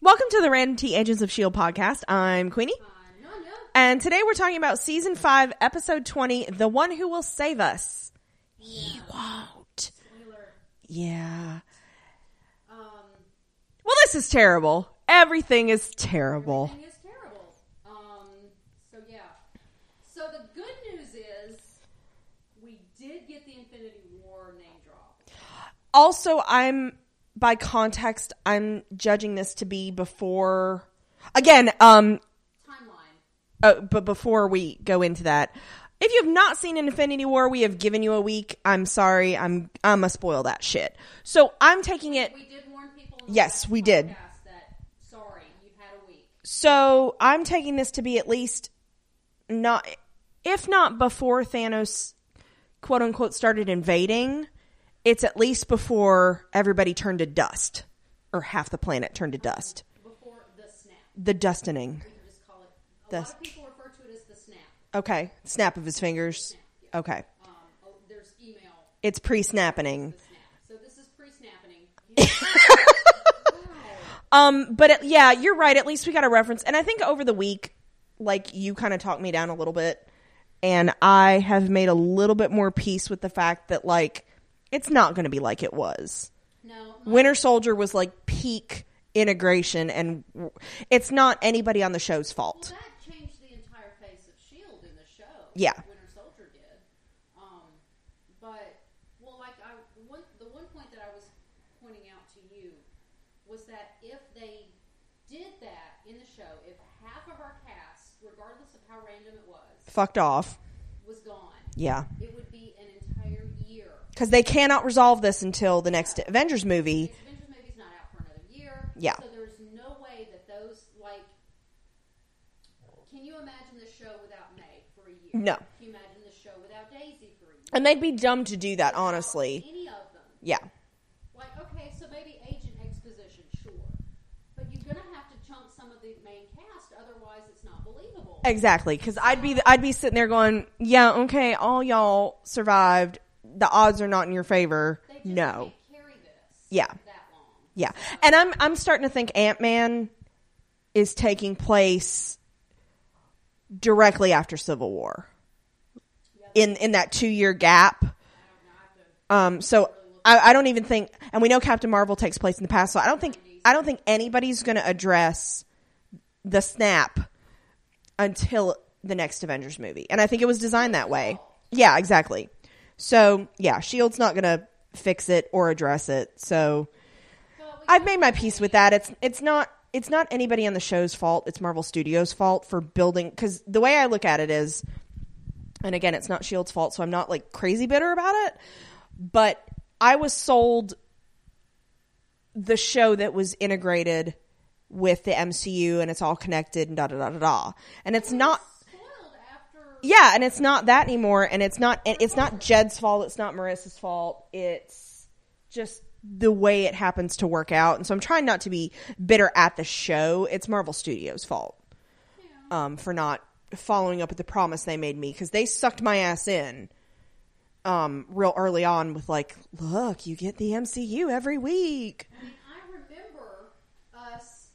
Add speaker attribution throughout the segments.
Speaker 1: Welcome to the Random T Agents of S.H.I.E.L.D. E podcast. I'm Queenie. And today we're talking about season five, episode 20, The One Who Will Save Us. He won't. Yeah.
Speaker 2: Um,
Speaker 1: Well, this is terrible. Everything is terrible.
Speaker 2: Everything is terrible. Um, so yeah. So the good news is we did get the Infinity War name drop.
Speaker 1: Also, I'm, by context, I'm judging this to be before, again, um,
Speaker 2: Timeline.
Speaker 1: Oh, but before we go into that, if you have not seen Infinity War, we have given you a week. I'm sorry. I'm I'm a spoil that shit. So I'm taking it.
Speaker 2: We did warn people. In the
Speaker 1: Yes,
Speaker 2: last
Speaker 1: we did.
Speaker 2: podcast That sorry, you've had a week.
Speaker 1: So I'm taking this to be at least not, if not before Thanos, quote unquote, started invading. It's at least before everybody turned to dust, or half the planet turned to dust.
Speaker 2: Before the snap,
Speaker 1: The dustening.
Speaker 2: we can just call it. A
Speaker 1: The
Speaker 2: lot
Speaker 1: s-
Speaker 2: of people refer to it as the snap.
Speaker 1: Okay. Snap of his fingers. Okay.
Speaker 2: Um, oh, there's email.
Speaker 1: It's pre-snapping.
Speaker 2: The snap. So this is pre-snapping. wow.
Speaker 1: Um, but it, yeah, you're right. At least we got a reference. And I think over the week, like you kind of talked me down a little bit, and I have made a little bit more peace with the fact that like it's not going to be like it was.
Speaker 2: No,
Speaker 1: Winter Soldier was like peak integration, and w- it's not anybody on the show's
Speaker 2: Well,
Speaker 1: fault.
Speaker 2: that changed the entire face of Shield E in the show.
Speaker 1: Yeah.
Speaker 2: Winter Soldier did. Um, but well, like I one the one point that I was pointing out to you was that if they did that in the show, if half of our cast, regardless of how random it was,
Speaker 1: Fucked off.
Speaker 2: was gone,
Speaker 1: Yeah,
Speaker 2: it would be an entire year.
Speaker 1: because they cannot resolve this until the next Avengers movie.
Speaker 2: Because Avengers movie's not out for another year.
Speaker 1: Yeah.
Speaker 2: So there's no way that those like. Can you imagine the show without May for a year?
Speaker 1: No.
Speaker 2: Can you imagine the show without Daisy for a year?
Speaker 1: And they'd be dumb to do that, honestly.
Speaker 2: Any of them.
Speaker 1: Yeah.
Speaker 2: Like, okay, so maybe Agent Exposition, sure. But you're going to have to chunk some of the main cast, otherwise, it's not believable.
Speaker 1: Exactly, because I'd be I'd be sitting there going, "Yeah, okay, all y'all survived. The odds are not in your favor."
Speaker 2: They just
Speaker 1: No,
Speaker 2: can't carry this
Speaker 1: Yeah.
Speaker 2: that long.
Speaker 1: yeah, and I'm I'm starting to think Ant Man is taking place directly after Civil War, in in that two year gap. Um, so I, I don't even think, and we know Captain Marvel takes place in the past, so I don't think I don't think anybody's going to address the snap until the next Avengers movie. And I think it was designed that way. Yeah, exactly. So, yeah, Shield's not going to fix it or address it. So, I've made my peace with that. It's it's not it's not anybody on the show's fault. It's Marvel Studios' fault for building cuz the way I look at it is and again, it's not Shield's fault, so I'm not like crazy bitter about it, but I was sold the show that was integrated with the MCU and it's all connected and da da da da da. And it's not
Speaker 2: Spoiled after.
Speaker 1: yeah, and it's not that anymore. And it's not and it's not Jed's fault. It's not Marissa's fault. It's just the way it happens to work out. And so I'm trying not to be bitter at the show. It's Marvel Studios' fault um, for not following up with the promise they made me because they sucked my ass in um, real early on with like, look, you get the MCU every week.
Speaker 2: I mean, I remember us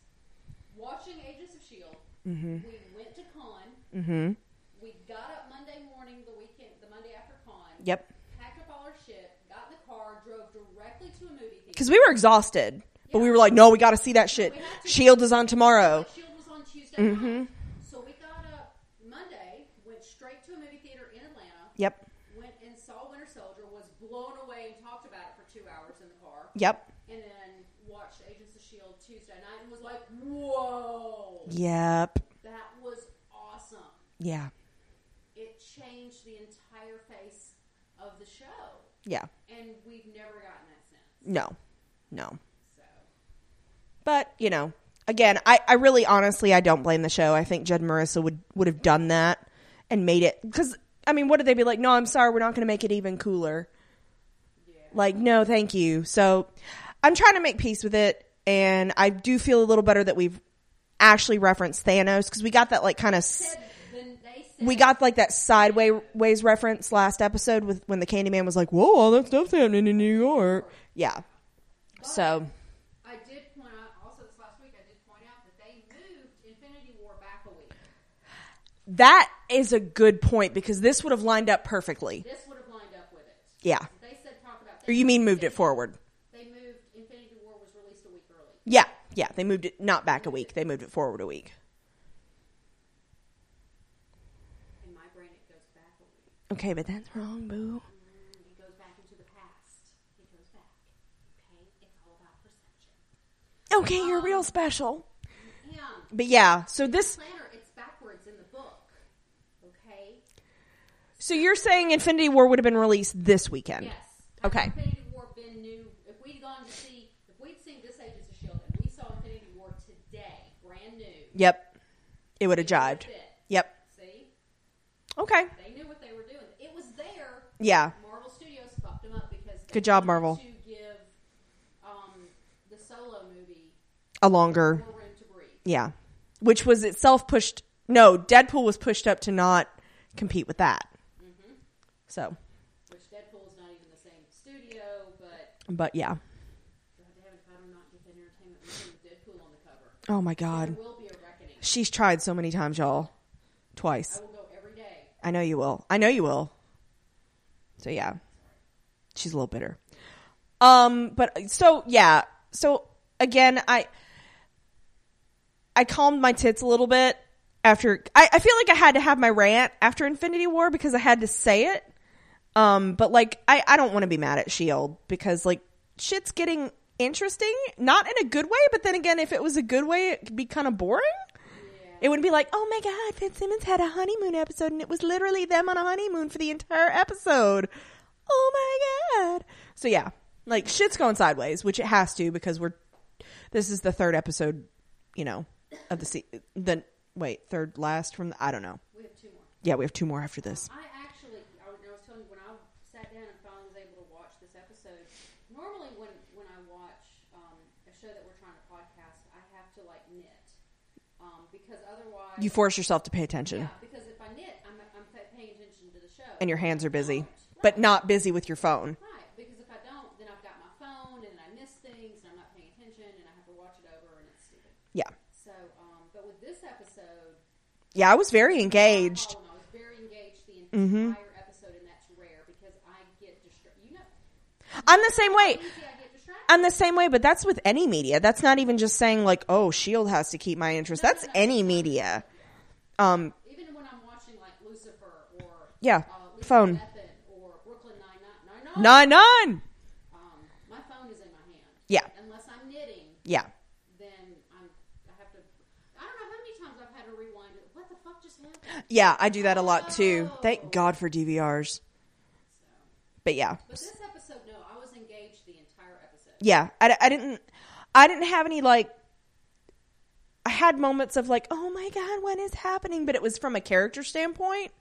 Speaker 2: watching Agents of Shield. E We went to con. We got up Monday morning, the weekend, the Monday after con.
Speaker 1: Yep,
Speaker 2: Packed up all our shit, got in the car, drove directly to a movie theater.
Speaker 1: because we were exhausted, but we were like, no, we got to see that shit. Shield is on tomorrow.
Speaker 2: Shield E was on Tuesday night, so we got up Monday, went straight to a movie theater in Atlanta.
Speaker 1: Yep,
Speaker 2: Went and saw Winter Soldier. Was blown away and talked about it for two hours in the car.
Speaker 1: yep,
Speaker 2: And then watched Agents of Shield E Tuesday night and was like, "Whoa,
Speaker 1: yep,
Speaker 2: that was awesome."
Speaker 1: yeah.
Speaker 2: it changed the entire face of the show,
Speaker 1: Yeah.
Speaker 2: and we've never gotten that since.
Speaker 1: No. No.
Speaker 2: So
Speaker 1: But, you know, again, I, I really honestly I don't blame the show. I think Jed Marissa would would have done that and made it cuz I mean, what did they be like? No, I'm sorry, we're not going to make it even cooler.
Speaker 2: yeah,
Speaker 1: Like, no, thank you. So, I'm trying to make peace with it and I do feel a little better that we've actually referenced Thanos cuz we got that like kind of s-
Speaker 2: said, then they said
Speaker 1: we got like that sideways ways reference last episode with when the Candyman was like, "Whoa, all that stuff's happening in New York." Yeah. So,
Speaker 2: I did point out also this last week. I did point Infinity War back a week.
Speaker 1: That is a good point because this would have lined up perfectly.
Speaker 2: This would have lined up with it.
Speaker 1: Yeah.
Speaker 2: They said talk about.
Speaker 1: Or you mean moved it forward?
Speaker 2: They moved Infinity War was released a week early.
Speaker 1: Yeah. Yeah. They moved it not back a week. They moved it forward a week.
Speaker 2: In my brain, it goes back a week.
Speaker 1: Okay, but that's wrong, boo.
Speaker 2: Mm, It goes back into the past. It goes back. Okay, it's all about perception.
Speaker 1: Okay, you're real special.
Speaker 2: And
Speaker 1: But yeah, so this
Speaker 2: planner, it's backwards in the book. Okay.
Speaker 1: so you're saying Infinity War would have been released this weekend.
Speaker 2: Yes.
Speaker 1: Okay.
Speaker 2: Had Infinity War been new, if we'd gone to see, if we'd seen this Agents of Shield E and we saw Infinity War today, brand new,
Speaker 1: Yep. It would have jived.
Speaker 2: Fit.
Speaker 1: Yep.
Speaker 2: See,
Speaker 1: Okay.
Speaker 2: they knew what they were doing. It was there.
Speaker 1: Yeah.
Speaker 2: Marvel Studios fucked them up because they
Speaker 1: Good job,
Speaker 2: wanted
Speaker 1: Marvel.
Speaker 2: To give um, the Solo movie
Speaker 1: A
Speaker 2: more
Speaker 1: longer
Speaker 2: room to breathe.
Speaker 1: yeah. Which was itself pushed no, Deadpool was pushed up to not compete with that. So
Speaker 2: Which Deadpool is not even the same studio, but
Speaker 1: but yeah.
Speaker 2: God damn it, if I do not get an entertainment movie with Deadpool on the cover,
Speaker 1: Oh my
Speaker 2: there
Speaker 1: god.
Speaker 2: will be a reckoning.
Speaker 1: She's tried so many times, y'all.
Speaker 2: I
Speaker 1: Twice.
Speaker 2: will go every day.
Speaker 1: I know you will. I know you will. So yeah. She's a little bitter. Um but so yeah. So again, I I calmed my tits a little bit after I, I feel like I had to have my rant after Infinity War because I had to say it. Um but like I I don't want to be mad at Shield because like shit's getting interesting, not in a good way, but then again if it was a good way it could be kind of boring. It would be like, oh my god, Fitzsimmons had a honeymoon episode, and it was literally them on a honeymoon for the entire episode. Oh my god! So yeah, like shit's going sideways, which it has to because we're this is the third episode, you know, of the se- the wait third last from the, I don't know.
Speaker 2: We have two more.
Speaker 1: Yeah, we have two more after this.
Speaker 2: I actually, I was, I was telling you when I sat down and finally was able to watch this episode. Normally, when when I watch um, a show that we're trying to podcast, I have to like knit um, because otherwise,
Speaker 1: You force yourself to pay attention,
Speaker 2: yeah, because if I knit, I'm I'm pa- paying attention to the show.
Speaker 1: and your hands are busy, but not busy with your phone.
Speaker 2: Right, because if I don't, then I've got my phone and I miss things and I'm not paying attention and I have to watch it over and it's stupid.
Speaker 1: Yeah,
Speaker 2: So, um, but with this episode,
Speaker 1: yeah, I was very engaged.
Speaker 2: Oh, and I was very engaged the entire episode, and that's rare because I get distracted. You know,
Speaker 1: I'm the same way.
Speaker 2: easy I get distracted.
Speaker 1: I'm the same way, but that's with any media. That's not even just saying like, "Oh, Shield has to keep my interest." That's any media. Um,
Speaker 2: Even when I'm watching like Lucifer or
Speaker 1: Yeah,
Speaker 2: uh, Lethal
Speaker 1: phone.
Speaker 2: Weapon or Brooklyn Nine Nine Nine Nine.
Speaker 1: nine nine.
Speaker 2: Um, my phone is in my hand.
Speaker 1: Yeah.
Speaker 2: Unless I'm knitting,
Speaker 1: Yeah,
Speaker 2: then I'm. I have to. I don't know how many times I've had to rewind. it. What the fuck just happened?
Speaker 1: yeah, I do that a lot too. Thank God for DVRs.
Speaker 2: So,
Speaker 1: But yeah,
Speaker 2: but this episode, no, I was engaged the entire episode.
Speaker 1: yeah, I, I didn't, I didn't have any like. I had moments of like, "Oh my God, what is happening?" But it was from a character standpoint.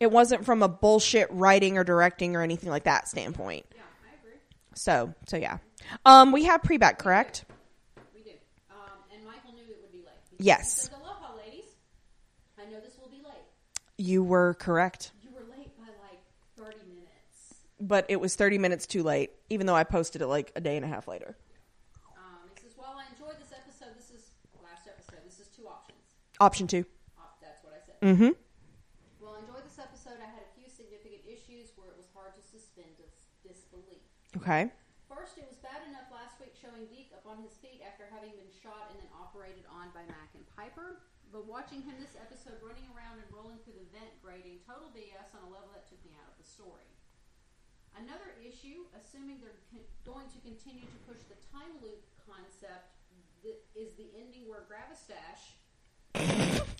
Speaker 1: It wasn't from a bullshit writing or directing or anything like that standpoint.
Speaker 2: Yeah, I agree.
Speaker 1: So, so yeah, um, we have pre back, correct?
Speaker 2: We do. Um, and Michael knew it would be late.
Speaker 1: Yes.
Speaker 2: He says, Aloha, ladies. I know this will be late.
Speaker 1: You were correct.
Speaker 2: You were late by like 30 minutes.
Speaker 1: but it was 30 minutes too late, even though I posted it like a day and a half later.
Speaker 2: Um, he says, While I enjoyed this episode, this is last episode. This is two options.
Speaker 1: Option two.
Speaker 2: Op- that's what I said.
Speaker 1: Mm-hmm.
Speaker 2: Well, I enjoyed this episode. I had a few significant issues where it was hard to suspend dis- disbelief.
Speaker 1: Okay.
Speaker 2: First, it was bad enough last week showing Deke up on his feet after having been shot and then operated on by Mac and Piper. But watching him this episode running around and rolling through the vent grating, total BS on a level that took me out of the story. Another issue, assuming they're con- going to continue to push the time loop concept, th- is the ending where Gravistash.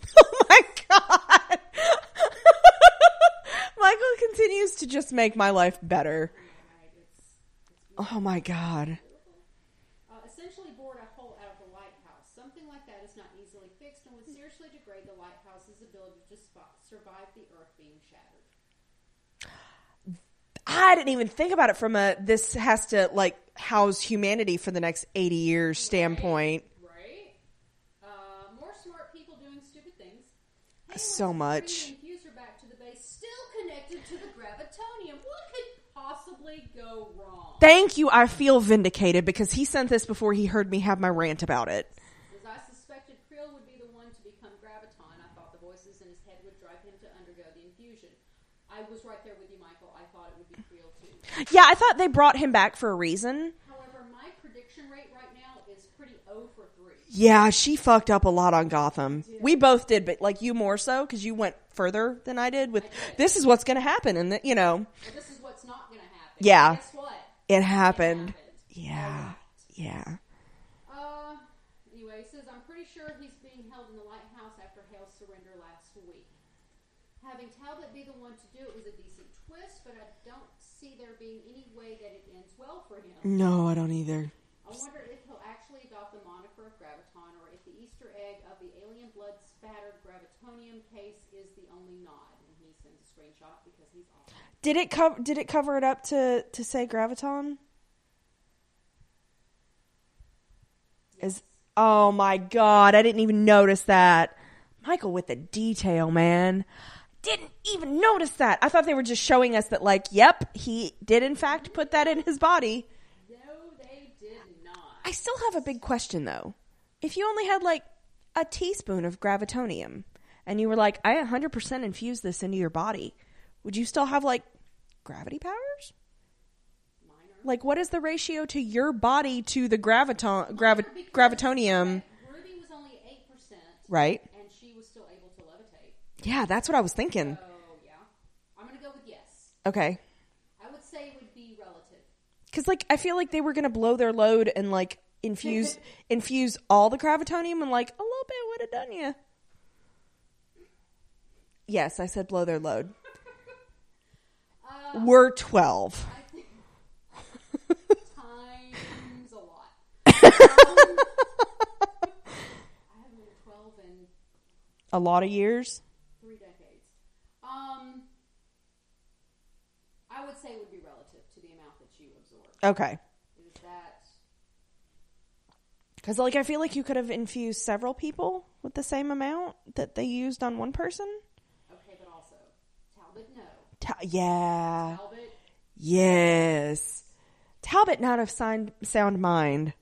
Speaker 1: Oh my God. Michael continues to just make my life better.
Speaker 2: Right, it's, it's
Speaker 1: Oh my God.
Speaker 2: uh, essentially bored a hole out of the lighthouse. Something like that is not easily fixed and would
Speaker 1: Hmm.
Speaker 2: seriously degrade the lighthouse's ability to spot, survive the earth being shattered.
Speaker 1: I didn't even think about it from a this has to like house humanity for the next 80 years standpoint.
Speaker 2: Right? Uh, more smart people doing stupid things. Halen
Speaker 1: So
Speaker 2: is
Speaker 1: much.
Speaker 2: bringing the Infuser back to the base, still connected to the gravitonium. What could possibly go wrong?
Speaker 1: Thank you. I feel vindicated because he sent this before he heard me have my rant about it.
Speaker 2: As I suspected Creel would be the one to become Graviton. I thought the voices in his head would drive him to undergo the infusion. I was right there with you, Michael. I thought it would be Creel too.
Speaker 1: Yeah, I thought they brought him back for a reason.
Speaker 2: However, my prediction rate right now is pretty 0 for 3.
Speaker 1: Yeah, she fucked up a lot on Gotham. We both did, but like you more so because you went further than I did with this is what's going to happen. And, that you know,
Speaker 2: But this is what's not going to happen.
Speaker 1: Yeah.
Speaker 2: Guess what?
Speaker 1: it happened.
Speaker 2: happened.
Speaker 1: Yeah. Yeah.
Speaker 2: Uh, anyway, he says, I'm pretty sure he's being held in the lighthouse after Hale's surrender last week. Having Talbot be the one to do it was a decent twist, but I don't see there being any way that it ends well for him.
Speaker 1: No, I don't either.
Speaker 2: I wonder if he'll actually adopt the moniker of Graviton or if the Easter egg of the alien blood spattered Gravitonium case is the only nod. And he sends a screenshot because he's off.
Speaker 1: Did it cover? Did it cover it up to to say graviton? Is oh my god! I didn't even notice that. Michael with the detail, man. Didn't even notice that. I thought they were just showing us that, like, yep, he did in fact put that in his body.
Speaker 2: No, they did not.
Speaker 1: I still have a big question though. If you only had like a teaspoon of gravitonium and you were like, I 100% infuse this into your body, would you still have like gravity powers?
Speaker 2: Minor.
Speaker 1: Like, what is the ratio to your body to the graviton gravi-
Speaker 2: Because-
Speaker 1: gravitonium?
Speaker 2: Ruby was only 8%.
Speaker 1: Right.
Speaker 2: and she was still able to levitate.
Speaker 1: Yeah, that's what I was thinking.
Speaker 2: So yeah, I'm gonna go with yes.
Speaker 1: Okay,
Speaker 2: I would say it would be relative.
Speaker 1: because like I feel like they were gonna blow their load and like infuse infuse all the gravitonium and like a little bit would have done you. Yes, I said blow their load.
Speaker 2: Uh,
Speaker 1: We're twelve.
Speaker 2: I think times a lot. Um, I haven't been to twelve in
Speaker 1: A lot of years.
Speaker 2: three decades. Um, I would say it would be relative to the amount that you absorb.
Speaker 1: Okay,
Speaker 2: Is that
Speaker 1: because like I feel like you could have infused several people with the same amount that they used on one person.
Speaker 2: okay? But also, Talbot, no.
Speaker 1: Ta- yeah.
Speaker 2: Talbot,
Speaker 1: Yes. Talbot not of sound, sound mind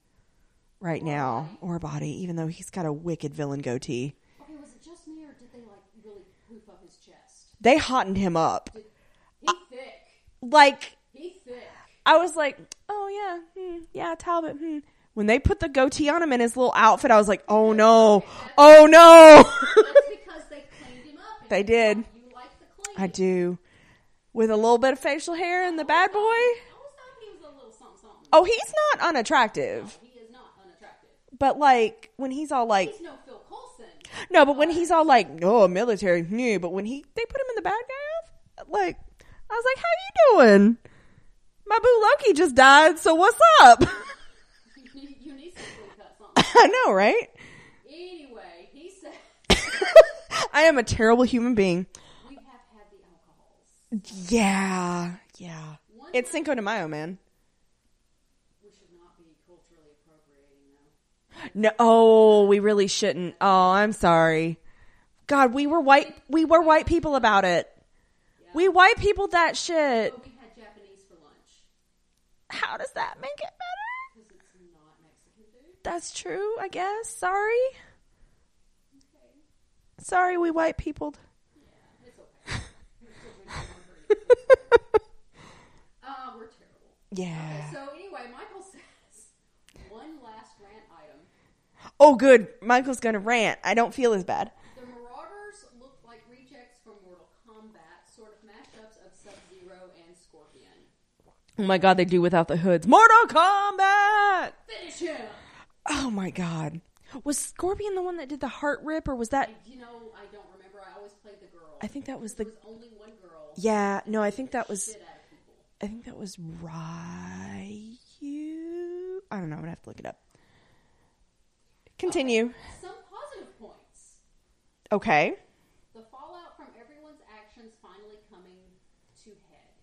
Speaker 1: right now or body, even though he's got a wicked villain goatee.
Speaker 2: okay. Was it just me, or did they like really poof up his chest?
Speaker 1: They hottened him up.
Speaker 2: Did, he thick.
Speaker 1: Like,
Speaker 2: He's thick.
Speaker 1: I was like, oh yeah, hmm, yeah, Talbot. Hmm. When they put the goatee on him in his little outfit, I was like, oh no, oh no.
Speaker 2: That's because they cleaned him up. and
Speaker 1: They
Speaker 2: you
Speaker 1: did.
Speaker 2: like- You like the clean.
Speaker 1: I do. With a little bit of facial hair and the bad boy.
Speaker 2: I always thought he was a little something something.
Speaker 1: Oh, he's not unattractive,
Speaker 2: He is not unattractive.
Speaker 1: but like when he's all like,
Speaker 2: He's no Phil Coulson.
Speaker 1: No, but when he's all like, "Oh, military," new, but when he they put him in the bad guy, outfit, like I was like, "How you doing? My boo Loki just died, so what's up?"
Speaker 2: You need- you need to clean cut something.
Speaker 1: I know, right?
Speaker 2: Anyway, he said
Speaker 1: I am a terrible human being.
Speaker 2: we have had the alcohols.
Speaker 1: Yeah, yeah.
Speaker 2: One
Speaker 1: It's
Speaker 2: time-
Speaker 1: Cinco de Mayo, man.
Speaker 2: we should not be culturally appropriating though.
Speaker 1: No, oh, we really shouldn't. Oh, I'm sorry. God, we were white. We were white people about it. We white people that shit.
Speaker 2: But we had Japanese for lunch
Speaker 1: How does that make it better?
Speaker 2: because it's not Mexican food.
Speaker 1: That's true, I guess. Sorry. Sorry, we white peopled.
Speaker 2: It's okay. We're still drinking margaritas. uh, we're terrible.
Speaker 1: Yeah.
Speaker 2: So anyway, Michael says one last rant item.
Speaker 1: Oh, good. Michael's gonna rant. I don't feel as bad.
Speaker 2: The Marauders look like rejects from Mortal Kombat, sort of mashups of Sub Zero and Scorpion.
Speaker 1: Oh my god, they do without the hoods. Mortal Kombat.
Speaker 2: Finish him.
Speaker 1: Oh my god. Was Scorpion the one that did the heart rip, or was that?
Speaker 2: You know, I don't remember. I always played the girl.
Speaker 1: I think that was
Speaker 2: there
Speaker 1: the.
Speaker 2: was only one girl.
Speaker 1: Yeah. No, I think that was.
Speaker 2: Shit out of people.
Speaker 1: I think that was Ryu. I don't know. I'm gonna have to look it up. Continue.
Speaker 2: Some positive points.
Speaker 1: Okay.
Speaker 2: The fallout from everyone's actions finally coming to head.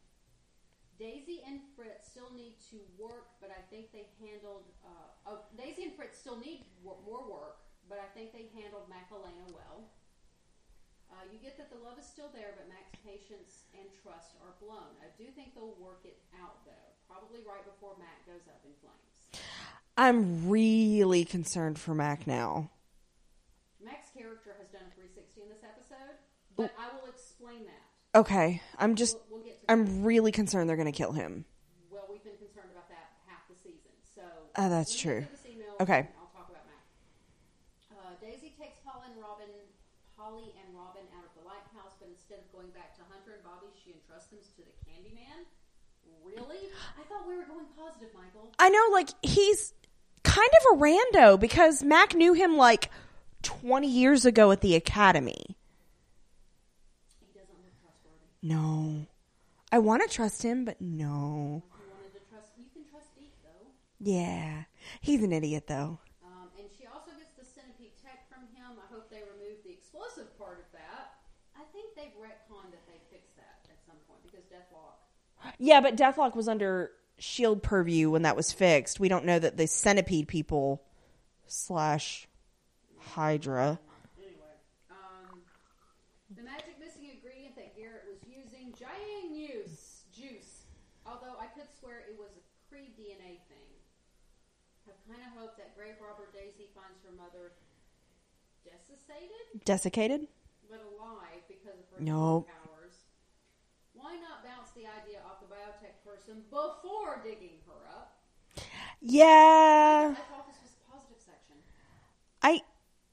Speaker 2: Daisy and Fritz still need to work, but I think they handled. Uh, oh, Daisy and Fritz still need wor- more work, but I think they handled Macalena well. Uh, you get that the love is still there, but Mac's patience and trust are blown. I do think they'll work it out, though. Probably right before Mac goes up in flames.
Speaker 1: I'm really concerned for Mac now.
Speaker 2: Mac's character has done a 360 in this episode, but I will explain that.
Speaker 1: Okay, I'm just
Speaker 2: We'll, we'll get to
Speaker 1: I'm really concerned they're going to kill him.
Speaker 2: Well, we've been concerned about that half the season. So
Speaker 1: Oh, that's
Speaker 2: let me
Speaker 1: true.
Speaker 2: get this email
Speaker 1: Okay.
Speaker 2: and I'll talk about Matt. Uh, Daisy takes Paul and Robin, Polly and Robin out of the lighthouse, but instead of going back to Hunter and Bobby, she entrusts them to the Candyman. Really? I thought we were going positive, Michael.
Speaker 1: I know like he's kind of a rando because Mac knew him like 20 years ago at the academy.
Speaker 2: He doesn't look trustworthy.
Speaker 1: No. I want to trust him, but no.
Speaker 2: You wanted to trust. You can trust Deke though.
Speaker 1: Yeah. He's an idiot though.
Speaker 2: Um, and she also gets the centipede tech from him. I hope they remove the explosive part of that. I think they've retconned that they fixed that at some point because Deathlock.
Speaker 1: Yeah, but Deathlock was under shield E purview when that was fixed. We don't know that the centipede people slash Hydra.
Speaker 2: Anyway, um, the magic missing ingredient that Garrett was using, giant juice, juice. Although I could swear it was a Cree DNA thing. I kind of hope that grave robber Daisy finds her mother desiccated,
Speaker 1: Desiccated?
Speaker 2: but alive because of her
Speaker 1: No.
Speaker 2: healing powers. Why not bounce the idea off the biotech person before digging her up?
Speaker 1: Yeah.
Speaker 2: I thought this was positive section.
Speaker 1: I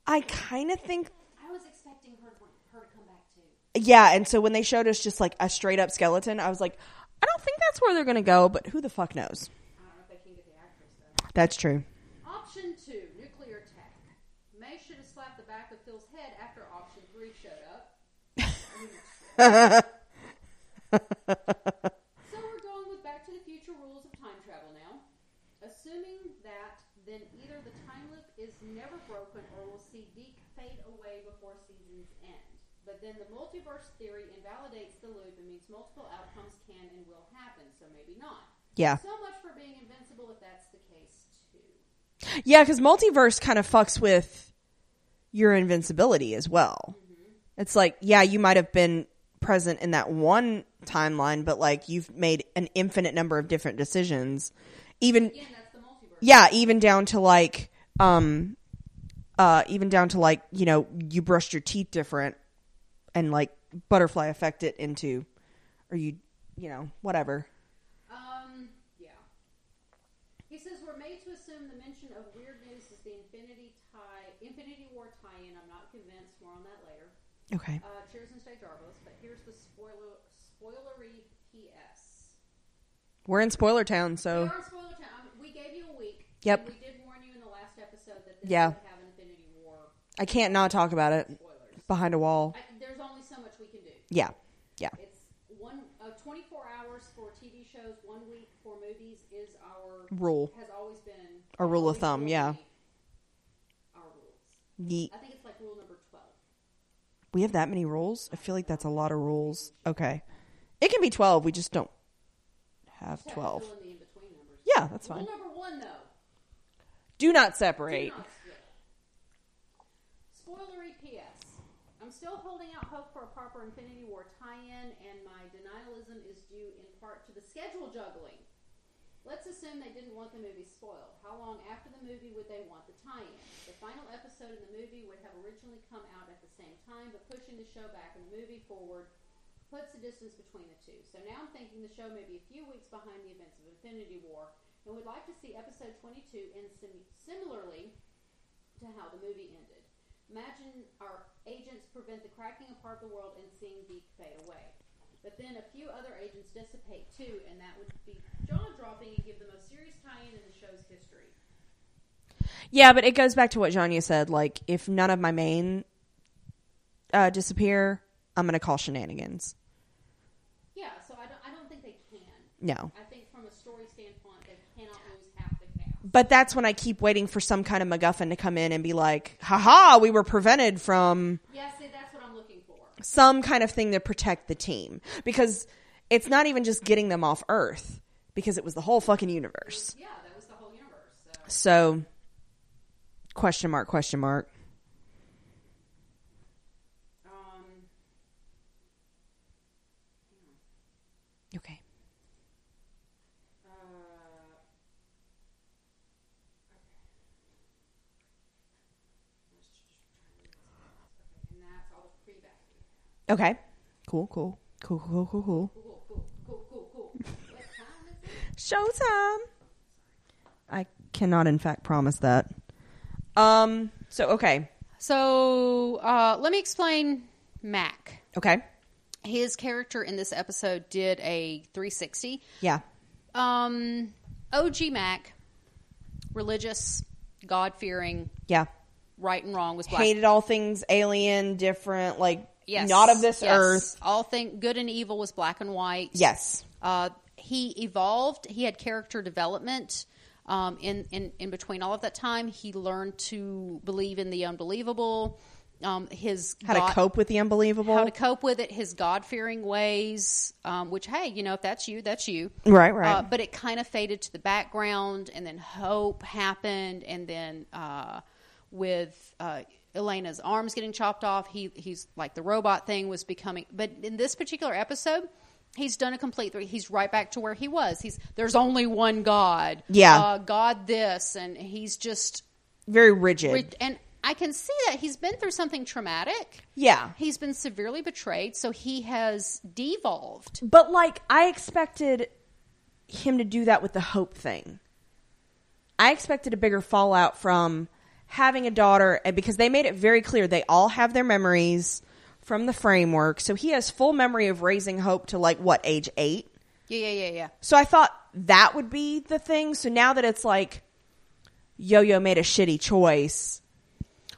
Speaker 1: I kind of think
Speaker 2: I was expecting her her to come back too.
Speaker 1: yeah, and so when they showed us just like a straight up skeleton, I was like, I don't think that's where they're going to go, but who the fuck knows.
Speaker 2: I don't know if they can get the actress though.
Speaker 1: That's true.
Speaker 2: Option two, nuclear attack. May should have slapped the back of Phil's head after option three showed up. so we're going with Back to the Future rules of time travel now. Assuming that, then either the time loop is never broken or we'll see Deke fade away before season's end. But then the multiverse theory invalidates the loop and means multiple outcomes can and will happen, so maybe not.
Speaker 1: Yeah.
Speaker 2: So much for being invincible if that's the case, too.
Speaker 1: Yeah, cuz multiverse kind of fucks with your invincibility as well. It's like, yeah, you might have been present in that one timeline, but like you've made an infinite number of different decisions. Even
Speaker 2: Again, that's the multiverse.
Speaker 1: yeah, even down to like um uh even down to like, you know, you brushed your teeth different and like butterfly effect it into or you you know, whatever.
Speaker 2: Um, yeah. He says we're made to assume the mention of weird news is the Infinity tie, Infinity War tie-in. I'm not convinced. More on that later.
Speaker 1: Okay.
Speaker 2: Uh, cheers and stay jarbless. But here's the spoiler, spoilery PS.
Speaker 1: We're in spoiler town,
Speaker 2: We
Speaker 1: so
Speaker 2: are in spoiler town. Um, we gave you a week.
Speaker 1: Oh. Yep.
Speaker 2: and we did warn you in the last episode that this
Speaker 1: Yeah.
Speaker 2: would have Infinity War
Speaker 1: I can't not talk about it
Speaker 2: spoilers.
Speaker 1: behind a wall.
Speaker 2: I, there's only so much we can do.
Speaker 1: Yeah. Yeah.
Speaker 2: It's one uh, 24 hours for TV shows, one week for movies is our
Speaker 1: Rule.
Speaker 2: has always been
Speaker 1: A rule of
Speaker 2: always
Speaker 1: thumb,
Speaker 2: will
Speaker 1: yeah.
Speaker 2: be Our rules.
Speaker 1: Yeet.
Speaker 2: I think it's like rule number 12.
Speaker 1: We have that many rules? I feel like that's a lot of rules. Okay. It can be 12. We just don't have
Speaker 2: Just have to
Speaker 1: 12.
Speaker 2: fill in the in-between numbers.
Speaker 1: Yeah, that's
Speaker 2: Rule
Speaker 1: fine.
Speaker 2: number one, though.
Speaker 1: Do not
Speaker 2: do
Speaker 1: separate.
Speaker 2: not split. Spoilery PS. I'm still holding out hope for a proper Infinity War tie-in, and my denialism is due in part to the schedule juggling. Let's assume they didn't want the movie spoiled. How long after the movie would they want the tie-in? The final episode in the movie would have originally come out at the same time, but pushing the show back and the movie forward puts the distance between the two. So now I'm thinking the show may be a few weeks behind the events of Infinity War, and would like to see episode 22 end sim- similarly to how the movie ended. Imagine our agents prevent the cracking apart of the world and seeing Deke fade away. But then a few other agents dissipate too, and that would be jaw dropping and give the most serious tie in in the show's history.
Speaker 1: Yeah, but it goes back to what Janya said. Like, if none of my main uh, disappear, I'm going to call shenanigans.
Speaker 2: Yeah, so I don't, I don't think they can.
Speaker 1: No.
Speaker 2: I think from a story standpoint, they cannot lose half the cast.
Speaker 1: But that's when I keep waiting for some kind of MacGuffin to come in and be like, haha, we were prevented from
Speaker 2: Yeah, see, that's what I'm looking for.
Speaker 1: some kind of thing to protect the team. Because it's not even just getting them off Earth, because it was the whole fucking universe.
Speaker 2: Yeah, that was the whole universe. So.
Speaker 1: So, question mark, question mark.
Speaker 2: Um, yeah.
Speaker 1: Okay.
Speaker 2: Uh, okay. I was just trying to read this.
Speaker 1: Okay. Cool, cool. Cool, cool, cool, cool.
Speaker 2: Cool, cool, cool, cool, cool. what time is it?
Speaker 1: Showtime. I cannot in fact promise that. Um so okay.
Speaker 2: So uh, let me explain Mac.
Speaker 1: Okay.
Speaker 2: His character in this episode did a 360.
Speaker 1: Yeah.
Speaker 2: Um, OG Mac, religious, God fearing,
Speaker 1: Yeah.
Speaker 2: right and wrong was black.
Speaker 1: Hated all things alien, different, like
Speaker 2: Yes,
Speaker 1: not of this
Speaker 2: yes.
Speaker 1: earth.
Speaker 2: All thing good and evil was black and white.
Speaker 1: Yes.
Speaker 2: Uh, he evolved. He had character development. Um, in, in, in between all of that time, he learned to believe in the unbelievable. Um, his
Speaker 1: How to
Speaker 2: God-
Speaker 1: cope with the unbelievable.
Speaker 2: how to cope with it, his God fearing ways. Um, which hey, you know if that's you, that's you.
Speaker 1: Right, right.
Speaker 2: Uh, but it kind of faded to the background, and then hope happened, and then uh, with uh, Elena's arms getting chopped off, he he's like the robot thing was becoming. But in this particular episode, he's done a complete. Three, he's right back to where he was. He's there's only one God.
Speaker 1: Yeah.
Speaker 2: uh, God this, and he's just
Speaker 1: Very rigid.
Speaker 2: re- and. I can see that he's been through something traumatic.
Speaker 1: yeah.
Speaker 2: He's been severely betrayed, so he has devolved.
Speaker 1: But like I expected him to do that with the hope thing. I expected a bigger fallout from having a daughter and because they made it very clear they all have their memories from the framework. So he has full memory of raising hope to like what age 8.
Speaker 2: Yeah, yeah, yeah, yeah.
Speaker 1: So I thought that would be the thing. So now that it's like Yo-Yo made a shitty choice.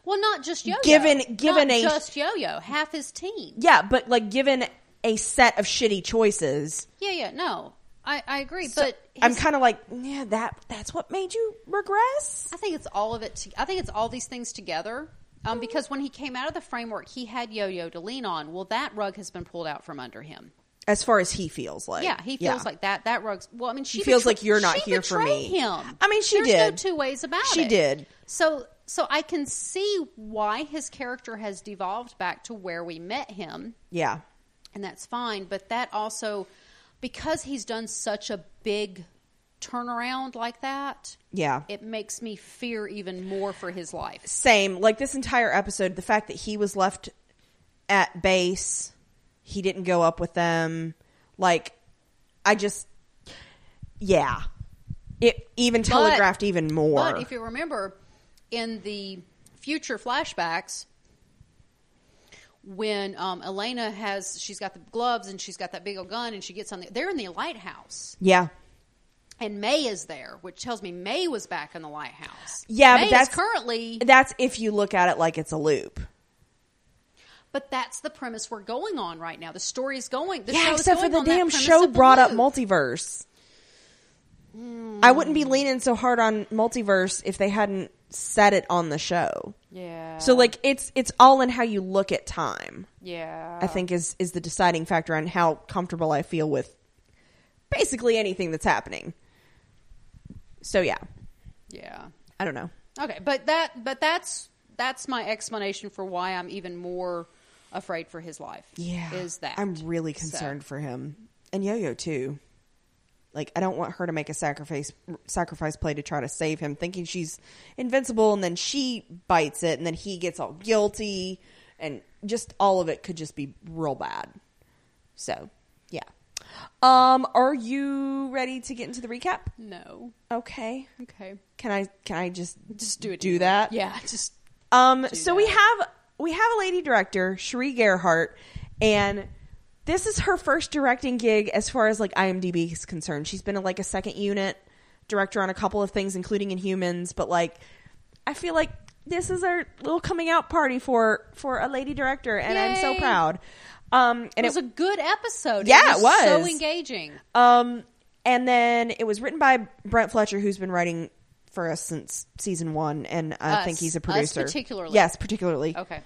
Speaker 2: Well, not just Yo-Yo.
Speaker 1: Given- given
Speaker 2: not
Speaker 1: a-
Speaker 2: just Yo-Yo, half his team.
Speaker 1: Yeah, but like given a set of shitty choices,
Speaker 2: Yeah, yeah. No, I, I agree.
Speaker 1: so
Speaker 2: but
Speaker 1: I'm
Speaker 2: his-
Speaker 1: kind of like, yeah, that that's what made you regress.
Speaker 2: I think it's all of it. To, I think it's all these things together. Um, because when he came out of the framework, he had Yo-Yo to lean on. Well, that rug has been pulled out from under him.
Speaker 1: as far as he feels like.
Speaker 2: Yeah, he feels like that. That rug's well. I mean, she
Speaker 1: He feels
Speaker 2: betra-
Speaker 1: like you're not
Speaker 2: she
Speaker 1: here for
Speaker 2: betrayed
Speaker 1: me.
Speaker 2: Him.
Speaker 1: I mean, she
Speaker 2: There's
Speaker 1: did.
Speaker 2: no two ways about
Speaker 1: She
Speaker 2: it.
Speaker 1: did.
Speaker 2: So, so I can see why his character has devolved back to where we met him,
Speaker 1: yeah,
Speaker 2: and that's fine. But that also, because he's done such a big turnaround like that,
Speaker 1: yeah.
Speaker 2: it makes me fear even more for his life.
Speaker 1: Same. Like this entire episode, the fact that he was left at base, he didn't go up with them. Like, I just, yeah. It even telegraphed even more.
Speaker 2: But if you remember, in the future flashbacks, when um, Elena has, she's got the gloves and she's got that big old gun and she gets on the, they're in the lighthouse
Speaker 1: yeah.
Speaker 2: and May is there, which tells me May was back in the lighthouse.
Speaker 1: Yeah,
Speaker 2: May
Speaker 1: but that's
Speaker 2: is currently,
Speaker 1: That's if you look at it like it's a loop.
Speaker 2: but that's the premise we're going on right now. The story is going, the
Speaker 1: Yeah,
Speaker 2: show is
Speaker 1: except for
Speaker 2: going
Speaker 1: the
Speaker 2: on that
Speaker 1: damn
Speaker 2: premise
Speaker 1: show
Speaker 2: of the
Speaker 1: brought up
Speaker 2: loop.
Speaker 1: multiverse. I wouldn't be leaning so hard on multiverse if they hadn't set it on the show.
Speaker 2: Yeah.
Speaker 1: So like it's it's all in how you look at time.
Speaker 2: yeah.
Speaker 1: I think is is the deciding factor on how comfortable I feel with basically anything that's happening. So yeah,
Speaker 2: Yeah.
Speaker 1: I don't know.
Speaker 2: Okay, but that but that's that's my explanation for why I'm even more afraid for his life. is that
Speaker 1: I'm really
Speaker 2: So,
Speaker 1: concerned for him and Yo-Yo too. Like I don't want her to make a sacrifice sacrifice play to try to save him, thinking she's invincible, and then she bites it, and then he gets all guilty, and just all of it could just be real bad. So yeah. Um, are you ready to get into the recap?
Speaker 2: no.
Speaker 1: Okay.
Speaker 2: Okay,
Speaker 1: Can I can I just
Speaker 2: just do it.
Speaker 1: do
Speaker 2: anyway.
Speaker 1: that?
Speaker 2: Yeah, just
Speaker 1: Um, so we
Speaker 2: that.
Speaker 1: have we have a lady director, Cherie Gerhart, and this is her first directing gig as far as like IMDb is concerned. She's been like a second unit director on a couple of things, including Inhumans. But like, I feel like this is our little coming out party for for a lady director, and I'm so
Speaker 2: Yay.
Speaker 1: proud. Um, and
Speaker 2: it was a good episode.
Speaker 1: Yeah, it
Speaker 2: so
Speaker 1: was.
Speaker 2: engaging.
Speaker 1: um, and then it was written by Brent Fletcher, who's been writing for us since season one, and I
Speaker 2: Us.
Speaker 1: think he's a
Speaker 2: Us
Speaker 1: producer,
Speaker 2: particularly.
Speaker 1: Yes, particularly.
Speaker 2: Okay,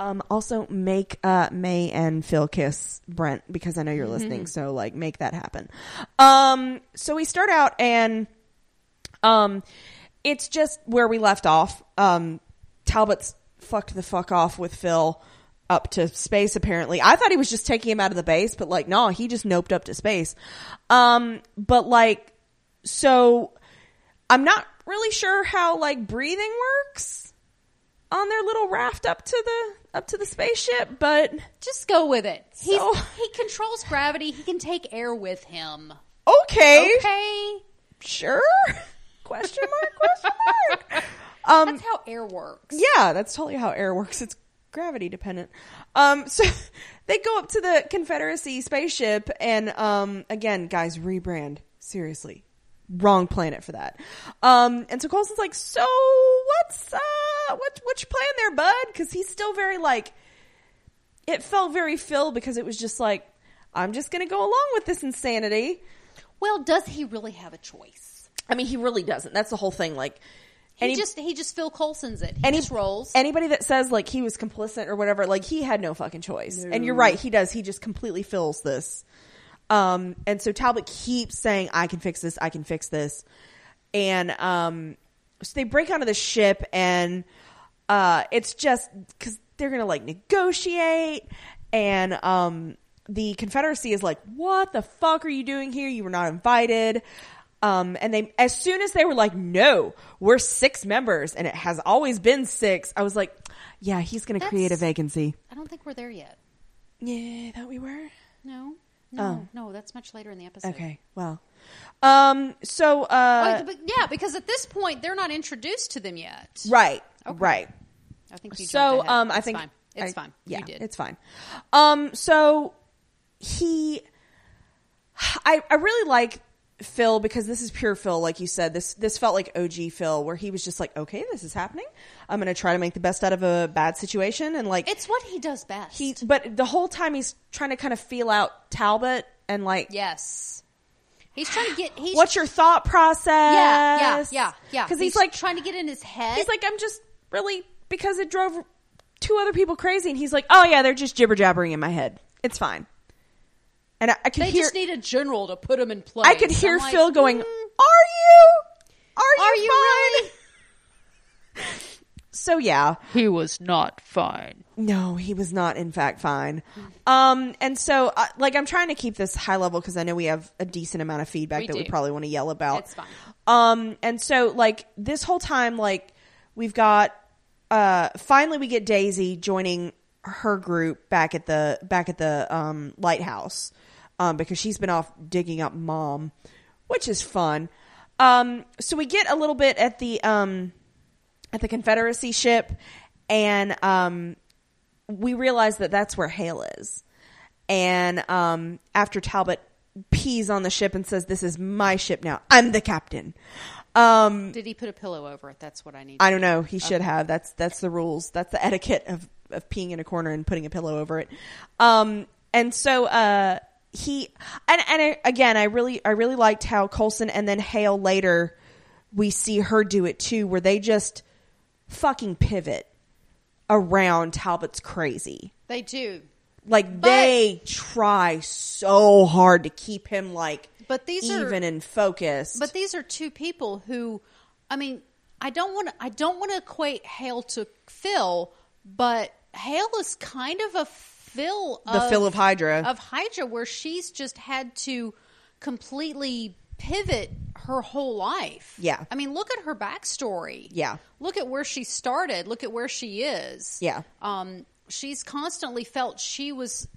Speaker 1: Um, also make uh, May and Phil kiss Brent because I know you're listening. So like, make that happen. Um, so we start out and um, it's just where we left off. Um, Talbot's fucked the fuck off with Phil up to space. Apparently, I thought he was just taking him out of the base, but like, no, he just noped up to space. Um, but like, so I'm not really sure how like breathing works. on their little raft up to the up to the spaceship, but
Speaker 2: Just go with it. He's,
Speaker 1: So-
Speaker 2: He controls gravity. He can take air with him.
Speaker 1: okay,
Speaker 2: Okay,
Speaker 1: sure? question mark? Question mark? Um,
Speaker 2: that's how air works.
Speaker 1: Yeah, that's totally how air works. It's gravity dependent. Um, so they go up to the Confederacy spaceship, and um, again, guys, rebrand seriously. Wrong planet for that. Um, and so Colson's like, so what's uh, what what you playing there, bud? Because he's still very like, it felt very Phil because it was just like, I'm just gonna go along with this insanity.
Speaker 2: Well, does he really have a choice?
Speaker 1: I mean, he really doesn't. That's the whole thing. Like,
Speaker 2: He
Speaker 1: he-
Speaker 2: just he just Phil Coulson's it. He
Speaker 1: any
Speaker 2: just rolls.
Speaker 1: anybody that says like he was complicit or whatever like he had no fucking choice and you're right he does he just completely fills this um and so talbot keeps saying i can fix this i can fix this and um so they break onto the ship and uh it's just because they're gonna like negotiate and um the confederacy is like what the fuck are you doing here you were not invited um, and they, as soon as they were like, no, we're six members and it has always been six, I was like, yeah, he's going to create a
Speaker 2: That's-
Speaker 1: vacancy.
Speaker 2: I don't think we're there yet.
Speaker 1: Yeah, that we were.
Speaker 2: No, no, no. That's much later in the episode.
Speaker 1: Oh. Okay. Well, um, so, uh,
Speaker 2: Like, but yeah, because at this point they're not introduced to them yet.
Speaker 1: right,
Speaker 2: Okay.
Speaker 1: right.
Speaker 2: I think you jumped
Speaker 1: so
Speaker 2: ahead.
Speaker 1: um, I
Speaker 2: It's
Speaker 1: think
Speaker 2: fine. it's
Speaker 1: I-
Speaker 2: fine.
Speaker 1: Yeah,
Speaker 2: you did.
Speaker 1: it's fine. Um, so he, I I really like Phil because this is pure Phil, like you said. This this felt like OG Phil, where he was just like, okay, this is happening. I'm gonna try to make the best out of a bad situation, and like
Speaker 2: It's what he does best.
Speaker 1: he, but the whole time he's trying to kind of feel out Talbot and like.
Speaker 2: yes, he's trying to get. He's
Speaker 1: What's your thought process?
Speaker 2: yeah, yeah, yeah, yeah.
Speaker 1: Because he's like
Speaker 2: trying to get in his head.
Speaker 1: He's like, I'm just really because it drove two other people crazy, and he's like, oh yeah, they're just jibber jabbering in my head. It's fine. And I, I could
Speaker 2: they
Speaker 1: hear,
Speaker 2: just need a general to put him in place.
Speaker 1: I could hear
Speaker 2: I'm like,
Speaker 1: Phil going,
Speaker 2: "Mm,
Speaker 1: "Are you? Are you?
Speaker 2: Are you
Speaker 1: fine?"
Speaker 2: really?
Speaker 1: So yeah,
Speaker 3: He was not fine.
Speaker 1: no, he was not in fact fine. Um, and so uh, like I'm trying to keep this high level because I know we have a decent amount of feedback
Speaker 2: We
Speaker 1: that we
Speaker 2: do.
Speaker 1: probably want to yell about.
Speaker 2: It's fine.
Speaker 1: Um, and so like this whole time, like we've got uh finally we get Daisy joining her group back at the back at the um lighthouse. Um, because she's been off digging up mom, which is fun. Um, so we get a little bit at the um at the Confederacy ship and um we realize that that's where Hale is. And um, after Talbot pees on the ship and says, "This is my ship now. I'm the captain." Um,
Speaker 2: Did he put a pillow over it? That's what I need.
Speaker 1: I don't know. He should have. That's that's the rules. That's the etiquette of of peeing in a corner and putting a pillow over it. Um, and so uh, he and and I, again, I really I really liked how Colson and then Hale later we see her do it too, where they just fucking pivot around Talbot's crazy.
Speaker 2: They do,
Speaker 1: Like they try so hard to keep him like
Speaker 2: But these are-
Speaker 1: even and focused.
Speaker 2: but these are two people who, I mean, I don't want to. I don't want to equate Hale to Phil, but Hale is kind of a Phil.
Speaker 1: the
Speaker 2: of,
Speaker 1: Phil of Hydra.
Speaker 2: of Hydra, where she's just had to completely pivot her whole life.
Speaker 1: Yeah.
Speaker 2: I mean, look at her backstory.
Speaker 1: Yeah.
Speaker 2: Look at where she started. Look at where she is.
Speaker 1: Yeah.
Speaker 2: Um, she's constantly felt she was,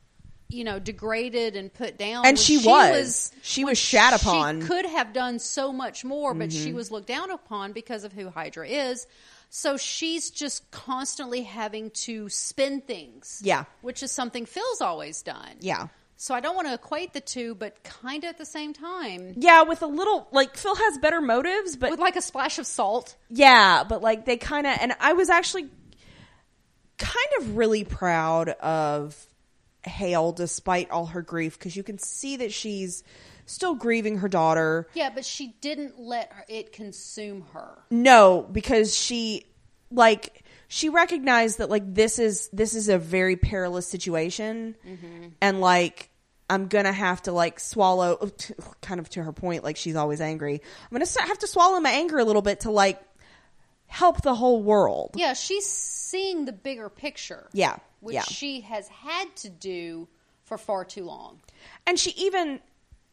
Speaker 2: you know, degraded and put down. when
Speaker 1: and she, was. She was shat upon. Mm-hmm.
Speaker 2: she could have done so much more, but she was looked down upon because of who Hydra is. So she's just constantly having to spin things.
Speaker 1: Yeah.
Speaker 2: Which is something Phil's always done.
Speaker 1: Yeah.
Speaker 2: So I don't want to equate the two, but kind of at the same time.
Speaker 1: yeah, with a little like Phil has better motives, but
Speaker 2: With like a splash of salt.
Speaker 1: yeah, but like they kind of and I was actually kind of really proud of Hale despite all her grief because you can see that she's still grieving her daughter.
Speaker 2: Yeah, but she didn't let her, it consume her.
Speaker 1: No, because she like she recognized that like this is this is a very perilous situation
Speaker 2: Mm-hmm.
Speaker 1: and like I'm going to have to like swallow oh, kind of to her point like she's always angry. I'm going to have to swallow my anger a little bit to like help the whole world.
Speaker 2: Yeah, she's seeing the bigger picture.
Speaker 1: Yeah,
Speaker 2: Which
Speaker 1: yeah.
Speaker 2: she has had to do for far too long.
Speaker 1: And she even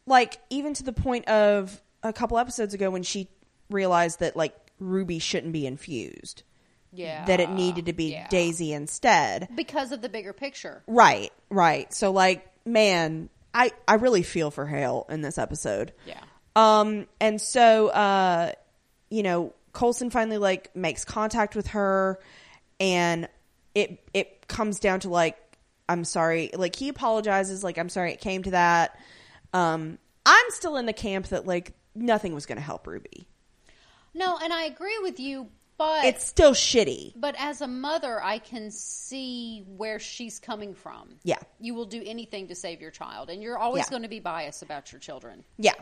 Speaker 1: like even to the point of a couple episodes ago when she realized that like Ruby shouldn't be infused
Speaker 2: Yeah.
Speaker 1: that it needed to be
Speaker 2: Ah, yeah.
Speaker 1: Daisy instead.
Speaker 2: because of the bigger picture.
Speaker 1: Right, right. So like, man, I I really feel for Hale in this episode.
Speaker 2: Yeah.
Speaker 1: Um, and so, uh, you know, Colson finally like makes contact with her, and it it comes down to like, I'm sorry. Like he apologizes. Like I'm sorry it came to that. Um, I'm still in the camp that like nothing was going to help Ruby.
Speaker 2: No, and I agree with you, but
Speaker 1: It's still shitty.
Speaker 2: but as a mother, I can see where she's coming from.
Speaker 1: Yeah.
Speaker 2: You will do anything to save your child, and you're always
Speaker 1: Yeah.
Speaker 2: going to be biased about your children.
Speaker 1: Yeah.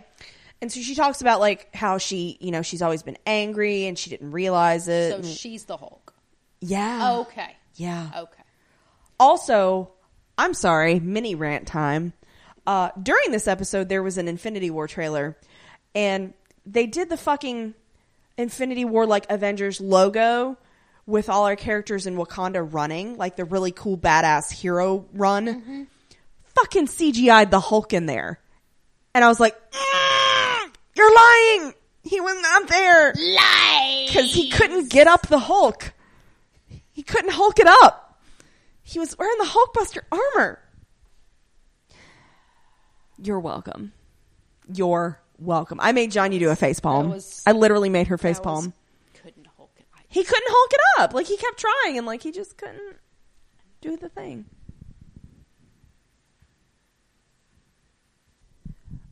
Speaker 1: And so she talks about like how she, you know, she's always been angry and she didn't realize it.
Speaker 2: So
Speaker 1: and-
Speaker 2: she's the Hulk.
Speaker 1: yeah.
Speaker 2: Okay. Oh.
Speaker 1: Yeah.
Speaker 2: Okay.
Speaker 1: Also, I'm sorry, mini rant time. Uh, during this episode, there was an Infinity War trailer, and they did the fucking Infinity War like Avengers logo with all our characters in Wakanda running, like the really cool badass hero run.
Speaker 2: Mm-hmm.
Speaker 1: Fucking CGI'd the Hulk in there, and I was like, "Mm, "You're lying! He was not there because he couldn't get up the Hulk. He couldn't Hulk it up." He was wearing the Hulkbuster armor. You're welcome. You're welcome. I made Johnny do a face palm.
Speaker 2: That was-
Speaker 1: I literally made her face
Speaker 2: I
Speaker 1: palm.
Speaker 2: was- Couldn't Hulk it. I-
Speaker 1: He couldn't Hulk it up. Like he kept trying and like he just couldn't do the thing.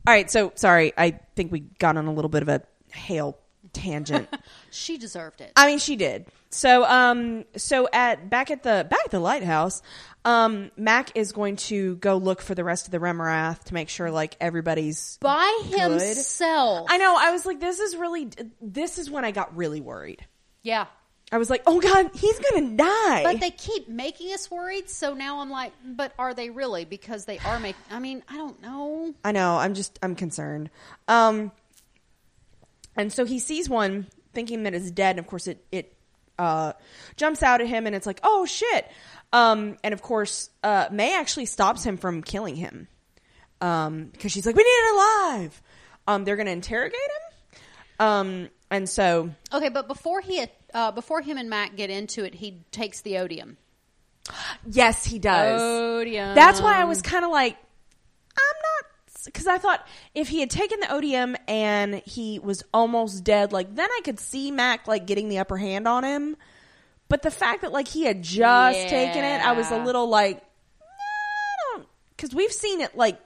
Speaker 1: All right, so sorry. I think we got on a little bit of a hail tangent.
Speaker 2: She deserved it.
Speaker 1: I mean, she did. So, um, so at back at the back at the lighthouse, um, Mac is going to go look for the rest of the Remarath to make sure like everybody's.
Speaker 2: By himself.
Speaker 1: I know. I was like, this is really. This is when I got really worried.
Speaker 2: yeah.
Speaker 1: I was like, oh god, he's gonna die.
Speaker 2: But they keep making us worried, so now I'm like, but are they really? Because they are making. I mean, I don't know.
Speaker 1: I know. I'm just. I'm concerned. Um, and so he sees one, thinking that it's dead, and of course it it uh, jumps out at him, and it's like, oh shit. Um, and of course, uh, May actually stops him from killing him um, because she's like, we need it alive. Um, they're gonna interrogate him. Um, and so
Speaker 2: Okay, but before he uh, before him and Mac get into it, he takes the odium.
Speaker 1: yes, he does.
Speaker 2: Oh, Odium.
Speaker 1: That's why I
Speaker 2: Um,
Speaker 1: was kind of like, I'm not, because I thought if he had taken the odium and he was almost dead, like then I could see Mac like getting the upper hand on him. But the fact that like he had just taken it, I was a
Speaker 2: Yeah.
Speaker 1: little like, "Nah, I don't, because we've seen it like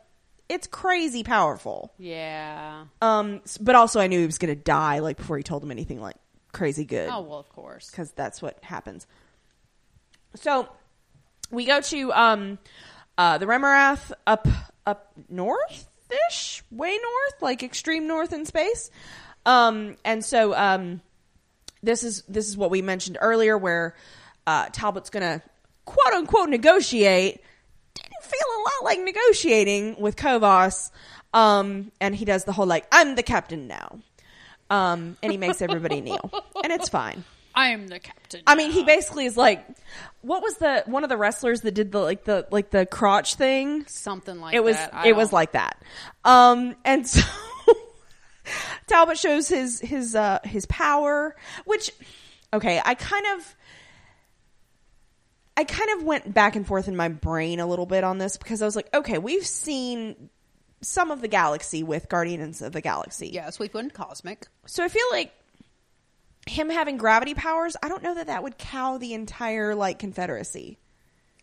Speaker 1: it's crazy powerful.
Speaker 2: Yeah.
Speaker 1: Um, s- but also I knew he was gonna die like before he told him anything like crazy good
Speaker 2: Oh well, of course.
Speaker 1: because that's what happens. So we go to um, uh, the Remarath up up north ish, way north, like extreme north in space. Um, and so um, this is this is what we mentioned earlier, where uh, Talbot's gonna quote unquote negotiate. Didn't feel a lot like negotiating with Kovas, um, and he does the whole like I'm the captain now, um, and he makes everybody kneel, and it's fine.
Speaker 4: I am the captain.
Speaker 1: I mean, he basically is like, what was the one of the wrestlers that did the like the like the crotch thing?
Speaker 2: Something like
Speaker 1: it was
Speaker 2: that. I
Speaker 1: it was
Speaker 2: don't-
Speaker 1: like that. Um, and so Talbot shows his his uh his power, which okay, I kind of. I kind of went back and forth in my brain a little bit on this because I was like, okay, we've seen some of the galaxy with Guardians of the Galaxy.
Speaker 2: yes, we went cosmic.
Speaker 1: So I feel like him having gravity powers, I don't know that that would cow the entire like Confederacy.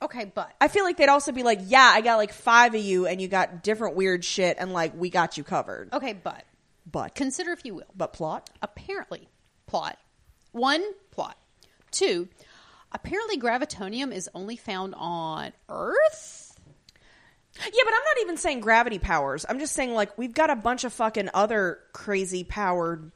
Speaker 2: Okay, but
Speaker 1: I feel like they'd also be like, yeah, I got like five of you and you got different weird shit and like we got you covered.
Speaker 2: okay, but
Speaker 1: But
Speaker 2: consider if you will.
Speaker 1: but plot?
Speaker 2: Apparently, plot one plot two. Apparently, gravitonium is only found on Earth.
Speaker 1: Yeah, but I'm not even saying gravity powers. I'm just saying like we've got a bunch of fucking other crazy powered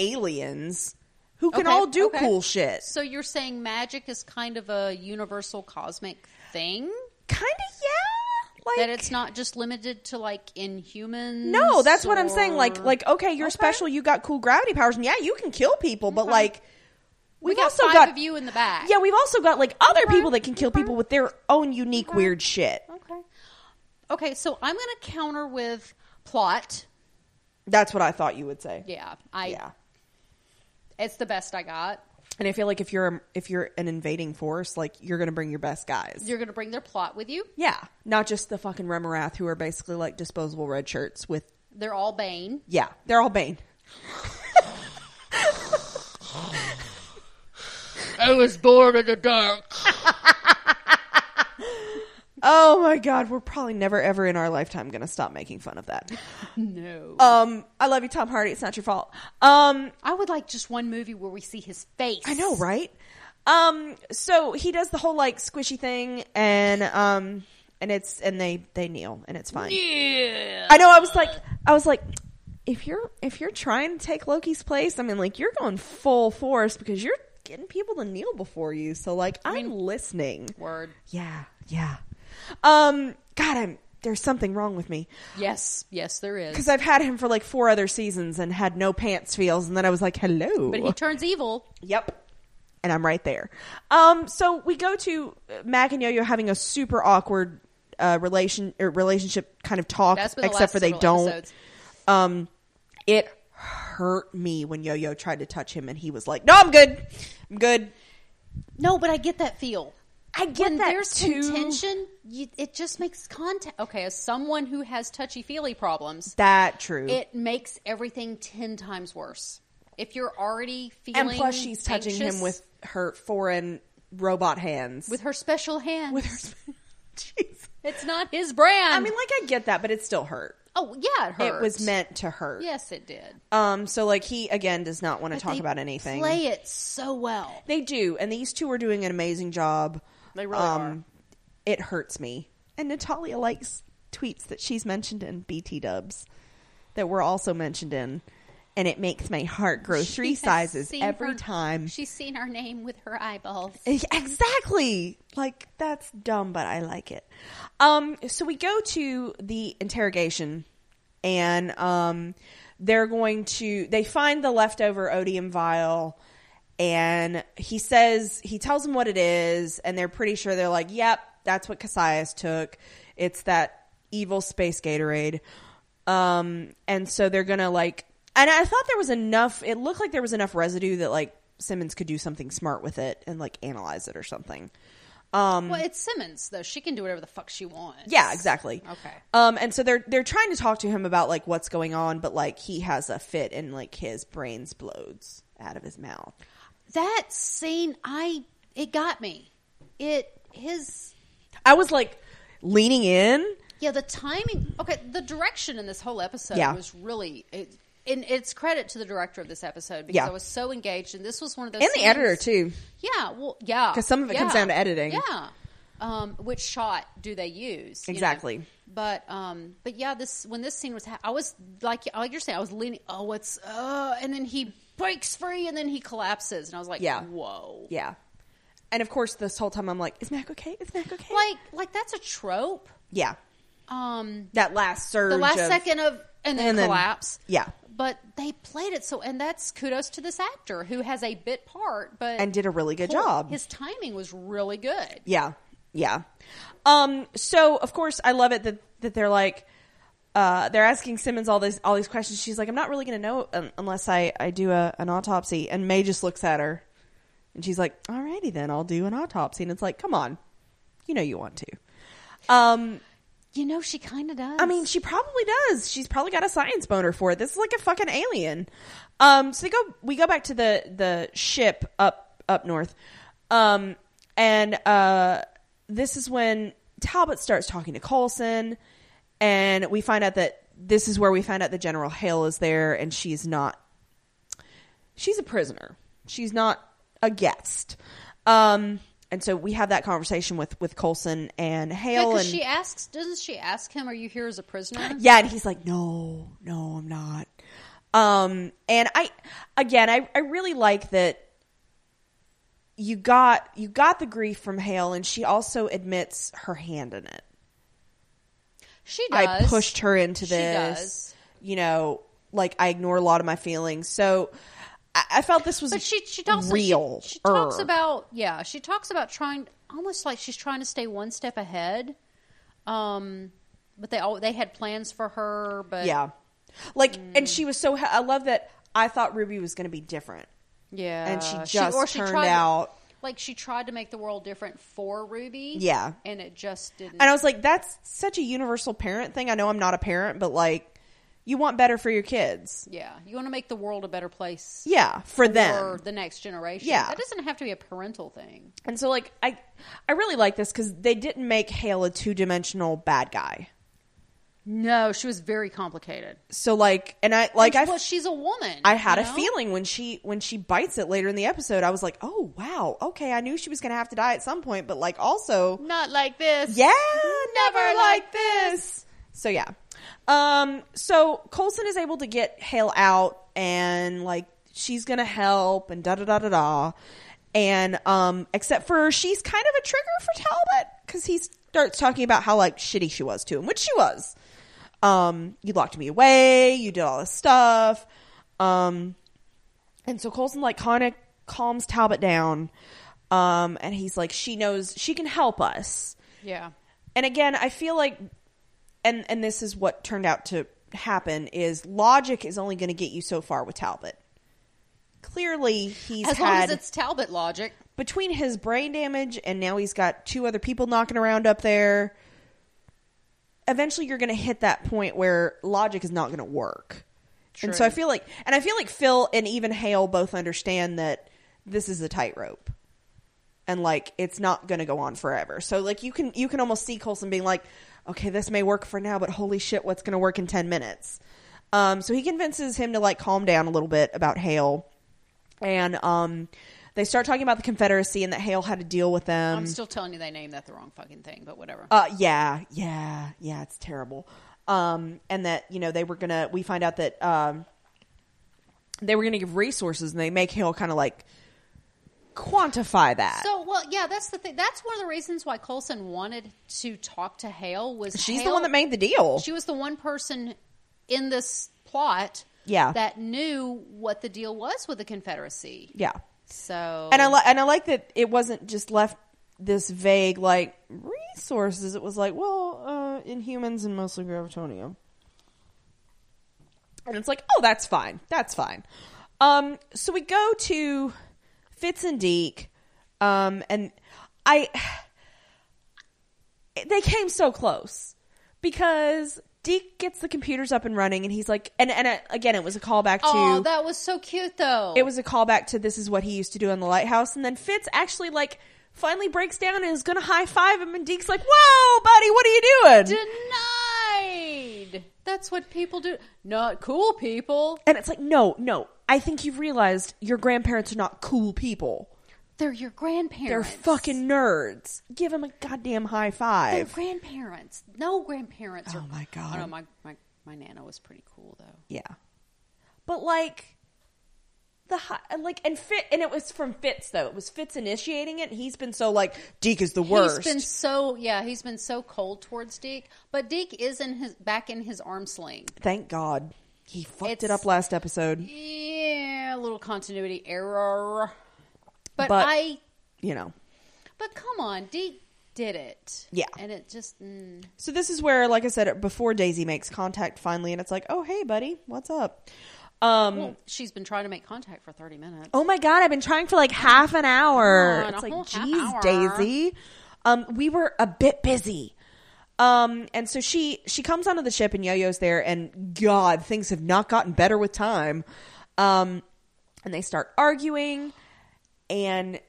Speaker 1: aliens who can
Speaker 2: Okay,
Speaker 1: all do
Speaker 2: okay.
Speaker 1: cool shit.
Speaker 2: So you're saying magic is kind of a universal cosmic thing?
Speaker 1: Kinda yeah. Like
Speaker 2: that it's not just limited to like inhumans.
Speaker 1: No, that's what I'm saying. Like,
Speaker 2: or-
Speaker 1: like okay, you're
Speaker 2: Okay.
Speaker 1: special. You got cool gravity powers, and yeah, you can kill people. But
Speaker 2: Okay.
Speaker 1: like,
Speaker 2: we
Speaker 1: we've
Speaker 2: got
Speaker 1: also
Speaker 2: five
Speaker 1: got
Speaker 2: of you in the back.
Speaker 1: yeah, we've also got like other
Speaker 2: Okay.
Speaker 1: people that can kill
Speaker 2: Okay.
Speaker 1: people with their own unique
Speaker 2: Okay.
Speaker 1: weird shit.
Speaker 2: Okay. Okay, so I'm going to counter with plot.
Speaker 1: That's what I thought you would say.
Speaker 2: Yeah, I.
Speaker 1: yeah.
Speaker 2: It's the best I got.
Speaker 1: And I feel like if you're if you're an invading force, like you're going to bring your best guys.
Speaker 2: You're going to bring their plot with you.
Speaker 1: yeah, not just the fucking Remorath who are basically like disposable red shirts with
Speaker 2: They're all Bane.
Speaker 1: yeah, they're all Bane.
Speaker 5: I was born in the dark.
Speaker 1: Oh my god, we're probably never ever in our lifetime going to stop making fun of that.
Speaker 2: No.
Speaker 1: Um, I love you, Tom Hardy. It's not your fault. Um,
Speaker 2: I would like just one movie where we see his face.
Speaker 1: I know, right? Um, so he does the whole like squishy thing, and um, and it's and they they kneel, and it's fine.
Speaker 5: Yeah.
Speaker 1: I know. I was like, I was like, if you're if you're trying to take Loki's place, I mean, like you're going full force because you're getting people to kneel before you. So like, I'm listening.
Speaker 2: Word.
Speaker 1: Yeah, yeah. Um, God, I'm there's something wrong with me
Speaker 2: Yes. Yes, there is.
Speaker 1: because I've had him for like four other seasons and had no pants feels, and then I was like, hello.
Speaker 2: But he turns evil.
Speaker 1: Yep. And I'm right there. Um, so we go to uh, Mac and Yo-Yo having a super awkward uh, relation er, relationship kind of talk,
Speaker 2: That's been the last
Speaker 1: except for they
Speaker 2: several
Speaker 1: don't.
Speaker 2: episodes.
Speaker 1: Um, it hurt me when Yo-Yo tried to touch him, and he was like, "No, I'm good. I'm good."
Speaker 2: No, but I get that feel.
Speaker 1: I get
Speaker 2: when
Speaker 1: that
Speaker 2: there's
Speaker 1: too.
Speaker 2: contention, you, it just makes contact. Okay, as someone who has touchy feely problems,
Speaker 1: That true.
Speaker 2: it makes everything ten times worse. If you're already feeling,
Speaker 1: and plus, she's touching
Speaker 2: anxious
Speaker 1: him with her foreign robot hands.
Speaker 2: with her special hand.
Speaker 1: With her. Jeez.
Speaker 2: it's not his brand.
Speaker 1: I mean, like I get that, but it still hurt.
Speaker 2: oh yeah, it hurt.
Speaker 1: It was meant to hurt.
Speaker 2: Yes, it did.
Speaker 1: Um, so like he again does not want to
Speaker 2: But
Speaker 1: talk
Speaker 2: they
Speaker 1: about anything.
Speaker 2: Play it so well.
Speaker 1: They do, and these two are doing an amazing job.
Speaker 2: They really
Speaker 1: are. It hurts me. And Natalia likes tweets that she's mentioned in BT Dubs that were also mentioned in, and it makes my heart grow three
Speaker 2: She has
Speaker 1: sizes
Speaker 2: seen
Speaker 1: every
Speaker 2: her-
Speaker 1: time.
Speaker 2: She's seen our name with her eyeballs.
Speaker 1: Eh, Exactly. Like that's dumb, but I like it. Um, so we go to the interrogation, and um, they're going to they find the leftover odium vial, and he says he tells them what it is, and they're pretty sure they're like, "Yep, that's what Cassius took. It's that evil space Gatorade." Um, and so they're gonna like, and I thought there was enough. It looked like there was enough residue that like Simmons could do something smart with it and like analyze it or something. Um,
Speaker 2: Well, it's Simmons though. She can do whatever the fuck she wants.
Speaker 1: yeah, exactly.
Speaker 2: Okay.
Speaker 1: Um, and so they're they're trying to talk to him about like what's going on, but like he has a fit and like his brains blows out of his mouth.
Speaker 2: That scene, I it got me. It his
Speaker 1: I was like leaning in.
Speaker 2: yeah the timing. Okay, the direction in this whole episode
Speaker 1: Yeah.
Speaker 2: was really. It, and it's credit to the director of this episode because
Speaker 1: Yeah.
Speaker 2: I was so engaged, and this was one of those
Speaker 1: And the
Speaker 2: scenes-
Speaker 1: editor too.
Speaker 2: Yeah, well, yeah,
Speaker 1: 'Cause some of it comes
Speaker 2: yeah,
Speaker 1: down to editing.
Speaker 2: Yeah, um, which shot do they use? you know?
Speaker 1: Exactly.
Speaker 2: But um, but yeah, this when this scene was, ha- I was like, like you're saying, I was leaning. Oh, what's uh? And then he breaks free, and then he collapses, and I was like,
Speaker 1: Yeah.
Speaker 2: whoa,
Speaker 1: Yeah. And of course, this whole time I'm like, is Mac okay? Is Mac okay?
Speaker 2: like like that's a trope.
Speaker 1: yeah.
Speaker 2: Um,
Speaker 1: That last surge.
Speaker 2: the last
Speaker 1: of-
Speaker 2: second of and then
Speaker 1: and then-
Speaker 2: collapse.
Speaker 1: Yeah.
Speaker 2: But they played it so, and that's kudos to this actor who has a bit part, but
Speaker 1: And did a really good
Speaker 2: Cool.
Speaker 1: job.
Speaker 2: His timing was really good.
Speaker 1: Yeah. Yeah. Um, so of course I love it that, that they're like, uh, they're asking Simmons all this, all these questions. She's like, I'm not really going to know un- unless I, I do a, an autopsy. And May just looks at her and she's like, alrighty then I'll do an autopsy. And it's like, come on, you know, you want to. Um,
Speaker 2: You know, she kind of does.
Speaker 1: I mean, she probably does. She's probably got a science boner for it. This is like a fucking alien. Um, so they go, we go back to the the ship up up north, um, and uh, this is when Talbot starts talking to Colson, and we find out that this is where we find out that General Hale is there, and she's not. She's a prisoner. She's not a guest. Um, and so we have that conversation with with Colson and Hale,
Speaker 2: because
Speaker 1: and
Speaker 2: she asks, doesn't she ask him, "Are you here as a prisoner?"
Speaker 1: yeah, and he's like, "No, no, I'm not." Um, and I, again, I, I really like that you got you got the grief from Hale, and she also admits her hand in it.
Speaker 2: She does.
Speaker 1: I pushed her into
Speaker 2: She
Speaker 1: this.
Speaker 2: does.
Speaker 1: You know, like I ignore a lot of my feelings, so I, I felt this was
Speaker 2: but she she talks
Speaker 1: real. er,
Speaker 2: She, she talks about yeah. She talks about trying almost like she's trying to stay one step ahead. Um, but they all they had plans for her, but Mm.
Speaker 1: yeah, like, and she was so. he- I love that. I thought Ruby was going to be different.
Speaker 2: Yeah,
Speaker 1: and she just
Speaker 2: Uh, or
Speaker 1: turned
Speaker 2: tried-
Speaker 1: out.
Speaker 2: like she tried to make the world different for Ruby.
Speaker 1: Yeah.
Speaker 2: and it just didn't.
Speaker 1: And I was like, that's such a universal parent thing. I know I'm not a parent, but like, you want better for your kids.
Speaker 2: yeah, you want to make the world a better place
Speaker 1: Yeah, for
Speaker 2: for
Speaker 1: them.
Speaker 2: the next generation.
Speaker 1: Yeah.
Speaker 2: that doesn't have to be a parental thing.
Speaker 1: And so, like, I, I really like this because they didn't make Hale a two dimensional bad guy.
Speaker 2: No, she was very complicated.
Speaker 1: So, like, and I, like, I,
Speaker 2: well, she's a woman.
Speaker 1: I had
Speaker 2: you
Speaker 1: a
Speaker 2: know?
Speaker 1: feeling when she when she bites it later in the episode. I was like, "Oh wow, okay." I knew she was going to have to die at some point, but like also,
Speaker 2: not like this.
Speaker 1: yeah, never like this. So yeah, um, so Colson is able to get Hale out, and like she's going to help, and da da da da da, and um, except for she's kind of a trigger for Talbot because he starts talking about how like shitty she was to him, which she was. Um, you locked me away. You did all this stuff. Um, and so Colson like kind of calms Talbot down. Um, and he's like, she knows she can help us.
Speaker 2: Yeah.
Speaker 1: And again, I feel like, and and this is what turned out to happen is logic is only going to get you so far with Talbot. Clearly, he's
Speaker 2: As long
Speaker 1: had
Speaker 2: as it's Talbot logic.
Speaker 1: between his brain damage and now he's got two other people knocking around up there. Eventually, you're going to hit that point where logic is not going to work. And so
Speaker 2: True.
Speaker 1: I feel like, and I feel like Phil and even Hale both understand that this is a tightrope, and like it's not going to go on forever. So like you can you can almost see Colson being like, okay, this may work for now, but holy shit, what's going to work in ten minutes? Um, so he convinces him to like calm down a little bit about Hale, and um, they start talking about the Confederacy and that Hale had to deal with them.
Speaker 2: I'm still telling you they named that the wrong fucking thing, but whatever.
Speaker 1: Mm-hmm. Uh, yeah, yeah, yeah. It's terrible. Um, and that you know they were gonna. We find out that um, they were gonna give resources, and they make Hill kind of like quantify that.
Speaker 2: so, well, yeah, that's the thing. That's one of the reasons why Colson wanted to talk to Hale was
Speaker 1: She's the
Speaker 2: Hale-
Speaker 1: one that made the deal.
Speaker 2: She was the one person in this plot
Speaker 1: Yeah.
Speaker 2: that knew what the deal was with the Confederacy.
Speaker 1: yeah,
Speaker 2: So
Speaker 1: and I li- and I like that it wasn't just left this vague like resources. It was like, well, uh, inhumans and mostly gravitonium. And it's like, oh, that's fine. That's fine. Um, so we go to Fitz and Deke, um, and I. They came so close because Deke gets the computers up and running, and he's like, and and uh, again, it was a callback to
Speaker 2: Oh, that was so cute though.
Speaker 1: it was a callback to this is what he used to do in the lighthouse and then fitz actually like finally breaks down and is gonna high-five him and deke's like whoa buddy what are you doing
Speaker 2: denied. That's what people do. Not cool people.
Speaker 1: and it's like no no i think you've realized your grandparents are not cool people
Speaker 2: They're your grandparents.
Speaker 1: they're fucking nerds give him a goddamn high
Speaker 2: They're
Speaker 1: five
Speaker 2: grandparents. No grandparents.
Speaker 1: Oh, my God.
Speaker 2: I know my my my nana was pretty cool though.
Speaker 1: yeah but like the high, like and fit and it was from fitz though it was fitz initiating it and he's been so like deke is the worst
Speaker 2: He's been so yeah. He's been so cold towards Deke, but Deke is in his back in his arm sling.
Speaker 1: thank god he fucked it
Speaker 2: It's-
Speaker 1: up last episode
Speaker 2: Yeah, a little continuity error. But,
Speaker 1: But-
Speaker 2: I.
Speaker 1: you know
Speaker 2: But come on, Deke did it.
Speaker 1: Yeah.
Speaker 2: and it just mm,
Speaker 1: So this is where, like I said, before Daisy makes contact finally, and it's like, oh hey, buddy, what's up? Um,
Speaker 2: well, she's been trying to make contact for thirty minutes.
Speaker 1: oh my god, I've been trying for like half an hour.
Speaker 2: Come on,
Speaker 1: it's
Speaker 2: a
Speaker 1: like,
Speaker 2: whole half
Speaker 1: geez,
Speaker 2: hour."
Speaker 1: Daisy, um, we were a bit busy. Um, and so she she comes onto the ship, and Yo-Yo's there, and God, things have not gotten better with time. Um, and they start arguing, and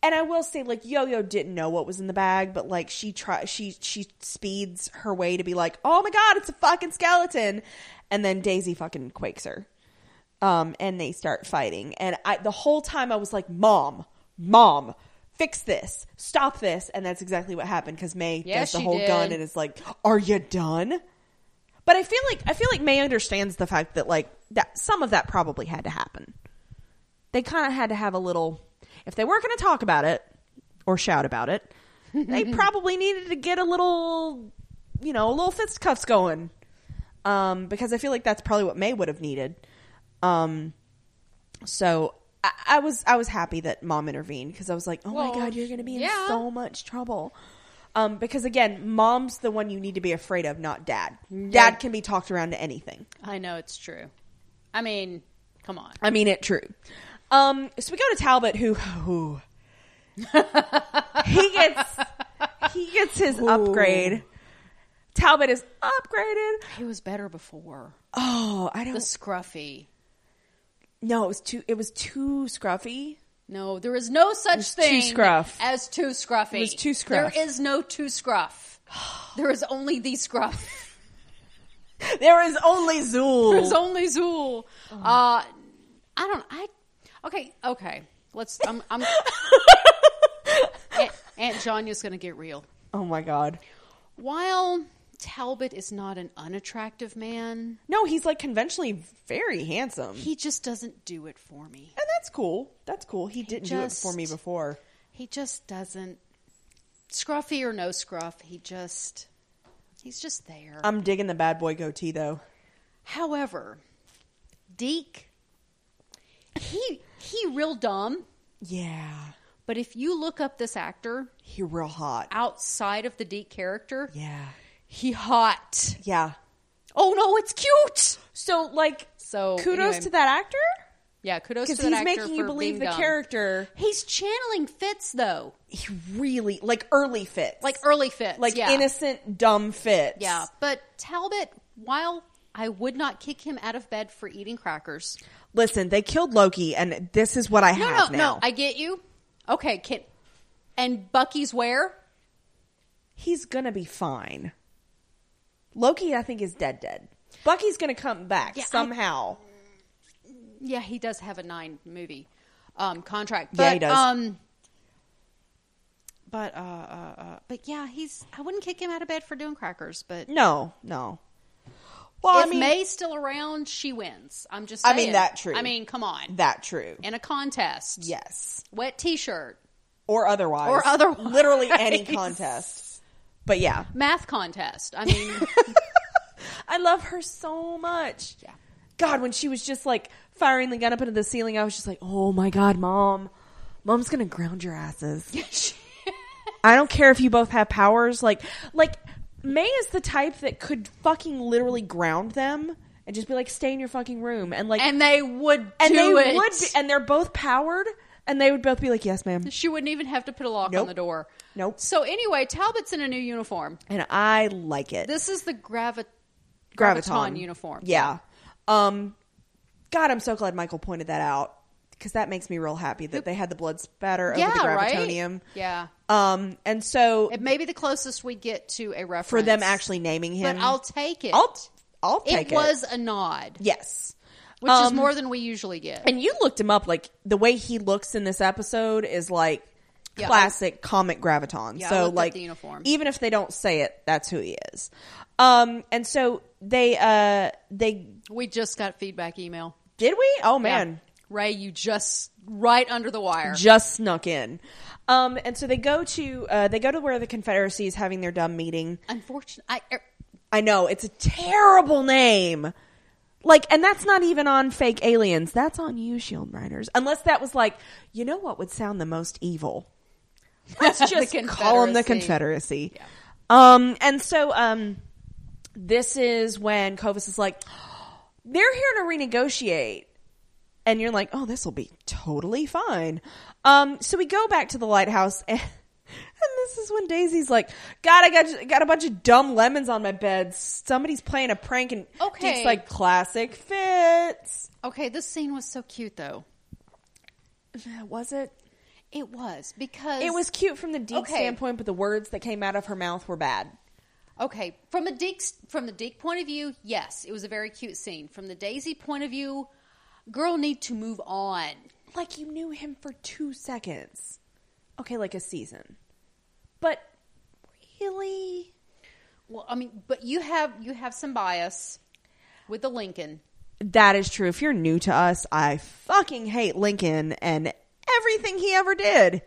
Speaker 1: and I will say, like Yo-Yo didn't know what was in the bag, but like she try she she speeds her way to be like, oh my god, it's a fucking skeleton, and then Daisy fucking quakes her, um, and they start fighting, and I the whole time I was like, mom, mom. Fix this! Stop this! And that's exactly what happened because May
Speaker 2: Yeah,
Speaker 1: does the
Speaker 2: she
Speaker 1: whole
Speaker 2: did.
Speaker 1: gun and is like, "Are you done?" But I feel like I feel like May understands the fact that like that some of that probably had to happen. They kind of had to have a little if they weren't going to talk about it or shout about it, they probably needed to get a little you know, a little fisticuffs going. Um because I feel like that's probably what May would have needed. Um so I, I was I was happy that mom intervened because I was like, "Oh
Speaker 2: Well,
Speaker 1: my god, you're going to be in
Speaker 2: yeah.
Speaker 1: so much trouble." Um, because again, mom's the one you need to be afraid of, not dad. Dad can be talked around to anything.
Speaker 2: I know it's true. I mean, come on.
Speaker 1: I mean it true. Um, so we go to Talbot, who, who he gets he gets his upgrade. Talbot is upgraded.
Speaker 2: He was better before.
Speaker 1: Oh, I don't
Speaker 2: The scruffy.
Speaker 1: no, it was too it was too scruffy.
Speaker 2: No, there is no such
Speaker 1: too
Speaker 2: thing
Speaker 1: scruff.
Speaker 2: as too scruffy.
Speaker 1: It was too scruff.
Speaker 2: There is no too scruff. There is only the scruff.
Speaker 1: There is only Zool.
Speaker 2: There's only Zool. Uh, I don't. I okay. Okay. Let's. I'm. I'm Aunt, Aunt Janya's going to get real.
Speaker 1: oh my god.
Speaker 2: While Talbot is not an unattractive man,
Speaker 1: No, he's like conventionally very handsome.
Speaker 2: he just doesn't do it for me.
Speaker 1: and that's cool. That's cool. He didn't do it for me
Speaker 2: just-
Speaker 1: before.
Speaker 2: He just doesn't. Scruffy or no scruff, he just. He's just there.
Speaker 1: I'm digging the bad boy goatee though.
Speaker 2: However, Deke, he he real dumb.
Speaker 1: Yeah.
Speaker 2: But if you look up this actor
Speaker 1: He real hot.
Speaker 2: outside of the Deke character,
Speaker 1: Yeah.
Speaker 2: he hot.
Speaker 1: Yeah.
Speaker 2: Oh no, it's cute.
Speaker 1: So like
Speaker 2: So
Speaker 1: kudos
Speaker 2: anyway,
Speaker 1: to that actor
Speaker 2: yeah, kudos to
Speaker 1: because
Speaker 2: that
Speaker 1: he's
Speaker 2: actor
Speaker 1: making you
Speaker 2: for
Speaker 1: believe
Speaker 2: being
Speaker 1: the
Speaker 2: dumb.
Speaker 1: character.
Speaker 2: He's channeling Fitz though,
Speaker 1: He really like early fits.
Speaker 2: like early Fitz,
Speaker 1: like
Speaker 2: yeah.
Speaker 1: innocent dumb fits.
Speaker 2: Yeah, but Talbot, while I would not kick him out of bed for eating crackers,
Speaker 1: Listen, they killed Loki, and this is what I
Speaker 2: No, no,
Speaker 1: have
Speaker 2: no.
Speaker 1: now.
Speaker 2: I get you. Okay, can and Bucky's where?
Speaker 1: He's gonna be fine. Loki, I think, is dead. Dead. Bucky's gonna come back
Speaker 2: Yeah, I-
Speaker 1: somehow.
Speaker 2: Yeah, he does have a nine movie um, contract. But,
Speaker 1: Yeah, he does.
Speaker 2: Um, but uh, uh, uh, but yeah, he's. I wouldn't kick him out of bed for doing crackers. But
Speaker 1: no, no. Well,
Speaker 2: if
Speaker 1: I mean
Speaker 2: May's still around, she wins. I'm just.
Speaker 1: I
Speaker 2: Saying.
Speaker 1: mean, that true.
Speaker 2: I mean, come on.
Speaker 1: that true.
Speaker 2: In a contest,
Speaker 1: Yes,
Speaker 2: wet T-shirt,
Speaker 1: or otherwise,
Speaker 2: Or otherwise.
Speaker 1: literally any contest. But yeah,
Speaker 2: math contest. I mean,
Speaker 1: I love her so much.
Speaker 2: Yeah.
Speaker 1: God, when she was just like firing the gun up into the ceiling, I was just like, oh my God, mom. Mom's gonna ground your asses. I don't care if you both have powers. Like, like May is the type that could fucking literally ground them and just be like, stay in your fucking room. And like,
Speaker 2: and they would
Speaker 1: and
Speaker 2: do
Speaker 1: they
Speaker 2: it.
Speaker 1: would, be, and they're both powered and they would both be like, yes, ma'am.
Speaker 2: she wouldn't even have to put a lock
Speaker 1: Nope.
Speaker 2: on the door.
Speaker 1: Nope.
Speaker 2: So anyway, Talbot's in a new uniform.
Speaker 1: And I like it.
Speaker 2: This is the gravi-
Speaker 1: Graviton.
Speaker 2: uniform.
Speaker 1: Yeah. Um, God, I'm so glad Michael pointed that out because that makes me real happy that they had the blood spatter over
Speaker 2: Yeah,
Speaker 1: the
Speaker 2: right?
Speaker 1: gravitonium.
Speaker 2: Yeah.
Speaker 1: Um, and so
Speaker 2: It may be the closest we get to a reference
Speaker 1: for them actually naming him,
Speaker 2: but I'll take it.
Speaker 1: I'll, I'll take it.
Speaker 2: it was a nod,
Speaker 1: yes.
Speaker 2: which is
Speaker 1: Um,
Speaker 2: more than we usually get.
Speaker 1: And you looked him up. Like the way he looks in this episode is like
Speaker 2: Yeah,
Speaker 1: classic comic Graviton.
Speaker 2: Yeah, I
Speaker 1: so
Speaker 2: looked up
Speaker 1: like
Speaker 2: the uniform.
Speaker 1: even if they don't say it, that's who he is. Um, and so they uh they
Speaker 2: we just got feedback email.
Speaker 1: did we? Oh man.
Speaker 2: Yeah. Ray, you just right under the wire.
Speaker 1: just snuck in. Um, and so they go to uh, they go to where the Confederacy is having their dumb meeting.
Speaker 2: Unfortunately, I, er,
Speaker 1: I know it's a terrible name, like, and that's not even on fake aliens. That's on you, Shield Riders. Unless that was like, you know what would sound the most evil? Let's just call them the Confederacy. Um, and so um, this is when Covis is like, they're here to renegotiate. And you're like, oh, this will be totally fine. Um, so we go back to the lighthouse, and, and this is when Daisy's like, God, I got got a bunch of dumb lemons on my bed. Somebody's playing a prank, and
Speaker 2: Okay.
Speaker 1: Deke's like, classic fits.
Speaker 2: okay, this scene was so cute though.
Speaker 1: Was it?
Speaker 2: It was because
Speaker 1: It was cute from the Deke
Speaker 2: Okay.
Speaker 1: standpoint, but the words that came out of her mouth were bad.
Speaker 2: Okay, from a Deke from the Deke point of view, yes, it was a very cute scene. From the Daisy point of view, girl need to move on.
Speaker 1: like you knew him for two seconds. Okay, like a season. But really?
Speaker 2: Well, I mean, but you have you have some bias with the Lincoln.
Speaker 1: That is true. If you're new to us, I fucking hate Lincoln and everything he ever did.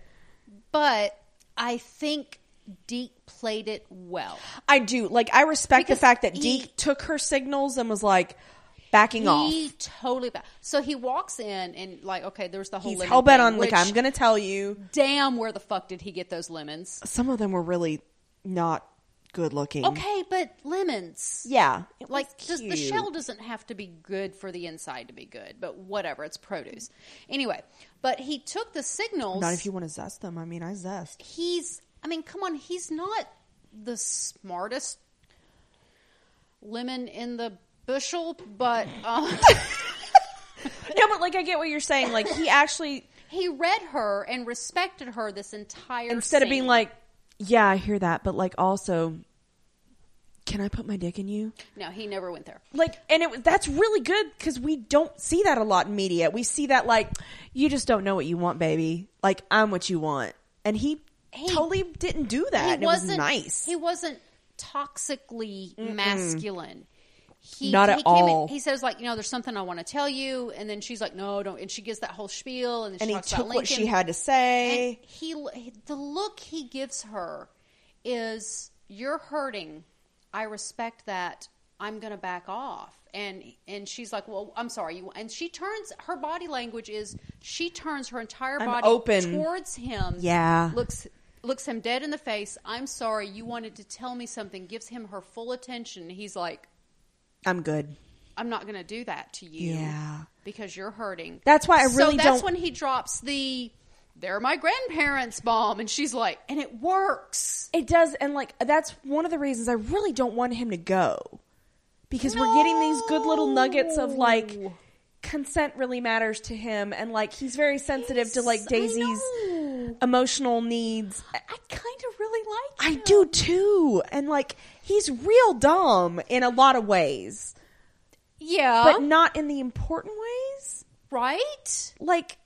Speaker 2: But I think Deke played it well.
Speaker 1: I do. Like, I respect
Speaker 2: Because
Speaker 1: the fact that
Speaker 2: he-
Speaker 1: Deke took her signals and was like backing off.
Speaker 2: He totally. ba- So he walks in and like, okay, there's the whole.
Speaker 1: He's
Speaker 2: lemon
Speaker 1: hell bent
Speaker 2: thing,
Speaker 1: on, like,
Speaker 2: which,
Speaker 1: I'm going to tell you.
Speaker 2: Damn, where the fuck did he get those lemons?
Speaker 1: Some of them were really not good looking.
Speaker 2: Okay, but lemons.
Speaker 1: Yeah. it was
Speaker 2: Like just the
Speaker 1: cute.
Speaker 2: shell doesn't have to be good for the inside to be good, but whatever, it's produce. Anyway, but he took the signals.
Speaker 1: Not if you want to zest them. I mean, I zest.
Speaker 2: he's I mean, come on, he's not the smartest lemon in the bushel, but um,
Speaker 1: No, but like I get what you're saying. Like he actually
Speaker 2: he read her and respected her this entire
Speaker 1: instead of
Speaker 2: scene.
Speaker 1: being like, yeah, I hear that, but like also, can I put my dick in you?
Speaker 2: No, he never went there.
Speaker 1: Like, and it was- that's really good because we don't see that a lot in media. We see that like, you just don't know what you want, baby. Like I'm what you want, and he, totally didn't do that. and it was nice.
Speaker 2: He wasn't toxically masculine. He,
Speaker 1: Not
Speaker 2: he
Speaker 1: at
Speaker 2: came in-
Speaker 1: all.
Speaker 2: he says like, you know, there's something I want to tell you, and then she's like, no, don't. And she gives that whole spiel, and then
Speaker 1: and he
Speaker 2: she talks
Speaker 1: took
Speaker 2: about
Speaker 1: what
Speaker 2: Lincoln.
Speaker 1: she had to say.
Speaker 2: And he, the look he gives her is, "You're hurting. I respect that. I'm going to back off." And and she's like, "Well, I'm sorry." You and she turns her body language is she turns her entire
Speaker 1: I'm
Speaker 2: body
Speaker 1: open.
Speaker 2: towards him.
Speaker 1: Yeah.
Speaker 2: looks looks him dead in the face. I'm sorry. You wanted to tell me something. Gives him her full attention. He's like,
Speaker 1: I'm good.
Speaker 2: "I'm not going to do that to you."
Speaker 1: Yeah.
Speaker 2: because you're hurting.
Speaker 1: That's why I really
Speaker 2: so that's
Speaker 1: don't-
Speaker 2: when he drops the "They're my grandparents" bomb, and she's like, and it works.
Speaker 1: It does, and like that's one of the reasons I really don't want him to go because we're getting these good little nuggets of like
Speaker 2: No.
Speaker 1: consent really matters to him, and like he's very sensitive to like
Speaker 2: Yes, I
Speaker 1: Daisy's
Speaker 2: know.
Speaker 1: emotional needs. I-
Speaker 2: I kind of really like.
Speaker 1: I
Speaker 2: him.
Speaker 1: do too, and like he's real dumb in a lot of ways,
Speaker 2: yeah,
Speaker 1: but not in the important ways.
Speaker 2: right.
Speaker 1: Like,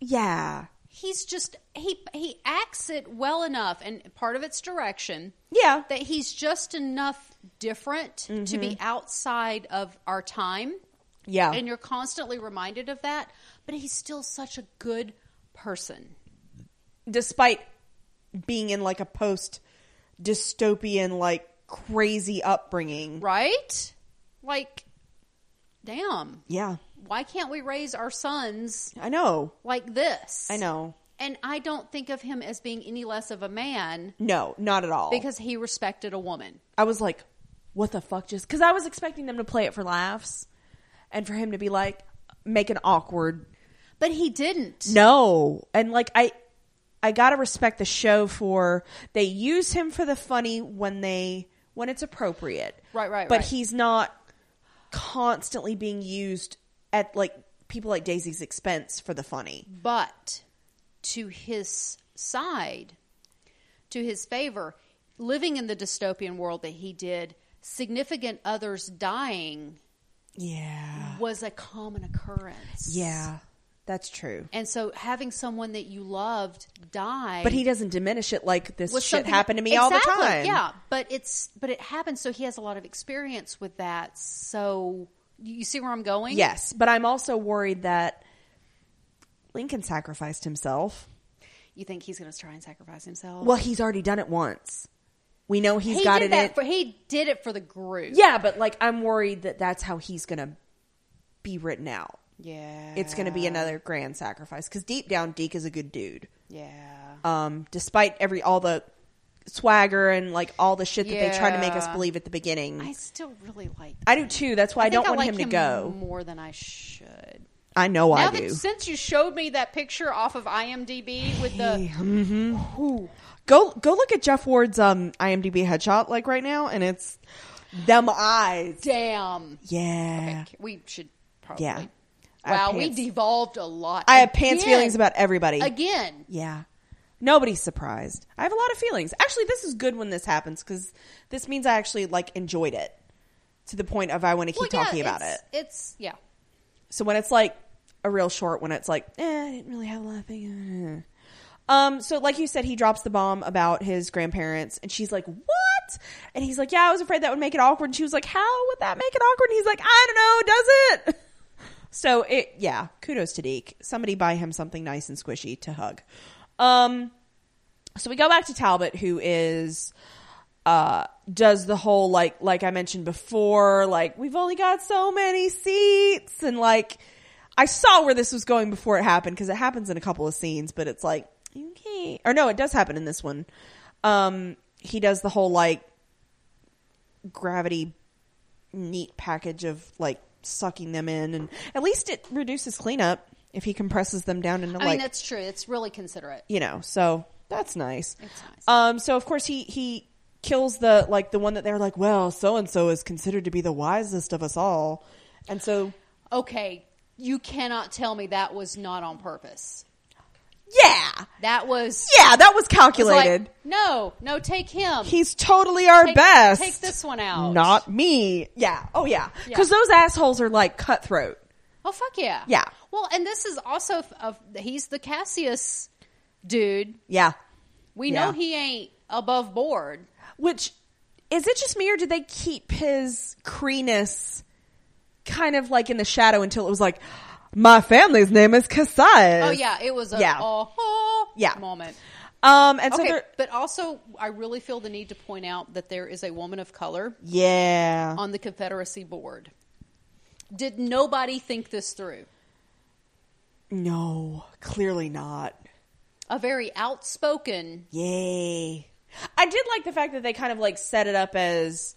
Speaker 1: yeah,
Speaker 2: He's just he he acts it well enough, and part of its direction
Speaker 1: yeah,
Speaker 2: that he's just enough different to be outside of our time,
Speaker 1: Mm-hmm. yeah.
Speaker 2: and you're constantly reminded of that. But he's still such a good person.
Speaker 1: despite being in like a post dystopian like crazy upbringing
Speaker 2: right? Like, damn.
Speaker 1: yeah
Speaker 2: Why can't we raise our sons
Speaker 1: i know
Speaker 2: like this?
Speaker 1: i know
Speaker 2: And I don't think of him as being any less of a man
Speaker 1: no not at all
Speaker 2: because he respected a woman.
Speaker 1: i was like what the fuck just because i was expecting them to play it for laughs and for him to be like make an awkward
Speaker 2: But he didn't.
Speaker 1: no and like i i gotta respect the show for they use him for the funny when they when it's appropriate
Speaker 2: Right, right,
Speaker 1: but
Speaker 2: right.
Speaker 1: he's not constantly being used at like people like daisy's expense for the funny
Speaker 2: But to his side, to his favor, living in the dystopian world that he did, significant others dying
Speaker 1: yeah
Speaker 2: was a common occurrence.
Speaker 1: yeah that's true
Speaker 2: And so having someone that you loved die.
Speaker 1: but he doesn't diminish it like this
Speaker 2: was
Speaker 1: shit
Speaker 2: something-
Speaker 1: happened to me all the
Speaker 2: Exactly,
Speaker 1: time
Speaker 2: Yeah, but it's but it happens, so he has a lot of experience with that. So you you see where I'm going?
Speaker 1: yes but i'm also worried that lincoln sacrificed himself
Speaker 2: You think he's going to try and sacrifice himself?
Speaker 1: well he's already done it once we know he's
Speaker 2: he
Speaker 1: got
Speaker 2: did
Speaker 1: it
Speaker 2: that
Speaker 1: in
Speaker 2: for he did it for the group.
Speaker 1: Yeah, but like I'm worried that that's how he's going to be written out.
Speaker 2: yeah,
Speaker 1: It's going to be another grand sacrifice because deep down, Deke is a good dude.
Speaker 2: yeah.
Speaker 1: Um, despite every all the swagger and like all the shit that they try to make us
Speaker 2: Yeah.
Speaker 1: believe at the beginning,
Speaker 2: I
Speaker 1: I,
Speaker 2: still really like.
Speaker 1: do too. That's why I,
Speaker 2: think
Speaker 1: don't want
Speaker 2: like
Speaker 1: him to go.
Speaker 2: more than I should.
Speaker 1: I know I
Speaker 2: now
Speaker 1: do.
Speaker 2: that since you showed me that picture off of IMDb with the
Speaker 1: go go look at Jeff Ward's um IMDb headshot like right now, and it's them eyes.
Speaker 2: damn,
Speaker 1: Yeah,
Speaker 2: Okay, we should probably.
Speaker 1: Yeah. I have
Speaker 2: Wow, we
Speaker 1: pants-
Speaker 2: devolved a lot.
Speaker 1: I have pants
Speaker 2: Again.
Speaker 1: feelings about everybody.
Speaker 2: again.
Speaker 1: Yeah. Nobody's surprised. I have a lot of feelings. Actually, this is good when this happens because this means I actually like enjoyed it to the point of I want to keep
Speaker 2: Well, yeah,
Speaker 1: talking about it.
Speaker 2: it's- It's yeah.
Speaker 1: So when it's like a real short, when it's like, eh, I didn't really have a lot of things. Um, so like you said, he drops the bomb about his grandparents and she's like, what? And he's like, yeah, I was afraid that would make it awkward. And she was like, how would that make it awkward? And he's like, I don't know, does it? So it, yeah, kudos to Deke. Somebody buy him something nice and squishy to hug. Um, so we go back to Talbot, who is uh does the whole like like I mentioned before, like we've only got so many seats and like I saw where this was going before it happened because it happens in a couple of scenes, but it's like okay. Or no, it does happen in this one. Um he does the whole like gravity neat package of like sucking them in, and at least it reduces cleanup if he compresses them down into
Speaker 2: I
Speaker 1: like
Speaker 2: mean, that's true. It's really considerate.
Speaker 1: you know. So that's nice.
Speaker 2: It's nice.
Speaker 1: Um, so of course he he kills the like the one that they're like, well, so and so is considered to be the wisest of us all, and so
Speaker 2: Okay, you cannot tell me that was not on purpose.
Speaker 1: yeah,
Speaker 2: That was
Speaker 1: yeah, that was
Speaker 2: it's like,
Speaker 1: calculated.
Speaker 2: no, no, take him.
Speaker 1: He's totally our
Speaker 2: Take-
Speaker 1: best.
Speaker 2: take this one out.
Speaker 1: Not me. Yeah. Oh yeah.
Speaker 2: Yeah.
Speaker 1: Because those assholes are like cutthroat.
Speaker 2: oh fuck yeah,
Speaker 1: Yeah.
Speaker 2: Well, and this is also f- of he's the Cassius dude.
Speaker 1: Yeah.
Speaker 2: We
Speaker 1: Yeah.
Speaker 2: know he ain't above board.
Speaker 1: Which is it just me or did they keep his creeness kind of like in the shadow until it was like my family's name is Cassius.
Speaker 2: Oh yeah, it was a
Speaker 1: Yeah.
Speaker 2: oh,
Speaker 1: Yeah.
Speaker 2: moment.
Speaker 1: Um and so
Speaker 2: okay,
Speaker 1: they're
Speaker 2: but also I really feel the need to point out that there is a woman of color
Speaker 1: Yeah.
Speaker 2: on the Confederacy board. Did nobody think this through?
Speaker 1: No, clearly not.
Speaker 2: A very outspoken.
Speaker 1: Yay. I did like the fact that they kind of like set it up as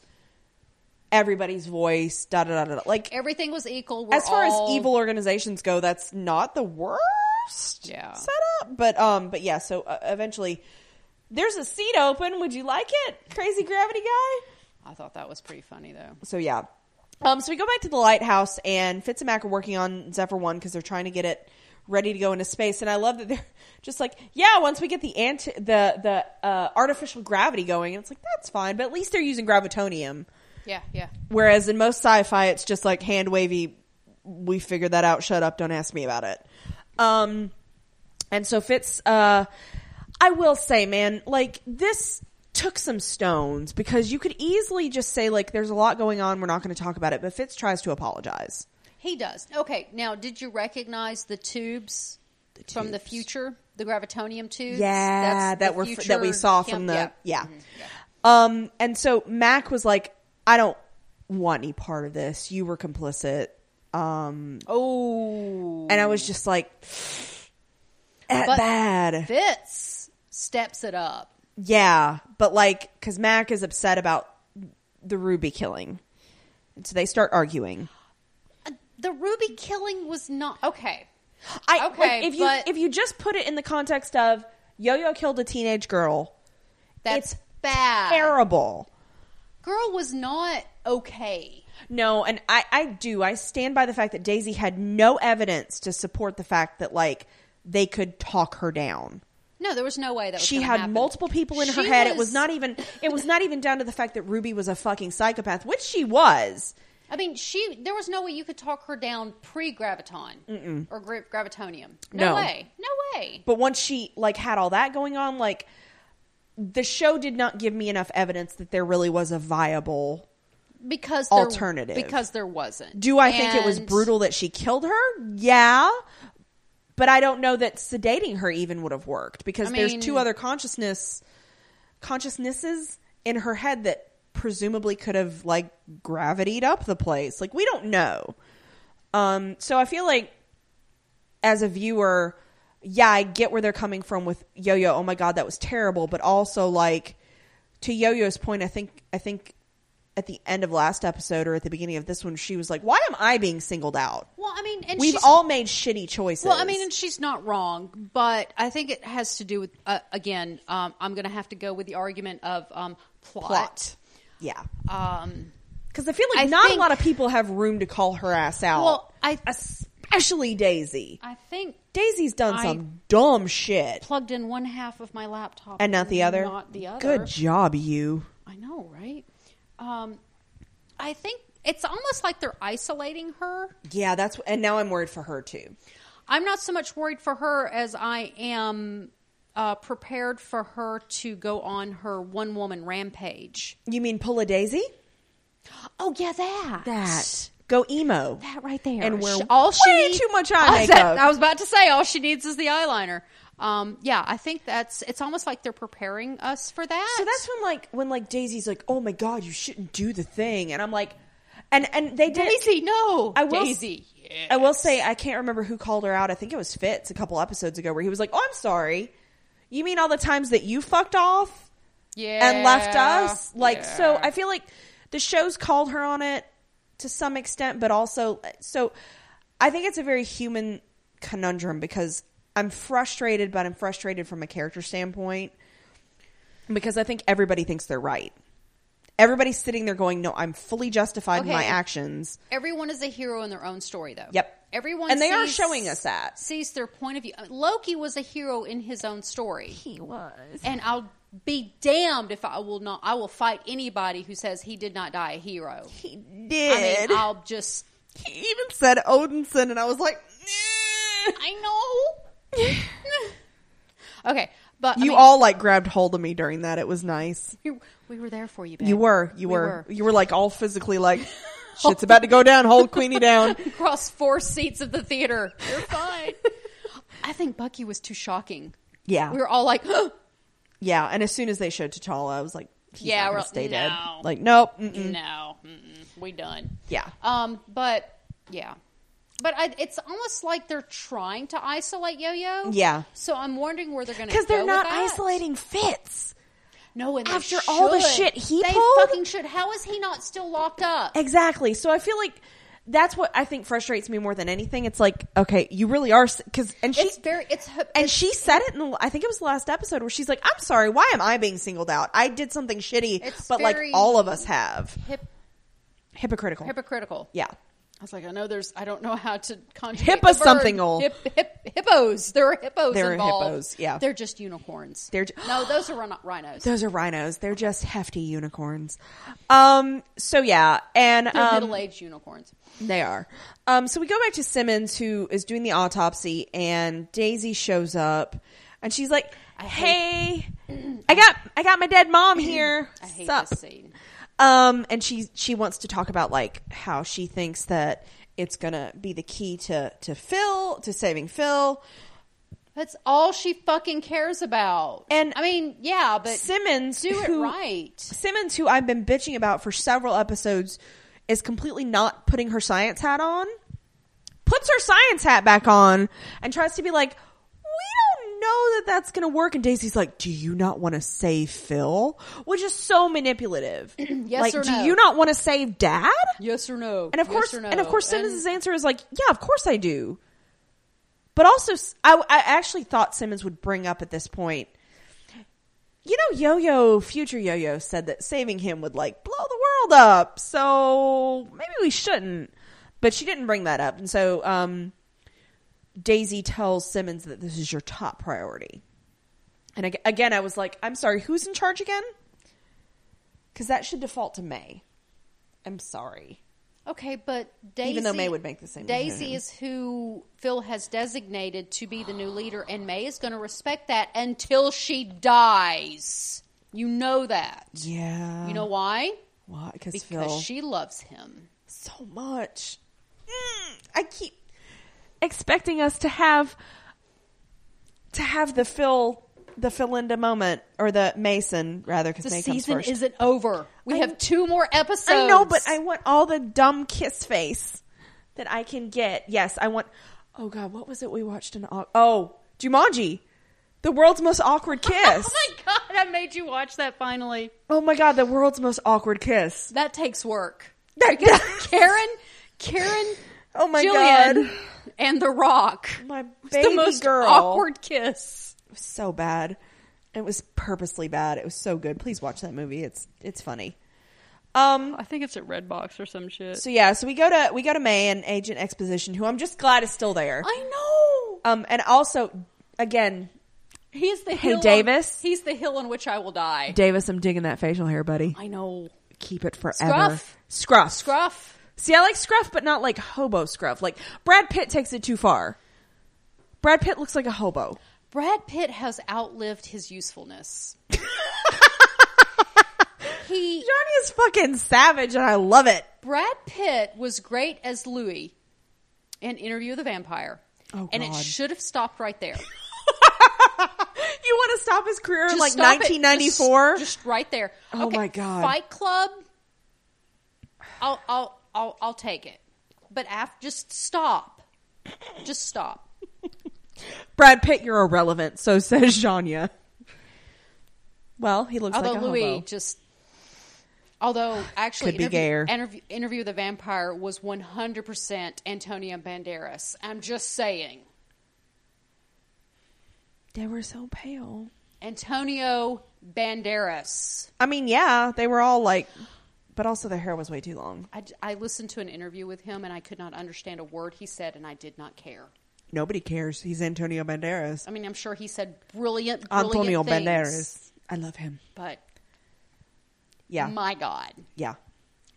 Speaker 1: everybody's voice, da da da da. da. Like
Speaker 2: Everything was equal. We're
Speaker 1: as far
Speaker 2: all-
Speaker 1: as evil organizations go, that's not the worst
Speaker 2: Yeah.
Speaker 1: setup. But um, but yeah. So uh, eventually, there's a seat open. Would you like it, Crazy Gravity Guy?
Speaker 2: I thought that was pretty funny though.
Speaker 1: So yeah. Um, so we go back to the lighthouse, and Fitz and Mac are working on Zephyr One because they're trying to get it ready to go into space. And I love that they're just like, yeah, once we get the anti- the the uh, artificial gravity going, it's like that's fine. But at least they're using gravitonium.
Speaker 2: Yeah, yeah.
Speaker 1: Whereas in most sci-fi, it's just like hand wavy. We figured that out. Shut up. Don't ask me about it. Um, and so Fitz, uh, I will say, man, like this took some stones because you could easily just say like, there's a lot going on. We're not going to talk about it. But Fitz tries to apologize.
Speaker 2: He does. Okay, now did you recognize the tubes from the future? The gravitonium tubes?
Speaker 1: Yeah,
Speaker 2: That's
Speaker 1: that
Speaker 2: the
Speaker 1: were that we
Speaker 2: future Mm-hmm,
Speaker 1: saw
Speaker 2: chem-
Speaker 1: from the yeah.
Speaker 2: yeah.
Speaker 1: Um, and so Mac was like, I don't want any part of this. You were complicit. Um,
Speaker 2: Oh.
Speaker 1: and I was just like, at
Speaker 2: But-
Speaker 1: bad.
Speaker 2: Fitz steps it up.
Speaker 1: Yeah, but like, because Mac is upset about the Ruby killing. And so they start arguing.
Speaker 2: Uh, The Ruby killing was not okay.
Speaker 1: I
Speaker 2: Okay,
Speaker 1: like, if you
Speaker 2: but-
Speaker 1: if you just put it in the context of Yo Yo killed a teenage girl,
Speaker 2: That's
Speaker 1: It's
Speaker 2: bad.
Speaker 1: terrible.
Speaker 2: Girl was not okay.
Speaker 1: No, and I I do I stand by the fact that Daisy had no evidence to support the fact that like they could talk her down.
Speaker 2: No, there was no way that was
Speaker 1: she
Speaker 2: gonna
Speaker 1: had
Speaker 2: happen.
Speaker 1: multiple people in her
Speaker 2: She
Speaker 1: head. It was not even it was not even down to the fact that Ruby was a fucking psychopath, which she was.
Speaker 2: I mean, she. There was no way you could talk her down pre graviton or gra- gravitonium. No,
Speaker 1: No.
Speaker 2: way. No way.
Speaker 1: But once she like had all that going on, like the show did not give me enough evidence that there really was a viable.
Speaker 2: Because there,
Speaker 1: Alternative.
Speaker 2: Because there wasn't.
Speaker 1: Do I think it was
Speaker 2: And-
Speaker 1: brutal that she killed her? Yeah. But I don't know that sedating her even would have worked because
Speaker 2: I mean-
Speaker 1: there's two other consciousness consciousnesses in her head that presumably could have like gravitated up the place. Like we don't know. Um so I feel like as a viewer, yeah, I get where they're coming from with Yo Yo. Oh my God, that was terrible. But also, like to Yo Yo's point, I think I think at the end of last episode or at the beginning of this one, she was like, "Why am I being singled out?
Speaker 2: Well, I mean, and
Speaker 1: We've
Speaker 2: she's-
Speaker 1: all made shitty choices."
Speaker 2: Well, I mean, and she's not wrong, but I think it has to do with uh, again. Um, I'm going to have to go with the argument of um, plot.
Speaker 1: plot. Yeah,
Speaker 2: Um,
Speaker 1: because I feel like
Speaker 2: I
Speaker 1: not
Speaker 2: think-
Speaker 1: a lot of people have room to call her ass out.
Speaker 2: Well, I-
Speaker 1: especially Daisy.
Speaker 2: I think
Speaker 1: Daisy's done
Speaker 2: I-
Speaker 1: some dumb shit,
Speaker 2: plugged in one half of my laptop
Speaker 1: and not the other.
Speaker 2: Not the other.
Speaker 1: Good job, you.
Speaker 2: I know, right? Um, I think it's almost like they're isolating her.
Speaker 1: Yeah, that's and now I'm worried for her too.
Speaker 2: I'm not so much worried for her as I am uh, prepared for her to go on her one woman rampage.
Speaker 1: You mean pull a daisy?
Speaker 2: Oh yeah, that
Speaker 1: Go emo.
Speaker 2: that right there.
Speaker 1: And we're
Speaker 2: She- all she
Speaker 1: way
Speaker 2: need-
Speaker 1: too much eye
Speaker 2: I said-
Speaker 1: makeup.
Speaker 2: I was about to say all she needs is the eyeliner. Um, yeah, I think that's. It's almost like they're preparing us for that.
Speaker 1: So that's when like when like Daisy's like, "Oh my god, you shouldn't do the thing." And I'm like and and they did
Speaker 2: Daisy. No,
Speaker 1: I will-
Speaker 2: Daisy.
Speaker 1: I will say I can't remember who called her out. I think it was Fitz a couple episodes ago where he was like, "Oh, I'm sorry. You mean all the times that you fucked off
Speaker 2: Yeah,
Speaker 1: and left us?" Like so
Speaker 2: yeah.
Speaker 1: I feel like the show's called her on it to some extent, but also so I think it's a very human conundrum because I'm frustrated, but I'm frustrated from a character standpoint because I think everybody thinks they're right. Everybody's sitting there going, "No, I'm fully justified in my
Speaker 2: Okay.
Speaker 1: actions."
Speaker 2: Everyone is a hero in their own story, though.
Speaker 1: Yep.
Speaker 2: Everyone
Speaker 1: And they are
Speaker 2: sees-
Speaker 1: showing us that.
Speaker 2: sees their point of view. I mean, Loki was a hero in his own story,
Speaker 1: He was.
Speaker 2: and I'll be damned if I will not. I will fight anybody who says he did not die a hero.
Speaker 1: He
Speaker 2: I
Speaker 1: did.
Speaker 2: mean, I'll just.
Speaker 1: he even said Odinson, and I was like, "Nah."
Speaker 2: I know. okay, but I
Speaker 1: You
Speaker 2: mean,
Speaker 1: all like grabbed hold of me during that. It was nice.
Speaker 2: we, we were there for you. Babe.
Speaker 1: You were, you
Speaker 2: We
Speaker 1: were, you were like all physically like, shit's about to go down. Hold Queenie down.
Speaker 2: across four seats of the theater. You're fine. I think Bucky was too shocking.
Speaker 1: Yeah,
Speaker 2: We were all like, oh,
Speaker 1: yeah. And as soon as they showed T'Challa, I was like,
Speaker 2: Yeah,
Speaker 1: yeah, we're
Speaker 2: we're-
Speaker 1: stay dead.
Speaker 2: no.
Speaker 1: Like, nope. Mm-mm.
Speaker 2: no, mm-mm, we done.
Speaker 1: Yeah.
Speaker 2: Um, but yeah, but I, it's almost like they're trying to isolate Yo-Yo.
Speaker 1: Yeah.
Speaker 2: So I'm wondering where they're going to
Speaker 1: Because they're not isolating Fits.
Speaker 2: No, and they
Speaker 1: after all the
Speaker 2: should.
Speaker 1: shit he
Speaker 2: they
Speaker 1: pulled?
Speaker 2: fucking should. How is he not still locked up?
Speaker 1: Exactly. So I feel like that's what I think frustrates me more than anything. It's like, okay, you really are because and she
Speaker 2: It's very. It's
Speaker 1: and
Speaker 2: it's-
Speaker 1: she said it in the, I think it was the last episode where she's like, "I'm sorry, why am I being singled out? I did something shitty,
Speaker 2: It's
Speaker 1: but
Speaker 2: very-
Speaker 1: like all of us have."
Speaker 2: hip,
Speaker 1: Hypocritical.
Speaker 2: hypocritical.
Speaker 1: yeah.
Speaker 2: I was like, I know there's, I don't know how to conjugate
Speaker 1: Hippo
Speaker 2: the verb.
Speaker 1: something ol.
Speaker 2: Hip, hip, hippos. There are hippos.
Speaker 1: There are
Speaker 2: involved.
Speaker 1: hippos, yeah.
Speaker 2: they're just unicorns.
Speaker 1: They're ju-
Speaker 2: no, those are rhino- rhinos.
Speaker 1: Those are rhinos. They're just hefty unicorns. Um so yeah, and
Speaker 2: They're
Speaker 1: um,
Speaker 2: middle-aged unicorns.
Speaker 1: They are. Um, so we go back to Simmons, who is doing the autopsy, and Daisy shows up, and she's like, "Hey, I got I got my dead mom here.
Speaker 2: I hate
Speaker 1: Sup?"
Speaker 2: this scene.
Speaker 1: Um, and she she wants to talk about like how she thinks that it's gonna be the key to to Phil to saving Phil.
Speaker 2: That's all she fucking cares about.
Speaker 1: And-
Speaker 2: I mean, yeah, but
Speaker 1: Simmons,
Speaker 2: do it
Speaker 1: who-
Speaker 2: right.
Speaker 1: Simmons, who I've been bitching about for several episodes, is completely not putting her science hat on, puts her science hat back on, and tries to be like, we don't know that that's going to work. And Daisy's like, do you not want to save Phil? Which is so manipulative. yes like,
Speaker 2: or
Speaker 1: do
Speaker 2: no?
Speaker 1: you not want to save dad?
Speaker 2: Yes or no?
Speaker 1: And of course,
Speaker 2: Oh, yes or no.
Speaker 1: and of course, Simmons' answer is like, yeah, of course I do. But also, s- I, I actually thought Simmons would bring up at this point. You know, Yo Yo, future Yo Yo said that saving him would like blow the world up, so maybe we shouldn't. But she didn't bring that up, and so um, Daisy tells Simmons that this is your top priority. And ag- again, I was like, I'm sorry, who's in charge again? Because that should default to May. I'm sorry.
Speaker 2: Okay, but Daisy,
Speaker 1: though May would make the same decision.
Speaker 2: Daisy is who Phil has designated to be the new leader, and May is going to respect that until she dies. You know that.
Speaker 1: Yeah.
Speaker 2: You know why?
Speaker 1: why? Because
Speaker 2: Because
Speaker 1: Phil
Speaker 2: she loves him.
Speaker 1: so much. Mm, I keep expecting us to have to have the Phil the Philinda moment or the Mason rather because
Speaker 2: The
Speaker 1: May comes
Speaker 2: season
Speaker 1: first.
Speaker 2: isn't over. We
Speaker 1: I-
Speaker 2: have two more episodes.
Speaker 1: I know, but I want all the dumb kiss face that I can get. Yes, I want. Oh God, what was it we watched in? Au- Oh, Jumanji, the world's most awkward kiss.
Speaker 2: Oh my god! I made you watch that finally.
Speaker 1: oh my God, the world's most awkward kiss.
Speaker 2: That takes work.
Speaker 1: That-
Speaker 2: Because Karen, Karen,
Speaker 1: Oh my
Speaker 2: Jillian,
Speaker 1: God.
Speaker 2: and The Rock.
Speaker 1: My
Speaker 2: It's
Speaker 1: baby
Speaker 2: the most
Speaker 1: girl.
Speaker 2: awkward kiss.
Speaker 1: so bad. It was purposely bad. It was so good. Please watch that movie. It's it's funny. Um
Speaker 2: I think it's at Redbox or some shit.
Speaker 1: so yeah, so we go to we go to May and Agent Exposition, who I'm just glad is still there.
Speaker 2: I know.
Speaker 1: Um and also again,
Speaker 2: He's the
Speaker 1: Hey,
Speaker 2: hill on-
Speaker 1: Davis.
Speaker 2: he's the hill on which I will die.
Speaker 1: Davis, I'm digging that facial hair, buddy.
Speaker 2: I know.
Speaker 1: Keep it forever.
Speaker 2: Scruff.
Speaker 1: Scruff.
Speaker 2: Gruff.
Speaker 1: See, I like scruff, but not like hobo scruff. Like Brad Pitt takes it too far. Brad Pitt looks like a hobo.
Speaker 2: Brad Pitt has outlived his usefulness. he
Speaker 1: Johnny is fucking savage and I love it.
Speaker 2: Brad Pitt was great as Louis in Interview with the Vampire.
Speaker 1: Oh,
Speaker 2: and it
Speaker 1: God.
Speaker 2: should have stopped right there.
Speaker 1: You want to stop his career in
Speaker 2: Just
Speaker 1: like
Speaker 2: stop it.
Speaker 1: 1994?
Speaker 2: Just, just right there.
Speaker 1: Oh, my God.
Speaker 2: Fight Club. I'll I'll I'll, I'll take it, but after just stop, just stop.
Speaker 1: Brad Pitt, you're irrelevant. So says Janya. Well, he looks
Speaker 2: Although
Speaker 1: like a
Speaker 2: Louis
Speaker 1: hobo.
Speaker 2: just Although, actually,
Speaker 1: Could be gayer.
Speaker 2: interview, interview, interview with the Vampire was 100% Antonio Banderas. I'm just saying.
Speaker 1: They were so pale.
Speaker 2: Antonio Banderas.
Speaker 1: I mean, yeah, they were all like, but also their hair was way too long.
Speaker 2: I, I listened to an interview with him and I could not understand a word he said and I did not care.
Speaker 1: Nobody cares. He's Antonio Banderas.
Speaker 2: I mean, I'm sure he said brilliant, brilliant
Speaker 1: Antonio
Speaker 2: things,
Speaker 1: Banderas. I love him.
Speaker 2: But
Speaker 1: Yeah,
Speaker 2: my God.
Speaker 1: yeah.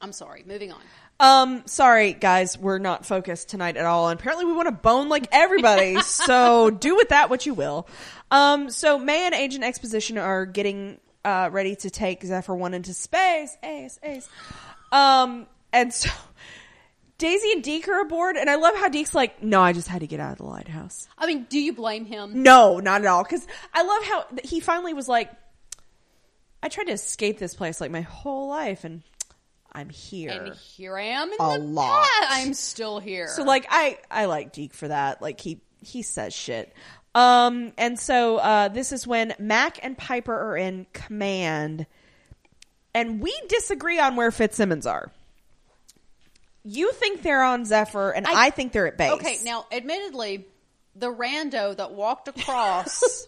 Speaker 2: I'm sorry. Moving on.
Speaker 1: Um, sorry guys, we're not focused tonight at all. And apparently we want to bone like everybody, so do with that what you will. Um, so May and Agent Exposition are getting uh ready to take Zephyr One into space. Ace, ace. Um, and so Daisy and Deke are aboard, and I love how Deke's like, "No, I just had to get out of the lighthouse."
Speaker 2: I mean, do you blame him?
Speaker 1: No, not at all. Because I love how th- he finally was like, "I tried to escape this place like my whole life, and I'm here."
Speaker 2: And here I am in
Speaker 1: A
Speaker 2: the
Speaker 1: lot.
Speaker 2: past. I'm still here.
Speaker 1: So like I I like Deke for that. Like he he says shit. Um and so uh this is when Mac and Piper are in command and we disagree on where Fitzsimmons are. You think they're on Zephyr and I,
Speaker 2: I-
Speaker 1: think they're at base.
Speaker 2: Okay, now admittedly, the rando that walked across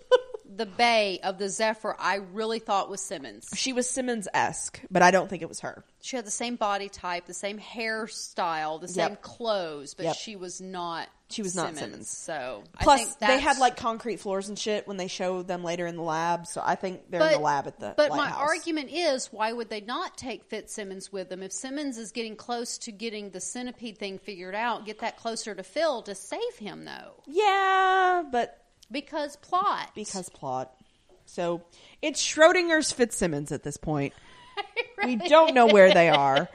Speaker 2: the bay of the Zephyr, I really thought was Simmons.
Speaker 1: she was Simmons-esque, but I don't think it was her.
Speaker 2: She had the same body type, the same hairstyle, the same
Speaker 1: Yep.
Speaker 2: clothes, but
Speaker 1: Yep.
Speaker 2: she was not.
Speaker 1: She was not Simmons.
Speaker 2: So I
Speaker 1: Plus
Speaker 2: think
Speaker 1: they had
Speaker 2: that's-
Speaker 1: like concrete floors and shit when they show them later in the lab, so I think they're in the lab at the
Speaker 2: But
Speaker 1: lighthouse.
Speaker 2: my argument is, why would they not take Fitzsimmons with them? If Simmons is getting close to getting the centipede thing figured out, get that closer to Phil to save him, though,
Speaker 1: Yeah, but
Speaker 2: because plot.
Speaker 1: because plot. So it's Schrodinger's Fitzsimmons at this point. We don't know where they are.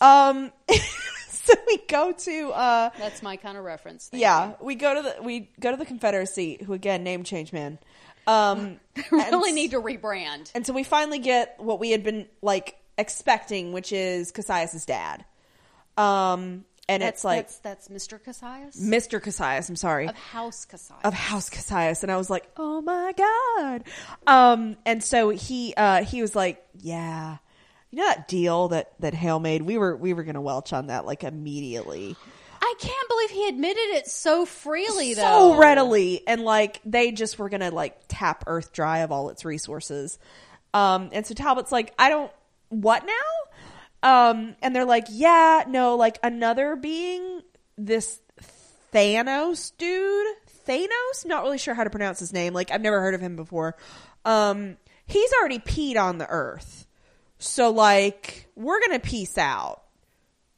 Speaker 1: Um, so we go to uh,
Speaker 2: that's my kind of reference. Thank you.
Speaker 1: yeah, we go to the we go to the Confederacy, who again name change man. Um,
Speaker 2: really
Speaker 1: and-
Speaker 2: need to rebrand.
Speaker 1: and so we finally get what we had been like expecting, which is Cassius's dad. Um, and
Speaker 2: That's
Speaker 1: it's like
Speaker 2: that's, that's Mr. Cassius
Speaker 1: Mr. Cassius. I'm sorry,
Speaker 2: of House Cassius.
Speaker 1: of House Cassius, and I was like, "Oh my god!" Um, and so he uh, he was like, "Yeah, you know that deal that that Hale made. We were we were gonna welch on that like immediately,
Speaker 2: I can't believe he admitted it so freely, though.
Speaker 1: so readily, and like they just were gonna like tap Earth dry of all its resources." Um, and so Talbot's like, "I don't what now?" Um, and they're like, "Yeah, no, like another being this." Thanos dude. Thanos? Not really sure how to pronounce his name. Like, I've never heard of him before. Um, he's already peed on the earth. So, like, we're going to peace out.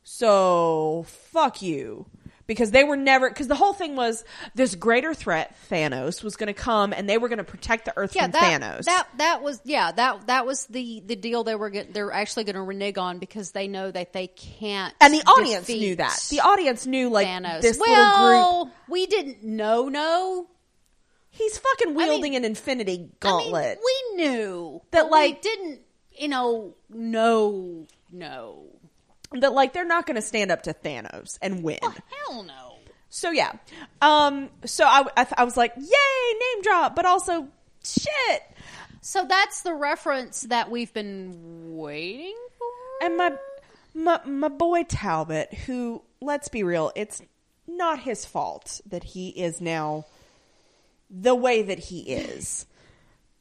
Speaker 1: So, fuck you. Because they were never, because the whole thing was this greater threat, Thanos, was going to come and they were going to protect the earth
Speaker 2: Yeah,
Speaker 1: from
Speaker 2: that,
Speaker 1: Thanos.
Speaker 2: that that was yeah that that was the the deal they were get, they're actually going to renege on because they know that they can't
Speaker 1: and the audience
Speaker 2: defeat
Speaker 1: knew that. The audience knew, like,
Speaker 2: Thanos.
Speaker 1: this little group.
Speaker 2: well, we didn't know no
Speaker 1: He's fucking
Speaker 2: mean-
Speaker 1: wielding an infinity gauntlet.
Speaker 2: I mean, we knew
Speaker 1: That,
Speaker 2: but
Speaker 1: like-
Speaker 2: we didn't you know no no
Speaker 1: that like they're not going to stand up to Thanos and win.
Speaker 2: hell no
Speaker 1: So yeah, um, so I I, th- I was like, yay, name drop, but also shit.
Speaker 2: So that's the reference that we've been waiting for.
Speaker 1: And my my my boy Talbot, who let's be real, it's not his fault that he is now the way that he is.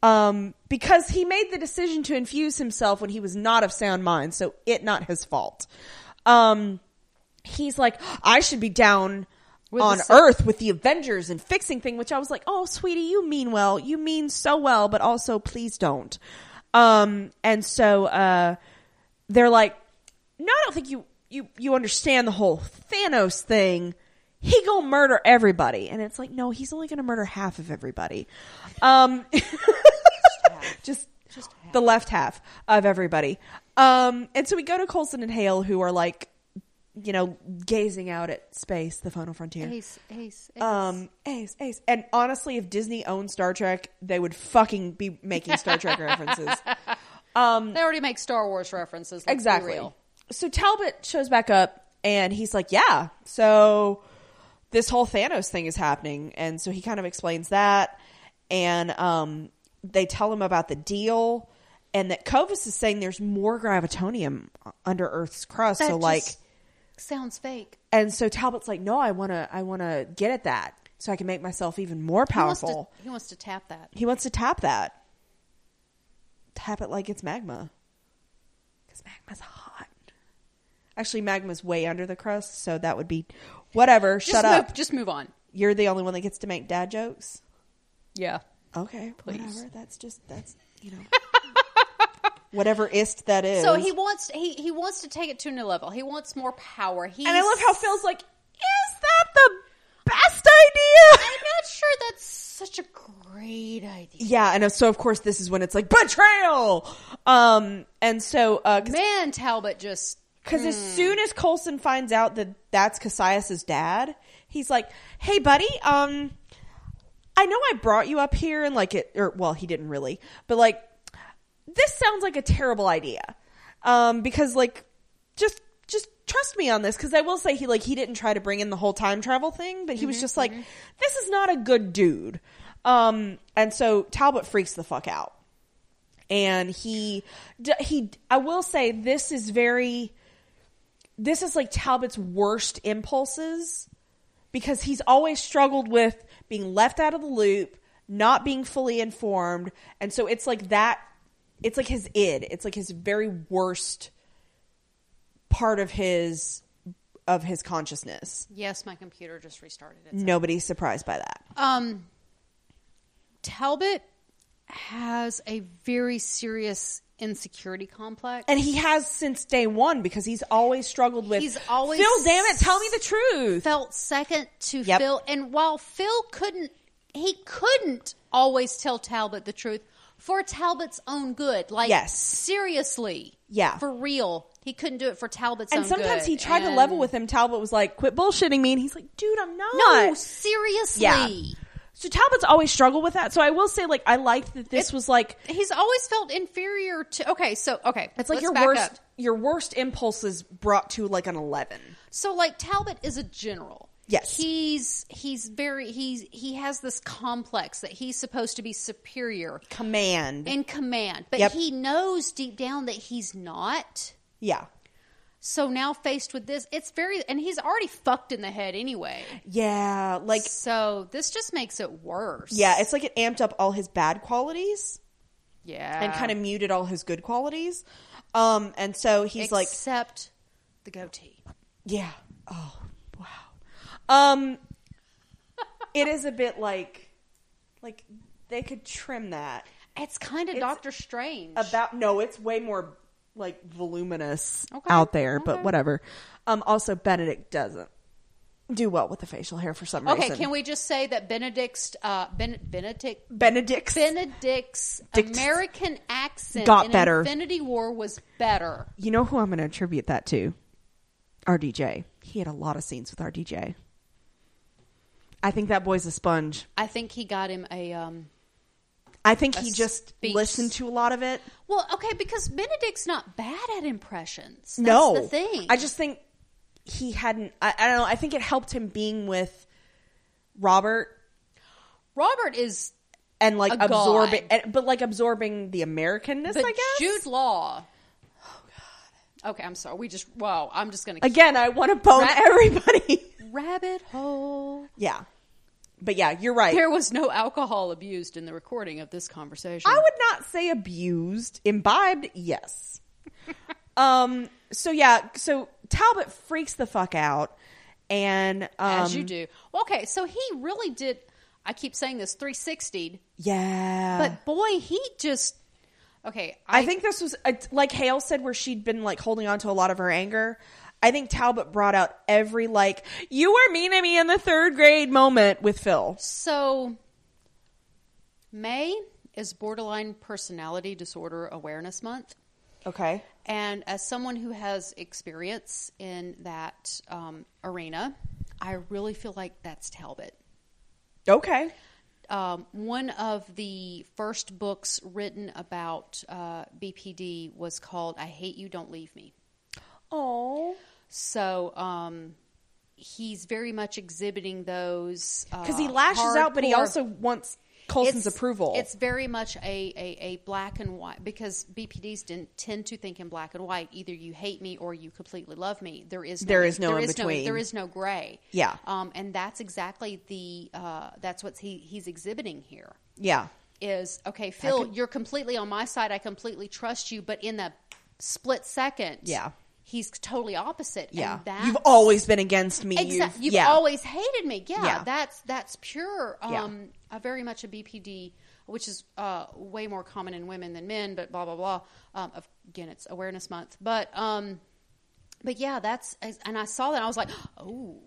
Speaker 1: Um, because he made the decision to infuse himself when he was not of sound mind, so it not his fault. Um, he's like, I should be down
Speaker 2: the
Speaker 1: on
Speaker 2: s-
Speaker 1: Earth with the Avengers and fixing thing, which I was like, oh, sweetie, you mean well, you mean so well, but also please don't. Um, and so uh, they're like, no, I don't think you you you understand the whole Thanos thing. He gonna murder everybody, and it's like, no, he's only gonna murder half of everybody. Um, just, the left half of everybody. Um, and so we go to Colson and Hale, who are like, you know, gazing out at space, the final frontier.
Speaker 2: Ace, ace, ace.
Speaker 1: Um, Ace, Ace, and honestly, if Disney owned Star Trek, they would fucking be making Star Trek references.
Speaker 2: they already make Star Wars references. Let's
Speaker 1: Um, Exactly.
Speaker 2: Be real.
Speaker 1: So Talbot shows back up, and he's like, "Yeah, so this whole Thanos thing is happening," and so he kind of explains that, and um, they tell him about the deal, and that Covis is saying there's more gravitonium under Earth's crust.
Speaker 2: That
Speaker 1: so like,
Speaker 2: just sounds fake.
Speaker 1: and so Talbot's like, no, I wanna, I wanna get at that so I can make myself even more
Speaker 2: He wants to-
Speaker 1: powerful.
Speaker 2: He wants to tap that.
Speaker 1: He wants to tap that. Tap it like it's magma. Because magma's hot. Actually, magma's way under the crust, so that would be whatever.
Speaker 2: Just
Speaker 1: Shut
Speaker 2: move,
Speaker 1: up.
Speaker 2: Just move on.
Speaker 1: You're the only one that gets to make dad jokes.
Speaker 2: Yeah.
Speaker 1: Okay,
Speaker 2: Please.
Speaker 1: whatever. That's just that's you know whatever ist that is.
Speaker 2: So he wants he he wants to take it to a new level. He wants more power. He's,
Speaker 1: and I love how Phil's like, is that the best idea?
Speaker 2: I'm not sure that's such a great idea.
Speaker 1: Yeah, and so of course this is when it's like betrayal. Um, and so uh, cause
Speaker 2: Man, Talbot just
Speaker 1: Because as soon as Colson finds out that that's Cassius's dad, he's like, "Hey, buddy, um, I know I brought you up here, and like it, or well, he didn't really, but like, this sounds like a terrible idea, um, because like, just just trust me on this, because I will say he like he didn't try to bring in the whole time travel thing, but he was just like, this is not a good dude, um, and so Talbot freaks the fuck out and he d- he i will say this is very this is like talbot's worst impulses because he's always struggled with being left out of the loop not being fully informed and so it's like that it's like his id it's like his very worst part of his of his consciousness
Speaker 2: yes, my computer just restarted it.
Speaker 1: nobody's surprised by that
Speaker 2: Um, Talbot has a very serious insecurity complex.
Speaker 1: and he has since day one because he's always struggled with
Speaker 2: He's always
Speaker 1: phil damn it tell me the truth
Speaker 2: felt second to
Speaker 1: Yep.
Speaker 2: Phil, and while Phil couldn't, he couldn't always tell Talbot the truth for Talbot's own good. Like,
Speaker 1: Yes.
Speaker 2: seriously,
Speaker 1: Yeah.
Speaker 2: for real, he couldn't do it for Talbot's own
Speaker 1: And
Speaker 2: good.
Speaker 1: sometimes he tried to
Speaker 2: And-
Speaker 1: level with him. Talbot was like, "Quit bullshitting me," and he's like, "Dude, I'm not."
Speaker 2: No, seriously.
Speaker 1: Yeah. So Talbot's always struggled with that. So I will say, like, I liked that this was like
Speaker 2: He's always felt inferior to. Okay, so okay,
Speaker 1: it's like
Speaker 2: let's
Speaker 1: your
Speaker 2: back
Speaker 1: worst
Speaker 2: up.
Speaker 1: your worst impulses brought to like an eleven.
Speaker 2: So like Talbot is a general.
Speaker 1: Yes.
Speaker 2: He's he's very he's he has this complex that he's supposed to be superior
Speaker 1: Command.
Speaker 2: in command, but
Speaker 1: Yep.
Speaker 2: he knows deep down that he's not.
Speaker 1: yeah.
Speaker 2: So now faced with this, it's very and he's already fucked in the head anyway.
Speaker 1: Yeah. Like
Speaker 2: So this just makes it worse.
Speaker 1: yeah, it's like it amped up all his bad qualities
Speaker 2: yeah,
Speaker 1: and kind of muted all his good qualities. Um and so he's like
Speaker 2: except the goatee.
Speaker 1: Yeah. Oh, wow. Um it is a bit like like they could trim that.
Speaker 2: It's kind of Doctor Strange.
Speaker 1: About no, it's way more like voluminous
Speaker 2: Okay,
Speaker 1: out there, but
Speaker 2: okay.
Speaker 1: whatever. Um also Benedict doesn't do well with the facial hair for some
Speaker 2: okay,
Speaker 1: reason.
Speaker 2: can we just say that Benedict's uh, ben- Benedict
Speaker 1: Benedict's
Speaker 2: Benedict's American accent
Speaker 1: Got
Speaker 2: in
Speaker 1: better.
Speaker 2: Infinity War was better.
Speaker 1: You know who I'm going to attribute that to? RDJ. He had a lot of scenes with RDJ. I think that boy's a sponge.
Speaker 2: I think he got him a um
Speaker 1: I think
Speaker 2: A
Speaker 1: he just
Speaker 2: speech.
Speaker 1: listened to a lot of it.
Speaker 2: well, okay, because Benedict's not bad at impressions. That's
Speaker 1: no,
Speaker 2: the thing.
Speaker 1: I just think he hadn't. I, I don't know. I think it helped him being with Robert
Speaker 2: Robert is,
Speaker 1: and like
Speaker 2: A
Speaker 1: absorbing,
Speaker 2: god.
Speaker 1: and, but like absorbing the Americanness.
Speaker 2: but
Speaker 1: I guess.
Speaker 2: Jude Law. Oh, Okay, I'm sorry. We just wow. I'm just gonna
Speaker 1: Again, I want to bone
Speaker 2: Right.
Speaker 1: everybody.
Speaker 2: rabbit hole.
Speaker 1: yeah, but yeah, you're right.
Speaker 2: There was no alcohol abused in the recording of this conversation.
Speaker 1: I would not say abused, imbibed. Yes. um. So yeah. So Talbot freaks the fuck out, and um,
Speaker 2: as you do. Well, okay, so he really did. I keep saying this 360'd,
Speaker 1: Yeah.
Speaker 2: but boy, he just okay.
Speaker 1: Uh. I, think this was a, like Hale said, where she'd been like holding on to a lot of her anger. I think Talbot brought out every like "you were mean to me in the third grade" moment with Phil.
Speaker 2: So, May is Borderline Personality Disorder Awareness Month.
Speaker 1: Okay,
Speaker 2: And as someone who has experience in that um, arena, I really feel like that's Talbot.
Speaker 1: okay,
Speaker 2: Um, one of the first books written about uh, BPD was called I Hate You, Don't Leave Me.
Speaker 1: oh,
Speaker 2: So um, he's very much exhibiting those. uh,
Speaker 1: because he lashes out, but he
Speaker 2: hardcore-
Speaker 1: also wants Coulson's
Speaker 2: It's-
Speaker 1: approval.
Speaker 2: It's very much a, a, a black and white because BPDs didn't tend to think in black and white. Either you hate me or you completely love me. There is no,
Speaker 1: There is no
Speaker 2: there
Speaker 1: in
Speaker 2: is
Speaker 1: between.
Speaker 2: there is no gray.
Speaker 1: Yeah.
Speaker 2: Um, and that's exactly the uh, that's what he he's exhibiting here
Speaker 1: yeah.
Speaker 2: is okay, Phil, you're completely on my side. I completely trust you, but in the split second,
Speaker 1: Yeah.
Speaker 2: he's totally opposite. and
Speaker 1: Yeah.
Speaker 2: that's-
Speaker 1: You've always been against me.
Speaker 2: Exactly. You've,
Speaker 1: yeah.
Speaker 2: always hated me. Yeah,
Speaker 1: Yeah.
Speaker 2: that's that's pure.
Speaker 1: Yeah.
Speaker 2: Um, a very much a BPD, which is uh, way more common in women than men. But blah blah blah. Um, of- again, it's Awareness Month, but um, but yeah, that's and I saw that I was like, oh,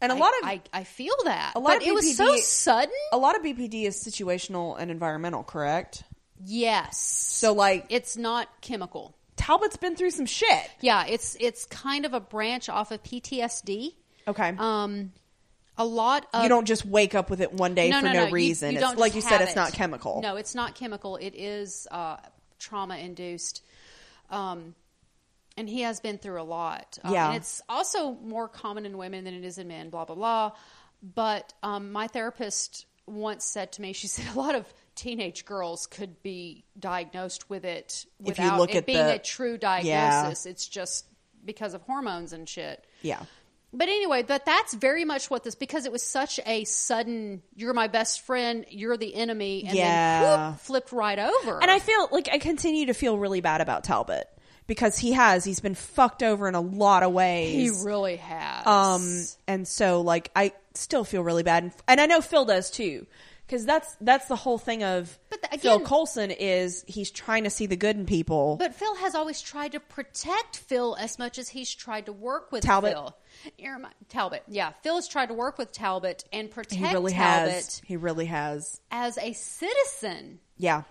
Speaker 1: And a
Speaker 2: I-
Speaker 1: lot of-
Speaker 2: I, I feel that
Speaker 1: a lot
Speaker 2: But
Speaker 1: of
Speaker 2: it was so
Speaker 1: BPD
Speaker 2: sudden.
Speaker 1: A lot of BPD is situational and environmental, correct?
Speaker 2: Yes,
Speaker 1: So like
Speaker 2: it's not chemical.
Speaker 1: Talbot's been through some shit.
Speaker 2: Yeah, it's it's kind of a branch off of PTSD.
Speaker 1: Okay.
Speaker 2: Um, uh, a lot of
Speaker 1: you don't just wake up with it one day for no,
Speaker 2: You-
Speaker 1: reason.
Speaker 2: you
Speaker 1: it's,
Speaker 2: don't
Speaker 1: like
Speaker 2: just
Speaker 1: you
Speaker 2: have
Speaker 1: said, it's
Speaker 2: it.
Speaker 1: not chemical.
Speaker 2: No, it's not chemical. It is uh, trauma induced. Um, and he has been through a lot. Um,
Speaker 1: Yeah.
Speaker 2: And it's also more common in women than it is in men, blah, blah, blah. But um, my therapist once said to me, she said a lot of teenage girls could be diagnosed with it
Speaker 1: you
Speaker 2: without
Speaker 1: look
Speaker 2: it
Speaker 1: at
Speaker 2: being
Speaker 1: the-
Speaker 2: a true
Speaker 1: Yeah.
Speaker 2: diagnosis. It's just because of hormones and shit.
Speaker 1: Yeah.
Speaker 2: But anyway, but that's very much what this because it was such a sudden. You're my best friend. You're the enemy. And then
Speaker 1: Yeah.
Speaker 2: whoop, flipped right over.
Speaker 1: And I feel like I continue to feel really bad about Talbot because he has he's been fucked over in a lot of
Speaker 2: he
Speaker 1: ways.
Speaker 2: really has.
Speaker 1: um and so like I still feel really bad and, and I know Phil does too. Cuz that's that's the whole thing of
Speaker 2: But the-
Speaker 1: Phil
Speaker 2: again-
Speaker 1: Coulson is he's trying to see the good in people.
Speaker 2: but Phil has always tried to protect Phil as much as he's tried to work with
Speaker 1: Talbot.
Speaker 2: Phil. You're my- Talbot, yeah. Phil has tried to work with Talbot and protect
Speaker 1: he really
Speaker 2: Talbot
Speaker 1: has. He really has.
Speaker 2: as a citizen
Speaker 1: Yeah.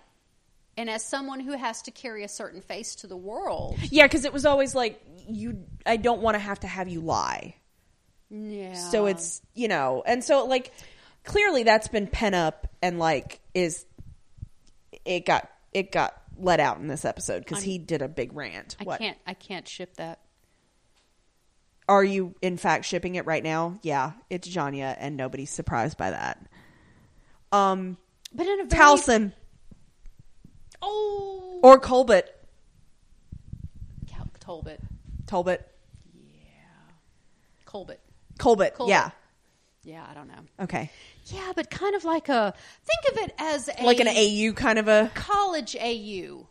Speaker 2: and as someone who has to carry a certain face to the world.
Speaker 1: Yeah, cuz it was always like you I don't want to have to have you lie.
Speaker 2: Yeah.
Speaker 1: So it's, you know, and so like clearly that's been pent up and like is it got it got let out in this episode because he did a big rant.
Speaker 2: I
Speaker 1: what
Speaker 2: can't. I can't ship that.
Speaker 1: are you in fact shipping it right now? Yeah, it's Janya, and nobody's surprised by that. Um,
Speaker 2: But in a very
Speaker 1: Towson
Speaker 2: Oh,
Speaker 1: or Colbert,
Speaker 2: Cal- Talbot,
Speaker 1: Talbot,
Speaker 2: Colbert.
Speaker 1: Colbert,
Speaker 2: Colbert.
Speaker 1: yeah,
Speaker 2: Yeah, I don't know.
Speaker 1: okay,
Speaker 2: Yeah, but kind of like a think of it as a
Speaker 1: like an AU kind of a.
Speaker 2: college AU.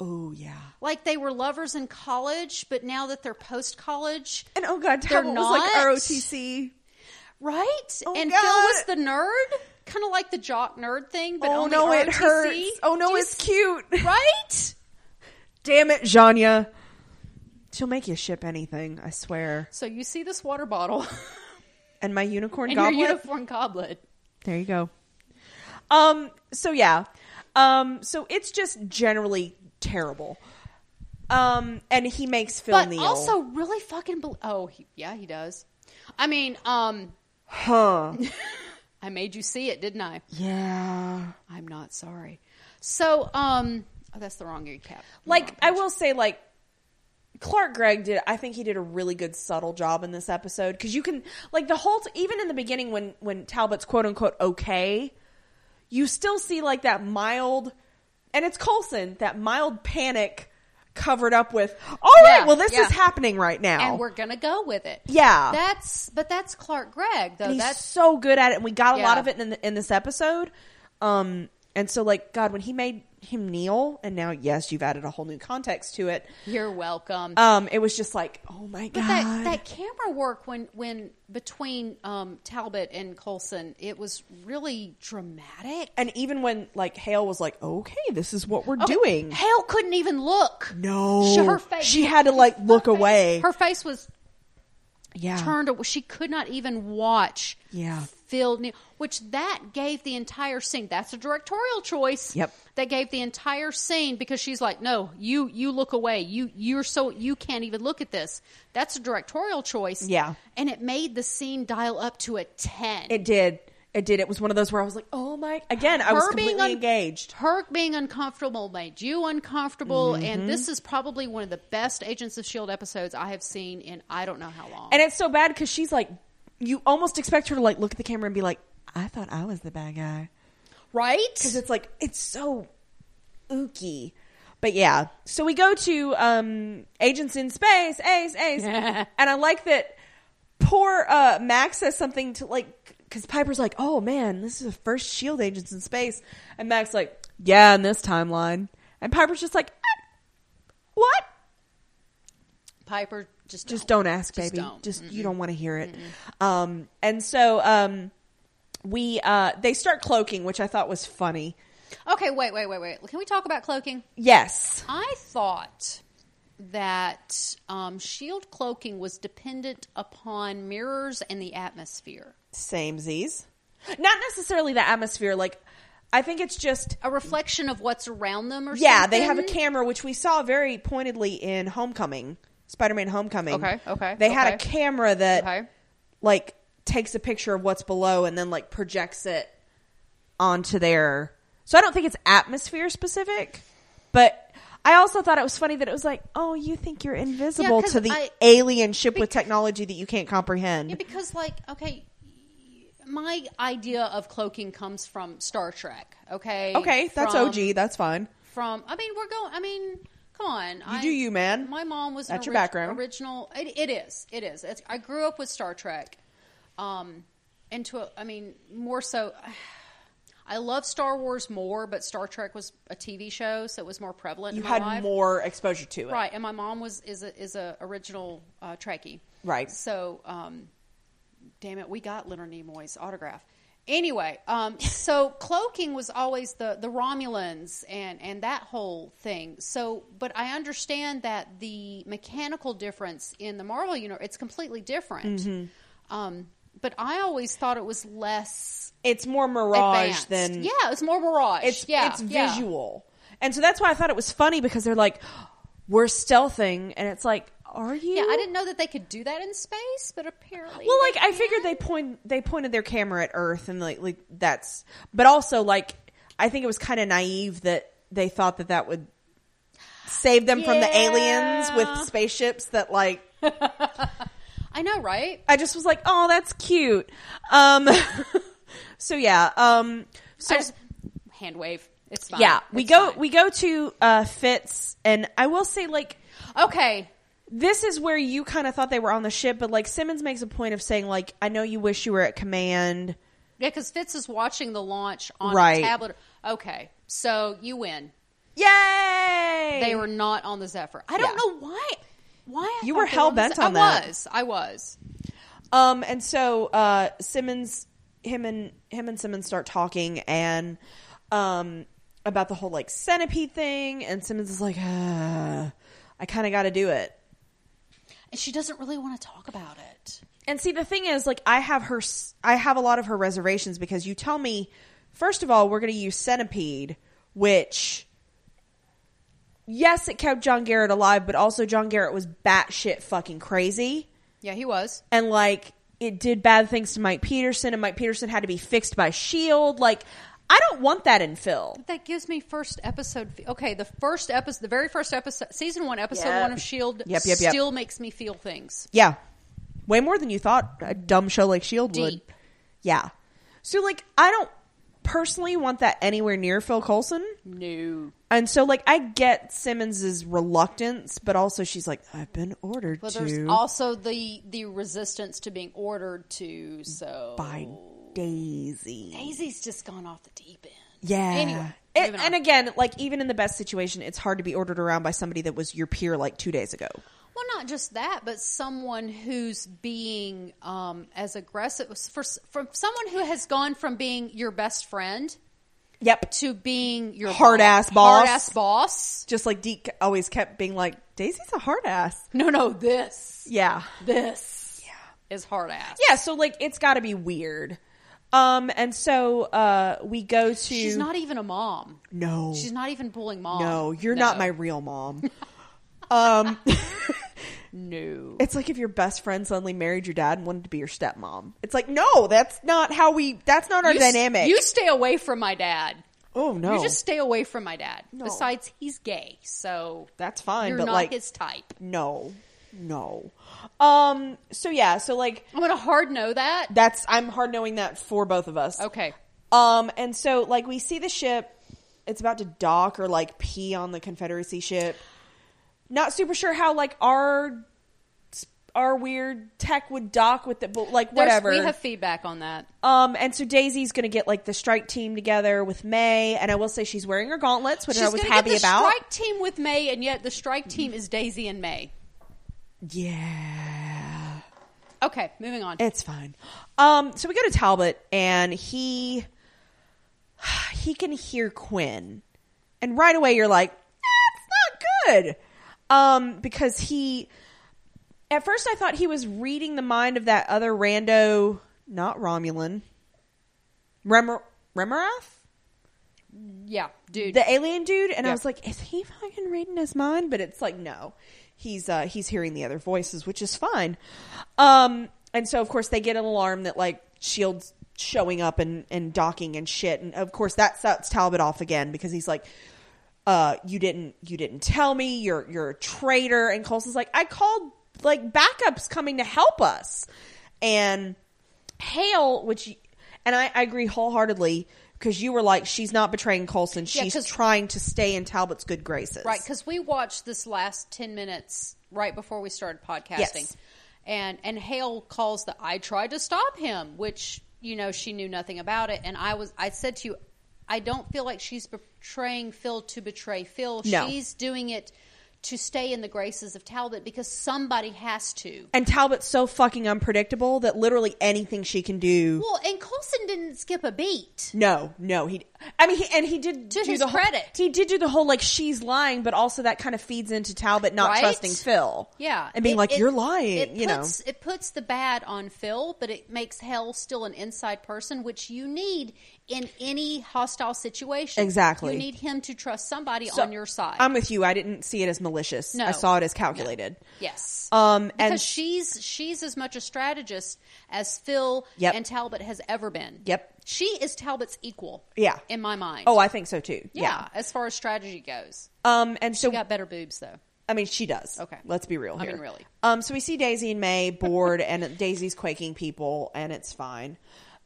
Speaker 1: Oh yeah,
Speaker 2: Like they were lovers in college, but now that they're post college,
Speaker 1: and oh god,
Speaker 2: They're
Speaker 1: Talbot was like
Speaker 2: not?
Speaker 1: ROTC.
Speaker 2: right?
Speaker 1: Oh,
Speaker 2: and
Speaker 1: God.
Speaker 2: Phil was the nerd, kind of like the jock nerd thing, but
Speaker 1: oh
Speaker 2: only
Speaker 1: no, it
Speaker 2: ROTC.
Speaker 1: hurts. Oh
Speaker 2: Do
Speaker 1: no,
Speaker 2: you
Speaker 1: it's cute.
Speaker 2: s- right.
Speaker 1: Damn it, Janya. She'll make you ship anything, I swear.
Speaker 2: So you see this water bottle
Speaker 1: And my unicorn
Speaker 2: and
Speaker 1: goblet.
Speaker 2: your uniform goblet.
Speaker 1: there you go. Um, so yeah. Um, so it's just generally terrible. Um, and he makes Phil
Speaker 2: But
Speaker 1: Neal.
Speaker 2: also, really fucking. Bel- oh, he, yeah, he does. I mean, um,
Speaker 1: huh.
Speaker 2: I made you see it, didn't I?
Speaker 1: Yeah.
Speaker 2: I'm not sorry. So, um, oh, that's the wrong recap.
Speaker 1: Like, I will say, like, Clark Gregg did, I think he did a really good subtle job in this episode. Cause you can, like, the whole, t- even in the beginning when, when Talbot's quote unquote okay, you still see like that mild, and it's Colson, that mild panic covered up with, all right,
Speaker 2: Yeah,
Speaker 1: well, this
Speaker 2: yeah.
Speaker 1: is happening right now.
Speaker 2: and we're gonna go with it.
Speaker 1: Oh. Yeah.
Speaker 2: that's but that's Clark Gregg though.
Speaker 1: And he's
Speaker 2: That's
Speaker 1: so good at it. And we got a lot
Speaker 2: Yeah.
Speaker 1: of it in, the, in this episode. Um, and so like, God, when he made him kneel, and now, yes, you've added a whole new context to it.
Speaker 2: you're welcome.
Speaker 1: Um, it was just like, oh my
Speaker 2: but
Speaker 1: God.
Speaker 2: that, that camera work when when between um, Talbot and Colson, it was really dramatic.
Speaker 1: And even when like Hale was like, "Okay, this is what we're
Speaker 2: Okay,
Speaker 1: doing,"
Speaker 2: Hale couldn't even look.
Speaker 1: no,
Speaker 2: She- Oh, her face.
Speaker 1: she had to like look
Speaker 2: Her face-
Speaker 1: away.
Speaker 2: Her face was
Speaker 1: yeah,
Speaker 2: turned away. She could not even watch.
Speaker 1: Oh. Yeah.
Speaker 2: Phil Neal, which that gave the entire scene. That's a directorial choice.
Speaker 1: Yep.
Speaker 2: That gave the entire scene because she's like, no, you you look away. You you're so you can't even look at this. That's a directorial choice.
Speaker 1: Yeah.
Speaker 2: And it made the scene dial up to a ten.
Speaker 1: it did. It did. It was one of those where I was like, "Oh my!" Again, I was completely
Speaker 2: un-
Speaker 1: engaged. Mm-hmm.
Speaker 2: Her being uncomfortable made you uncomfortable, and this is probably one of the best Agents of Shield episodes I have seen in I don't know how long.
Speaker 1: And it's so bad because she's like, you almost expect her to like look at the camera and be like, "I thought I was the bad guy."
Speaker 2: right?
Speaker 1: because it's like it's so ooky. But yeah, so we go to um, Agents in Space, Ace, Ace, and I like that. Poor uh, Max says something to like because Piper's like, "Oh man, this is the first Shield E Agents in Space," and Max like, "Yeah, in this timeline," and Piper's just like, "Ah, "What?
Speaker 2: Piper just
Speaker 1: Just don't ask,
Speaker 2: Just
Speaker 1: baby.
Speaker 2: don't.
Speaker 1: Just you don't want to hear it." Um, and so um, we uh, they start cloaking, which I thought was funny.
Speaker 2: Okay, wait, wait, wait, wait. Can we talk about cloaking?
Speaker 1: Yes,
Speaker 2: I thought that um, shield cloaking was dependent upon mirrors and the atmosphere.
Speaker 1: Same Z's. Not necessarily the atmosphere. Like, I think it's just.
Speaker 2: A reflection of what's around them or
Speaker 1: Yeah, they have a
Speaker 2: something?
Speaker 1: camera, which we saw very pointedly in Homecoming, Spider Man Homecoming.
Speaker 2: Okay, okay,
Speaker 1: They had a
Speaker 2: okay.
Speaker 1: camera that,
Speaker 2: Okay.
Speaker 1: like, takes a picture of what's below and then, like, projects it onto their. So I don't think it's atmosphere specific, but I also thought it was funny that it was like, oh, you think you're invisible
Speaker 2: 'cause
Speaker 1: to the
Speaker 2: I-
Speaker 1: alien ship with technology that you can't comprehend.
Speaker 2: Yeah, because like okay, my idea of cloaking comes from Star Trek. Okay.
Speaker 1: okay, that's
Speaker 2: From-
Speaker 1: OG. That's fine.
Speaker 2: From I mean, we're going. I mean, come on. You I,
Speaker 1: do you, man.
Speaker 2: My mom was
Speaker 1: That's
Speaker 2: an
Speaker 1: your background.
Speaker 2: Original. It, it is. It is. It's, I grew up with Star Trek. Um, into a, I mean, more so. I love Star Wars more, but Star Trek was a TV show, so it was more prevalent.
Speaker 1: You
Speaker 2: in my
Speaker 1: had
Speaker 2: life.
Speaker 1: more exposure to it.
Speaker 2: Right, and my mom was is a is a original uh, Trekkie.
Speaker 1: Right.
Speaker 2: So, um, damn it, we got Leonard Nimoy's autograph. Anyway, um, so cloaking was always the the Romulans and and that whole thing. So, but I understand that the mechanical difference in the Marvel universe it's completely different.
Speaker 1: Mm-hmm.
Speaker 2: Um, but I always thought it was less
Speaker 1: it's more mirage
Speaker 2: advanced.
Speaker 1: than
Speaker 2: yeah, it's more mirage.
Speaker 1: it's
Speaker 2: yeah,
Speaker 1: it's
Speaker 2: yeah.
Speaker 1: visual. And so that's why I thought it was funny because they're like we're stealthing and it's like are you
Speaker 2: Yeah, I didn't know that they could do that in space, but apparently,
Speaker 1: Well,
Speaker 2: they
Speaker 1: like I figured they point they pointed their camera at Earth and like, like that's but also like I think it was kind of naive that they thought that that would save them from the aliens
Speaker 2: Yeah.
Speaker 1: with spaceships that like
Speaker 2: I know, right?
Speaker 1: I just was like, "Oh, that's cute." Um so yeah, um so
Speaker 2: I just hand wave. It's fine.
Speaker 1: yeah, we
Speaker 2: It's
Speaker 1: go
Speaker 2: fine.
Speaker 1: we go to uh Fitz and I will say like
Speaker 2: okay.
Speaker 1: this is where you kind of thought they were on the ship, but like Simmons makes a point of saying like I know you wish you were at command.
Speaker 2: Yeah, because Fitz is watching the launch on
Speaker 1: Right.
Speaker 2: a tablet. Okay, so you win.
Speaker 1: Yay!
Speaker 2: They were not on the Zephyr. I don't
Speaker 1: Yeah.
Speaker 2: know why. Why I
Speaker 1: You
Speaker 2: thought
Speaker 1: were
Speaker 2: they on the
Speaker 1: hell-bent
Speaker 2: Ze-
Speaker 1: on
Speaker 2: I
Speaker 1: that.
Speaker 2: was. I was.
Speaker 1: um and so uh Simmons him and him and Simmons start talking and um about the whole like centipede thing and Simmons is like ah, I kind of got to do it.
Speaker 2: And she doesn't really want to talk about it.
Speaker 1: And see, the thing is, like, I have her, s- I have a lot of her reservations because you tell me, first of all, we're going to use Centipede, which, yes, it kept John Garrett alive, but also John Garrett was batshit fucking crazy.
Speaker 2: Yeah, he was.
Speaker 1: And, like, it did bad things to Mike Peterson, and Mike Peterson had to be fixed by S.H.I.E.L.D. E Like, I don't want that in Phil.
Speaker 2: That gives me first episode. fe- Okay, the first episode, the very first episode, season one, episode
Speaker 1: Yep.
Speaker 2: one of Shield,
Speaker 1: Yep, yep, yep.
Speaker 2: E still makes me feel things.
Speaker 1: Yeah. Way more than you thought a dumb show like Shield E would.
Speaker 2: Deep.
Speaker 1: Yeah. So like I don't personally want that anywhere near Phil Coulson.
Speaker 2: No.
Speaker 1: And so like I get Simmons's reluctance, but also she's like I've been ordered
Speaker 2: Well, there's
Speaker 1: to
Speaker 2: also the the resistance to being ordered to. So
Speaker 1: by Daisy.
Speaker 2: Daisy's just gone off the deep end.
Speaker 1: Yeah.
Speaker 2: Anyway,
Speaker 1: It-
Speaker 2: moving on.
Speaker 1: and again, like even in the best situation, it's hard to be ordered around by somebody that was your peer like 2 days ago.
Speaker 2: Well, not just that, but someone who's being um, as aggressive for from someone who has gone from being your best friend
Speaker 1: Yep.
Speaker 2: to being your
Speaker 1: Hard-ass boss.
Speaker 2: hard ass boss.
Speaker 1: Just like Deke always kept being like Daisy's a hard ass.
Speaker 2: No, no, this
Speaker 1: Yeah.
Speaker 2: this is hard ass.
Speaker 1: Yeah, so like it's got to be weird. Um, and so uh, we go to
Speaker 2: she's not even a mom.
Speaker 1: no,
Speaker 2: She's not even pulling mom.
Speaker 1: no, you're not
Speaker 2: No.
Speaker 1: my real mom. um,
Speaker 2: no.
Speaker 1: it's like if your best friend suddenly married your dad and wanted to be your stepmom. It's like no, that's not how we. That's not our
Speaker 2: You s-
Speaker 1: dynamic.
Speaker 2: You stay away from my dad.
Speaker 1: oh no,
Speaker 2: You just stay away from my dad. Besides, he's gay, so
Speaker 1: that's fine,
Speaker 2: you're
Speaker 1: but
Speaker 2: not
Speaker 1: like
Speaker 2: his type.
Speaker 1: no, no. Um, so yeah, so like
Speaker 2: I'm gonna hard know that.
Speaker 1: that's I'm hard knowing that for both of us.
Speaker 2: Okay,
Speaker 1: Um, and so like we see the ship, it's about to dock or like pee on the Confederacy ship. Not super sure how like our our weird tech would dock with it, but like
Speaker 2: There's-
Speaker 1: whatever.
Speaker 2: we have feedback on that.
Speaker 1: um, and so Daisy's gonna get like the strike team together with May, and I will say she's wearing her gauntlets, which I
Speaker 2: She's
Speaker 1: was
Speaker 2: going to get
Speaker 1: happy
Speaker 2: the
Speaker 1: about.
Speaker 2: strike team with May, and yet the strike team is Daisy and May.
Speaker 1: Yeah.
Speaker 2: Okay, moving on.
Speaker 1: It's fine. Um, so we go to Talbot, and he he can hear Quinn, and right away you're like, that's not good, um, because he. At first, I thought he was reading the mind of that other rando, not Romulan, Remer- Remerath,
Speaker 2: yeah, dude.
Speaker 1: the alien dude, and I
Speaker 2: Yeah.
Speaker 1: was like, is he fucking reading his mind? But it's like, no, he's uh, he's hearing the other voices, which is fine. Um, and so of course they get an alarm that like shields E showing up and and docking and shit, and of course that sets Talbot off again because he's like. Uh, you didn't. You didn't tell me. You're you're a traitor. And Colson's like, I called like backups coming to help us, and Hale, which and I, I agree wholeheartedly because you were like, she's not betraying Colson.
Speaker 2: Yeah,
Speaker 1: She's
Speaker 2: 'cause-
Speaker 1: trying to stay in Talbot's good graces.
Speaker 2: Right, because we watched this last ten minutes right before we started podcasting,
Speaker 1: Yes.
Speaker 2: and and Hale calls the I tried to stop him, which you know she knew nothing about it, and I was I said to you, I don't feel like she's betraying Phil to betray Phil.
Speaker 1: No.
Speaker 2: She's doing it to stay in the graces of Talbot because somebody has to.
Speaker 1: And Talbot's so fucking unpredictable that literally anything she can do.
Speaker 2: Well, and Colson didn't skip a beat.
Speaker 1: No, no, he. I mean, he and he did
Speaker 2: To
Speaker 1: do
Speaker 2: his
Speaker 1: the whole-
Speaker 2: credit.
Speaker 1: he did do the whole like she's lying, but also that kind of feeds into Talbot not
Speaker 2: Right?
Speaker 1: trusting Phil.
Speaker 2: Yeah,
Speaker 1: and being
Speaker 2: It-
Speaker 1: like,
Speaker 2: it-
Speaker 1: "You're lying,"
Speaker 2: It
Speaker 1: you know.
Speaker 2: puts, it puts the bad on Phil, but it makes Hell still an inside person, which you need in any hostile situation.
Speaker 1: Exactly.
Speaker 2: you need him to trust somebody
Speaker 1: So,
Speaker 2: on your side.
Speaker 1: I'm with you. I didn't see it as malicious.
Speaker 2: No.
Speaker 1: I saw it as calculated.
Speaker 2: yes,
Speaker 1: Um,
Speaker 2: because
Speaker 1: and
Speaker 2: she's she's as much a strategist as Phil
Speaker 1: Yep.
Speaker 2: and Talbot has ever been.
Speaker 1: Yep.
Speaker 2: she is Talbot's equal.
Speaker 1: Yeah.
Speaker 2: in my mind.
Speaker 1: oh, I think so too.
Speaker 2: yeah, as far as strategy goes,
Speaker 1: Um, and so
Speaker 2: she got better boobs though.
Speaker 1: I mean, she does.
Speaker 2: Okay.
Speaker 1: Let's be real
Speaker 2: I
Speaker 1: here.
Speaker 2: mean, really.
Speaker 1: Um, so we see Daisy and May bored, and Daisy's quaking people, and it's fine.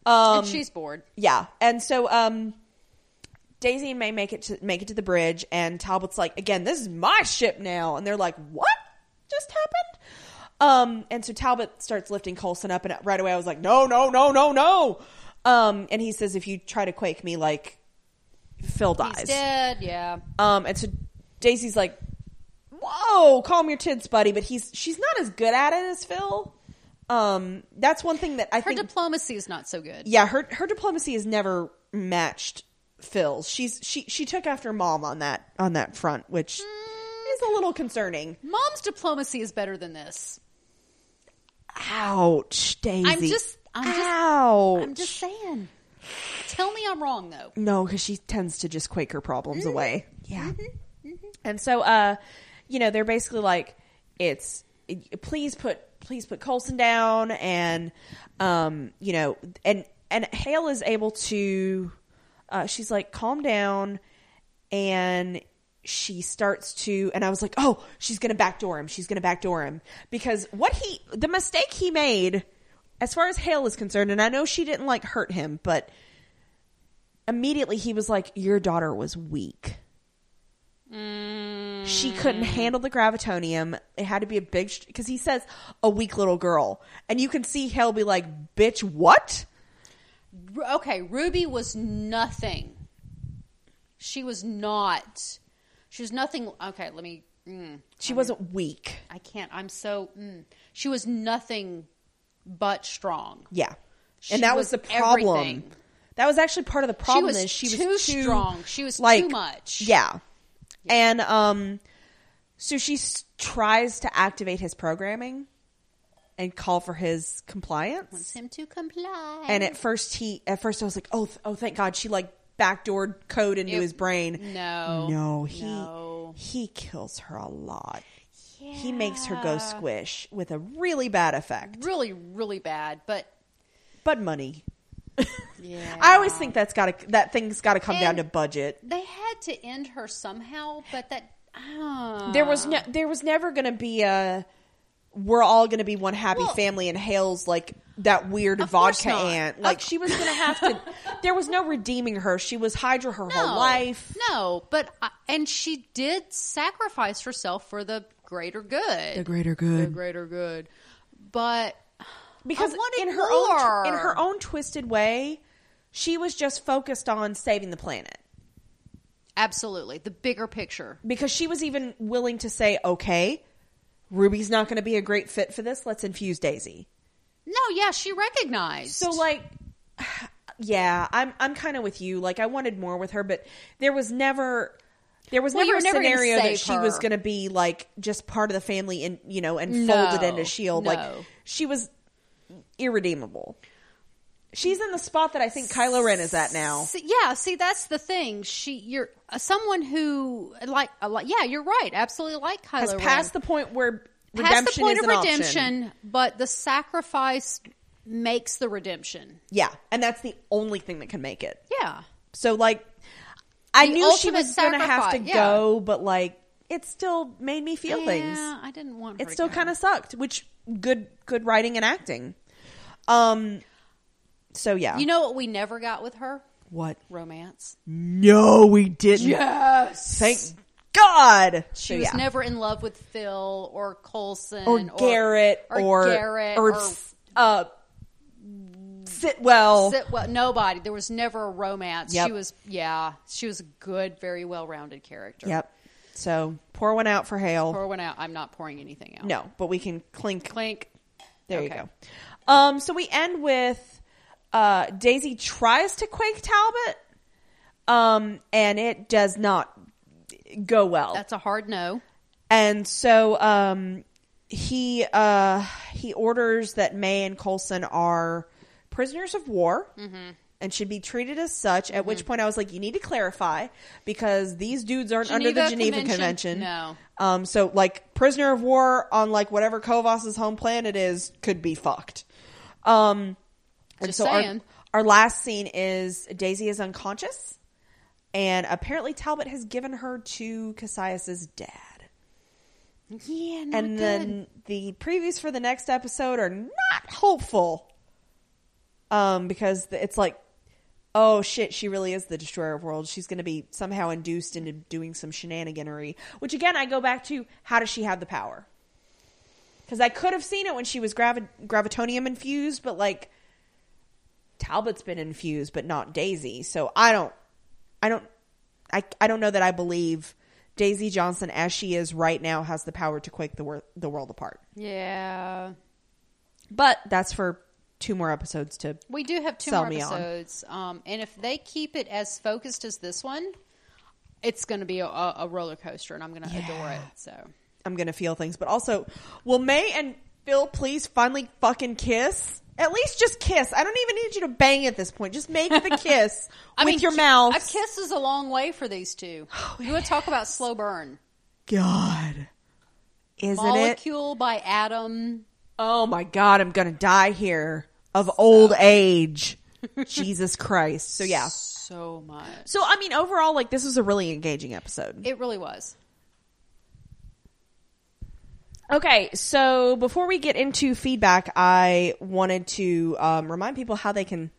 Speaker 1: Um,
Speaker 2: and she's bored.
Speaker 1: Yeah, and so um, Daisy and May make it to make it to the bridge, and Talbot's like, "Again, this is my ship now," and they're like, "What just happened?" Um, and so Talbot starts lifting Colson up, and right away I was like, "No, no, no, no, no!" Um, and he says, "If you try to quake me, like Phil dies."
Speaker 2: He's dead. Yeah,
Speaker 1: Um, and so Daisy's like, "Whoa, calm your tits, buddy." But he's she's not as good at it as Phil. Um, that's one thing that I
Speaker 2: her
Speaker 1: think.
Speaker 2: diplomacy is not so good.
Speaker 1: yeah, her her diplomacy has never matched Phil's. She's she she took after mom on that on that front, which
Speaker 2: Mm.
Speaker 1: is a little concerning.
Speaker 2: Mom's diplomacy is better than this.
Speaker 1: Ouch, Daisy.
Speaker 2: I'm just, I'm just,
Speaker 1: ouch.
Speaker 2: I'm just saying. Tell me I'm wrong though.
Speaker 1: No, because she tends to just quake her problems away. Mm-hmm. Yeah. And so, uh, you know, they're basically like, it's it- please put please put Colson down, and um, you know, and and Hale is able to, uh, she's like, calm down, and she starts to, and I was like, oh, she's gonna backdoor him, she's gonna backdoor him, because what he, the mistake he made, as far as Hale is concerned, and I know she didn't like hurt him, but immediately he was like, Your daughter was weak. She couldn't
Speaker 2: Mm.
Speaker 1: handle the gravitonium. It had to be a big, because he says, a weak little girl. And you can see Hale be like, Bitch, what?
Speaker 2: Ru- Okay, Ruby was nothing. She was not. She was nothing. Okay, let me. Mm,
Speaker 1: She wasn't weak.
Speaker 2: I can't. I'm so. Mm, she was nothing but strong.
Speaker 1: Yeah.
Speaker 2: She
Speaker 1: And that was,
Speaker 2: was
Speaker 1: the problem.
Speaker 2: everything.
Speaker 1: That was actually part of the problem
Speaker 2: was
Speaker 1: is she was
Speaker 2: too
Speaker 1: too
Speaker 2: strong. She was too
Speaker 1: like,
Speaker 2: much.
Speaker 1: Yeah. And um so she s- tries to activate his programming and call for his compliance.
Speaker 2: Wants him to comply.
Speaker 1: And at first he, at first I was like, oh, th- oh, thank God, she like backdoored code into
Speaker 2: It-
Speaker 1: his brain.
Speaker 2: no,
Speaker 1: no, he
Speaker 2: no.
Speaker 1: he kills her a lot. He makes her go squish with a really bad effect,
Speaker 2: really, really bad. But
Speaker 1: but money.
Speaker 2: yeah,
Speaker 1: I always think that's got to that thing's got to come down
Speaker 2: And-
Speaker 1: to budget.
Speaker 2: they had to end her somehow. But that. ah.
Speaker 1: Uh. There was no, there was never going to be a we're all going to be one happy
Speaker 2: Well-
Speaker 1: family and hails like that weird
Speaker 2: Of course
Speaker 1: vodka
Speaker 2: not.
Speaker 1: aunt. Like she was going to have to. there was no redeeming her. She was Hydra her whole life.
Speaker 2: No, but I, and she did sacrifice herself for the greater good. The,
Speaker 1: greater good.
Speaker 2: greater good. But
Speaker 1: Because
Speaker 2: I wanted
Speaker 1: in her own
Speaker 2: more.
Speaker 1: in her own twisted way, she was just focused on saving the planet.
Speaker 2: absolutely, the bigger picture.
Speaker 1: because she was even willing to say, okay, Ruby's not going to be a great fit for this. Let's infuse Daisy.
Speaker 2: No, yeah, she recognized.
Speaker 1: So like, yeah, I'm I'm kind of with you. Like, I wanted more with her, but there was never. There was
Speaker 2: Well, you
Speaker 1: never a
Speaker 2: were never gonna
Speaker 1: scenario that
Speaker 2: save
Speaker 1: she
Speaker 2: her.
Speaker 1: was going to be like just part of the family and you know and
Speaker 2: No,
Speaker 1: folded into Shield. E Like
Speaker 2: no.
Speaker 1: she was irredeemable. She's in the spot that I think Kylo Ren is at now.
Speaker 2: See- yeah, see, that's the thing. She, you're uh, someone who like, uh, like, yeah, you're right. Absolutely, like Kylo
Speaker 1: Has
Speaker 2: Ren.
Speaker 1: past the point where
Speaker 2: Past
Speaker 1: redemption
Speaker 2: the point
Speaker 1: is
Speaker 2: of
Speaker 1: an option.
Speaker 2: redemption, but the sacrifice makes the redemption.
Speaker 1: Yeah, and that's the only thing that can make it.
Speaker 2: Yeah,
Speaker 1: So like, I
Speaker 2: The
Speaker 1: knew she
Speaker 2: ultimate
Speaker 1: was going to have to
Speaker 2: sacrifice, yeah.
Speaker 1: go, but like, it still made me feel things.
Speaker 2: Yeah, I didn't want. Her
Speaker 1: It
Speaker 2: to
Speaker 1: still
Speaker 2: go.
Speaker 1: kind of sucked. Which good, good writing and acting. Um. So yeah,
Speaker 2: You know what we never got with her?
Speaker 1: what?
Speaker 2: Romance.
Speaker 1: No, we didn't.
Speaker 2: Yes.
Speaker 1: Thank God.
Speaker 2: She
Speaker 1: So,
Speaker 2: was
Speaker 1: yeah.
Speaker 2: never in love with Phil or Colson
Speaker 1: or Garrett or,
Speaker 2: Garrett
Speaker 1: or,
Speaker 2: or,
Speaker 1: uh Sitwell.
Speaker 2: Sitwell. Nobody. There was never a romance.
Speaker 1: Yep.
Speaker 2: She was yeah. She was a good, very well rounded character.
Speaker 1: Yep. So pour one out for Hale.
Speaker 2: Pour one out. I'm not pouring anything out.
Speaker 1: no, but we can clink
Speaker 2: Clink.
Speaker 1: There you
Speaker 2: Okay.
Speaker 1: go. Um, so we end with uh, Daisy tries to quake Talbot, um, and it does not go well.
Speaker 2: That's a hard no.
Speaker 1: and so um, he uh, he orders that May and Colson are prisoners of war.
Speaker 2: Mm-hmm.
Speaker 1: And should be treated as such. At which point, I was like, "You need to clarify because these dudes aren't under the
Speaker 2: Geneva
Speaker 1: Geneva Convention.
Speaker 2: Convention? No.
Speaker 1: Um, so, like, prisoner of war on like whatever Kovas's home planet is could be fucked. Um, and
Speaker 2: Just
Speaker 1: so our,
Speaker 2: saying.
Speaker 1: our last scene is Daisy is unconscious, and apparently Talbot has given her to Cassius's dad.
Speaker 2: Yeah. Not
Speaker 1: And
Speaker 2: good.
Speaker 1: then the previews for the next episode are not hopeful, um, because th- it's like, oh shit, she really is the destroyer of worlds. She's going to be somehow induced into doing some shenaniganery. Which again, I go back to how does she have the power? Because I could have seen it when she was gravi- gravitonium infused, but like Talbot's been infused, but not Daisy. So I don't, I don't, I, I don't know that I believe Daisy Johnson as she is right now has the power to quake the, wor- the world apart.
Speaker 2: Yeah.
Speaker 1: But that's for two more episodes to.
Speaker 2: We do have two
Speaker 1: Sell
Speaker 2: more
Speaker 1: me on.
Speaker 2: episodes, um, and if they keep it as focused as this one, it's going to be a, a a roller coaster, and I'm going to adore it. So
Speaker 1: I'm gonna feel things, but also, will May and Phil please finally fucking kiss? At least just kiss. I don't even need you to bang at this point. Just make the kiss
Speaker 2: I
Speaker 1: with
Speaker 2: mean,
Speaker 1: your mouth. Oh,
Speaker 2: a kiss is a long way for these two. you want to talk about slow burn?
Speaker 1: God, isn't it?
Speaker 2: Molecule by atom.
Speaker 1: Oh my God, I'm gonna die here of old age. Jesus Christ. So yeah.
Speaker 2: so much.
Speaker 1: So I mean, overall, like this was a really engaging episode.
Speaker 2: It really was.
Speaker 1: Okay, so before we get into feedback, I wanted to um, remind people how they can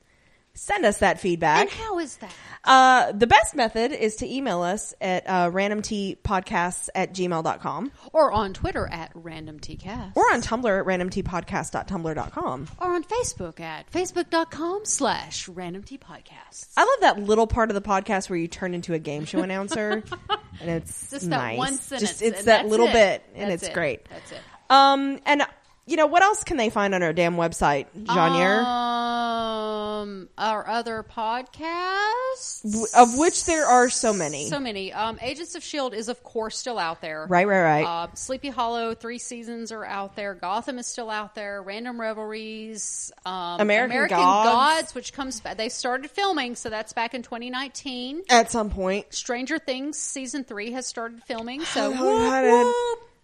Speaker 1: send us that feedback.
Speaker 2: And how is that?
Speaker 1: Uh, the best method is to email us at uh, randomtpodcasts at gmail.com
Speaker 2: Or on Twitter at random tcast,
Speaker 1: or on Tumblr at randomtpodcast.tumblr.com.
Speaker 2: or on Facebook at facebook.com slash random podcasts.
Speaker 1: I love that little part of the podcast where you turn into a game show announcer, and it's
Speaker 2: Just that
Speaker 1: nice.
Speaker 2: one
Speaker 1: Just- it's
Speaker 2: sentence. and
Speaker 1: that
Speaker 2: that's
Speaker 1: little
Speaker 2: it.
Speaker 1: bit, and
Speaker 2: That's
Speaker 1: it's
Speaker 2: it.
Speaker 1: great.
Speaker 2: That's it.
Speaker 1: Um, and you know what else can they find on our damn website,
Speaker 2: Uh,
Speaker 1: Janier?
Speaker 2: Um, our other podcasts,
Speaker 1: of which there are so many.
Speaker 2: so many. Um, Agents of Shield is of course still out there.
Speaker 1: Right, right, right.
Speaker 2: Uh, Sleepy Hollow three seasons are out there. Gotham is still out there. Random Revelries, um,
Speaker 1: American Gods.
Speaker 2: which comes back. They started filming, so that's back in 2019.
Speaker 1: At some point,
Speaker 2: Stranger Things season three has started filming. So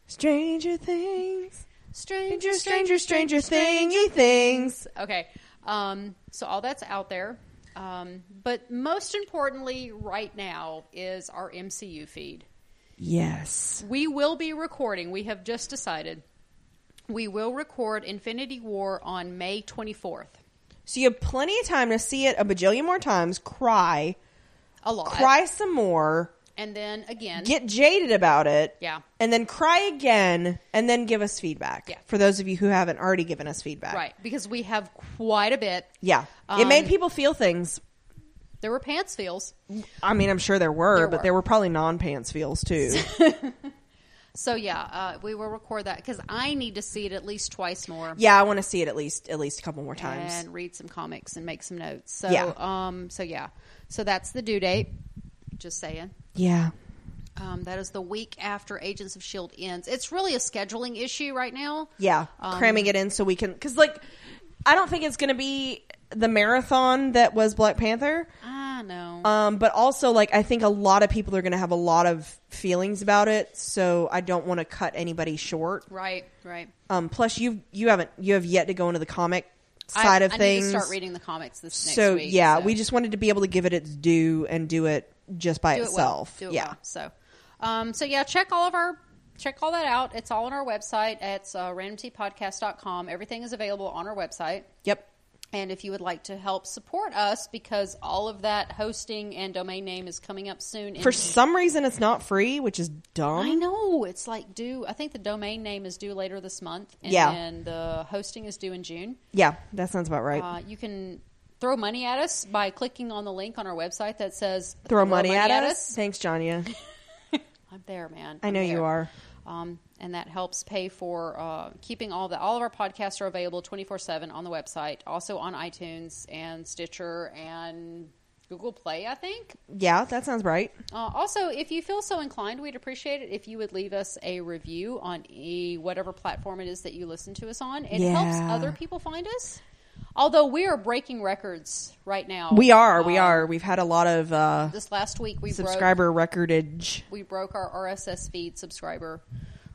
Speaker 1: Stranger Things,
Speaker 2: stranger,
Speaker 1: stranger, stranger, stranger thingy things.
Speaker 2: Okay. Um, so all that's out there. Um, but most importantly, right now is our MCU feed.
Speaker 1: Yes,
Speaker 2: We will be recording. We have just decided we will record Infinity War on May 24th.
Speaker 1: So you have plenty of time to see it a bajillion more times, cry,
Speaker 2: A lot.
Speaker 1: cry some more,
Speaker 2: And then again,
Speaker 1: get jaded about it,
Speaker 2: Yeah.
Speaker 1: and then cry again, and then give us feedback.
Speaker 2: Yeah.
Speaker 1: For those of you who haven't already given us feedback,
Speaker 2: right, because we have quite a bit.
Speaker 1: Yeah, it
Speaker 2: Um,
Speaker 1: made people feel things.
Speaker 2: There were pants feels.
Speaker 1: I mean, I'm sure there were,
Speaker 2: There
Speaker 1: but
Speaker 2: were.
Speaker 1: there were probably non pants feels too.
Speaker 2: So yeah, uh, we will record that because I need to see it at least twice more.
Speaker 1: yeah, I want to see it at least at least a couple more times.
Speaker 2: and read some comics and make some notes. So
Speaker 1: Yeah.
Speaker 2: um so yeah. So that's the due date. Just saying.
Speaker 1: yeah,
Speaker 2: Um, that is the week after Agents of Shield E ends. It's really a scheduling issue right now.
Speaker 1: yeah,
Speaker 2: Um,
Speaker 1: cramming it in so we can because like I don't think it's going to be the marathon that was Black Panther.
Speaker 2: I know.
Speaker 1: Um, but also, like, I think a lot of people are going to have a lot of feelings about it, so I don't want to cut anybody short.
Speaker 2: right, right.
Speaker 1: Um, plus, you you haven't you have yet to go into the comic side
Speaker 2: I,
Speaker 1: of
Speaker 2: I
Speaker 1: things.
Speaker 2: need to start reading the comics this next
Speaker 1: so
Speaker 2: week.
Speaker 1: yeah,
Speaker 2: so
Speaker 1: we just wanted to be able to give it its due and do it just by
Speaker 2: do it well.
Speaker 1: itself.
Speaker 2: Do it
Speaker 1: yeah,
Speaker 2: well. So, um, so yeah, check all of our check all that out. It's all on our website. It's uh, randomtpodcast.com. Everything is available on our website.
Speaker 1: yep,
Speaker 2: And if you would like to help support us, because all of that hosting and domain name is coming up soon. in-
Speaker 1: For some reason, it's not free, which is
Speaker 2: I
Speaker 1: dumb.
Speaker 2: know it's like due. I think the domain name is due later this month, and
Speaker 1: Yeah.
Speaker 2: then the hosting is due in June.
Speaker 1: Yeah, that sounds about right.
Speaker 2: Uh, you can throw money at us by clicking on the link on our website that says
Speaker 1: Throw money, at, us. Thanks, Janya.
Speaker 2: I'm there, man.
Speaker 1: I
Speaker 2: I'm
Speaker 1: know you
Speaker 2: there.
Speaker 1: are.
Speaker 2: um, and that helps pay for uh, keeping all the all of our podcasts are available 24/7 on the website, also on iTunes and Stitcher and Google Play, I think.
Speaker 1: Yeah, that sounds right.
Speaker 2: Uh, also, if you feel so inclined, we'd appreciate it if you would leave us a review on e- whatever platform it is that you listen to us on. It helps
Speaker 1: Yeah.
Speaker 2: other people find us. Although we are breaking records right now,
Speaker 1: We are. we
Speaker 2: Um,
Speaker 1: are. We've had a lot of uh,
Speaker 2: This last week we broke
Speaker 1: subscriber recordage.
Speaker 2: we broke our RSS feed subscriber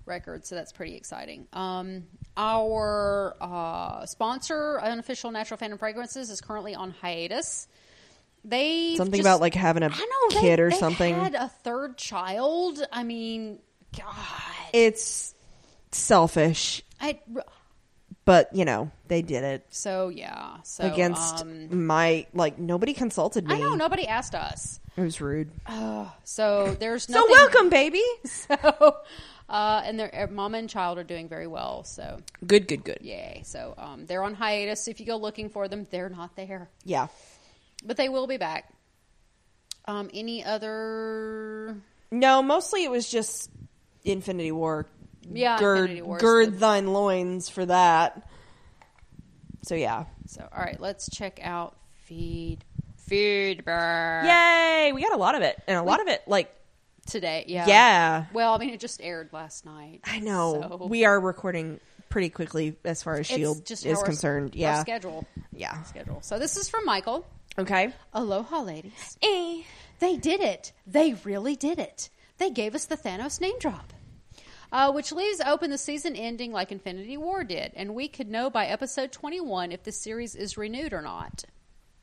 Speaker 2: record, so that's pretty exciting. Um, our uh, sponsor, Unofficial Natural Phantom Fragrances, is currently on hiatus. They
Speaker 1: Something about like having a kid or something.
Speaker 2: Had a third child. I mean, God,
Speaker 1: It's selfish,
Speaker 2: I,
Speaker 1: but you know they did it
Speaker 2: so yeah. So
Speaker 1: against
Speaker 2: um,
Speaker 1: my like nobody consulted me.
Speaker 2: I know nobody asked us,
Speaker 1: It was rude.
Speaker 2: so there's
Speaker 1: so
Speaker 2: Uh, nothing,
Speaker 1: welcome, baby.
Speaker 2: So, uh, and their mom and child are doing very well. So
Speaker 1: Good, good, good.
Speaker 2: Yay. So um, they're on hiatus. If you go looking for them, they're not there.
Speaker 1: Yeah.
Speaker 2: But they will be back. Um, any other.
Speaker 1: No, mostly it was just Infinity War.
Speaker 2: Yeah,
Speaker 1: gird,
Speaker 2: Infinity War's
Speaker 1: gird
Speaker 2: the-
Speaker 1: thine loins for that. So yeah,
Speaker 2: So, all right, let's check out feed feedback
Speaker 1: yay! We got a lot of it, and a lot of it like
Speaker 2: today. Yeah.
Speaker 1: Yeah.
Speaker 2: Well, I mean, it just aired last night.
Speaker 1: I know
Speaker 2: so
Speaker 1: we are recording pretty quickly as far as
Speaker 2: it's
Speaker 1: Shield
Speaker 2: just
Speaker 1: E is
Speaker 2: our-
Speaker 1: concerned.
Speaker 2: our
Speaker 1: Yeah,
Speaker 2: schedule.
Speaker 1: yeah.
Speaker 2: Schedule. So this is from Michael.
Speaker 1: Okay.
Speaker 2: Aloha, ladies. They did it. They really did it. They gave us the Thanos name drop. Uh, which leaves open the season ending like Infinity War did, and we could know by episode 21 if the series is renewed or not.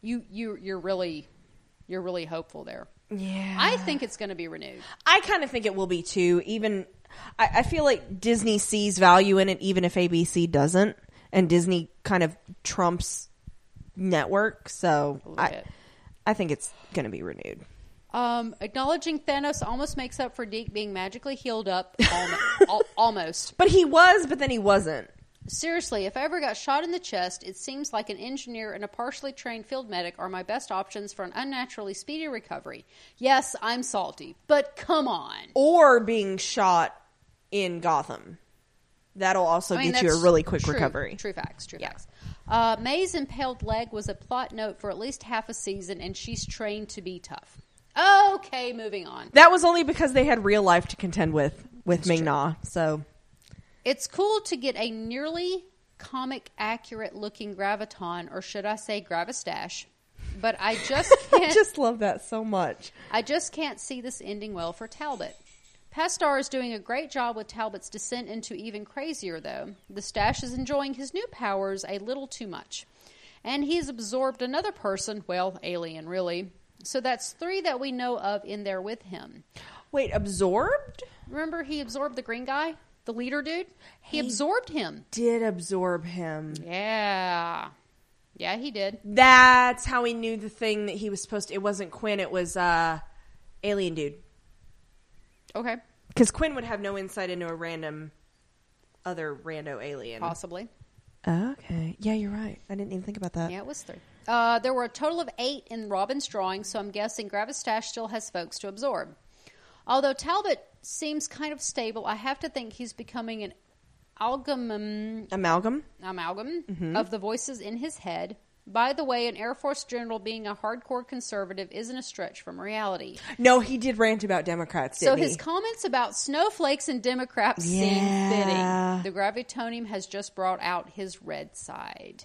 Speaker 2: You, you, you're really, you're really hopeful there.
Speaker 1: Yeah.
Speaker 2: I think it's going to be renewed.
Speaker 1: I kind of think it will be too. Even I, I feel like Disney sees value in it, even if ABC doesn't, and Disney kind of trumps network. So
Speaker 2: little
Speaker 1: I,
Speaker 2: bit.
Speaker 1: I think it's going to be renewed.
Speaker 2: Um, acknowledging Thanos almost makes up for Deke being magically healed up, almo- al- almost.
Speaker 1: But he was, but then he wasn't.
Speaker 2: Seriously, if I ever got shot in the chest, it seems like an engineer and a partially trained field medic are my best options for an unnaturally speedy recovery. Yes, I'm salty, but come on.
Speaker 1: Or being shot in Gotham. That'll also get you a
Speaker 2: that's
Speaker 1: really quick
Speaker 2: true-
Speaker 1: recovery.
Speaker 2: True facts, true facts. Uh, May's impaled leg was a plot note for at least half a season, and she's trained to be tough. Okay, moving on.
Speaker 1: That was only because they had real life to contend with with Ming Na. So
Speaker 2: It's cool to get a nearly comic accurate looking graviton, or should I say gravistache, but I just
Speaker 1: I
Speaker 2: can't.
Speaker 1: just love that so much.
Speaker 2: I just can't see this ending well for Talbot. Pastar is doing a great job with Talbot's descent into even crazier, though. The stash is enjoying his new powers a little too much. And he's absorbed another person, well, alien, really. So that's three that we know of in there with him.
Speaker 1: Wait, absorbed?
Speaker 2: Remember, he absorbed the green guy? the leader dude. He absorbed him.
Speaker 1: Did absorb him.
Speaker 2: Yeah. Yeah, he did.
Speaker 1: That's how he knew the thing that he was supposed to. It wasn't Quinn. It was uh, alien dude.
Speaker 2: Okay.
Speaker 1: Because Quinn would have no insight into a random, other rando alien.
Speaker 2: Possibly.
Speaker 1: Okay. Yeah, you're right. I didn't even think about that.
Speaker 2: Yeah, it was three. Uh, there were a total of eight in Robin's drawing, so I'm guessing Gravistash still has folks to absorb. Although Talbot seems kind of stable, I have to think he's becoming an amalgam,
Speaker 1: Amalgam.
Speaker 2: amalgam of the voices in his head. By the way, an Air Force general being a hardcore conservative isn't a stretch from reality.
Speaker 1: No, he did rant about Democrats.
Speaker 2: So
Speaker 1: Didn't
Speaker 2: his
Speaker 1: he?
Speaker 2: comments about snowflakes and Democrats
Speaker 1: Yeah.
Speaker 2: seem fitting. The gravitonium has just brought out his red side.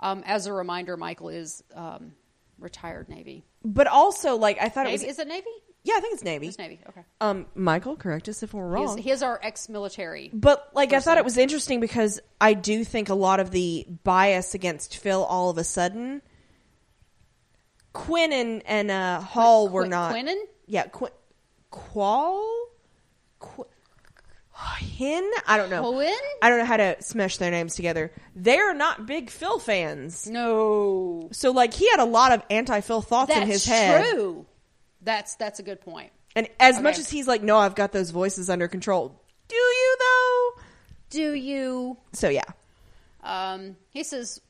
Speaker 2: Um, as a reminder, Michael is um, retired Navy.
Speaker 1: but also like I thought
Speaker 2: Navy
Speaker 1: it was.
Speaker 2: is it Navy?
Speaker 1: Yeah, I think it's Navy.
Speaker 2: It's Navy. Okay.
Speaker 1: Um, Michael, correct us if we're
Speaker 2: He is,
Speaker 1: wrong.
Speaker 2: he is our ex-military.
Speaker 1: But like I thought it was interesting because I do think a lot of the bias against Phil all of a sudden Quinn and, and uh, Hall were
Speaker 2: Quin-
Speaker 1: not
Speaker 2: Quinnen?
Speaker 1: Yeah, Quinn Qual Qu- Hin, I don't know.
Speaker 2: Quinn?
Speaker 1: I don't know how to smash their names together. They're not big Phil fans.
Speaker 2: No,
Speaker 1: So like he had a lot of anti-Phil thoughts
Speaker 2: that's
Speaker 1: in his head.
Speaker 2: true. That's that's a good point.
Speaker 1: And as much
Speaker 2: Okay.
Speaker 1: as he's like no, I've got those voices under control. Do you though?
Speaker 2: Do you?
Speaker 1: So yeah.
Speaker 2: Um, he says,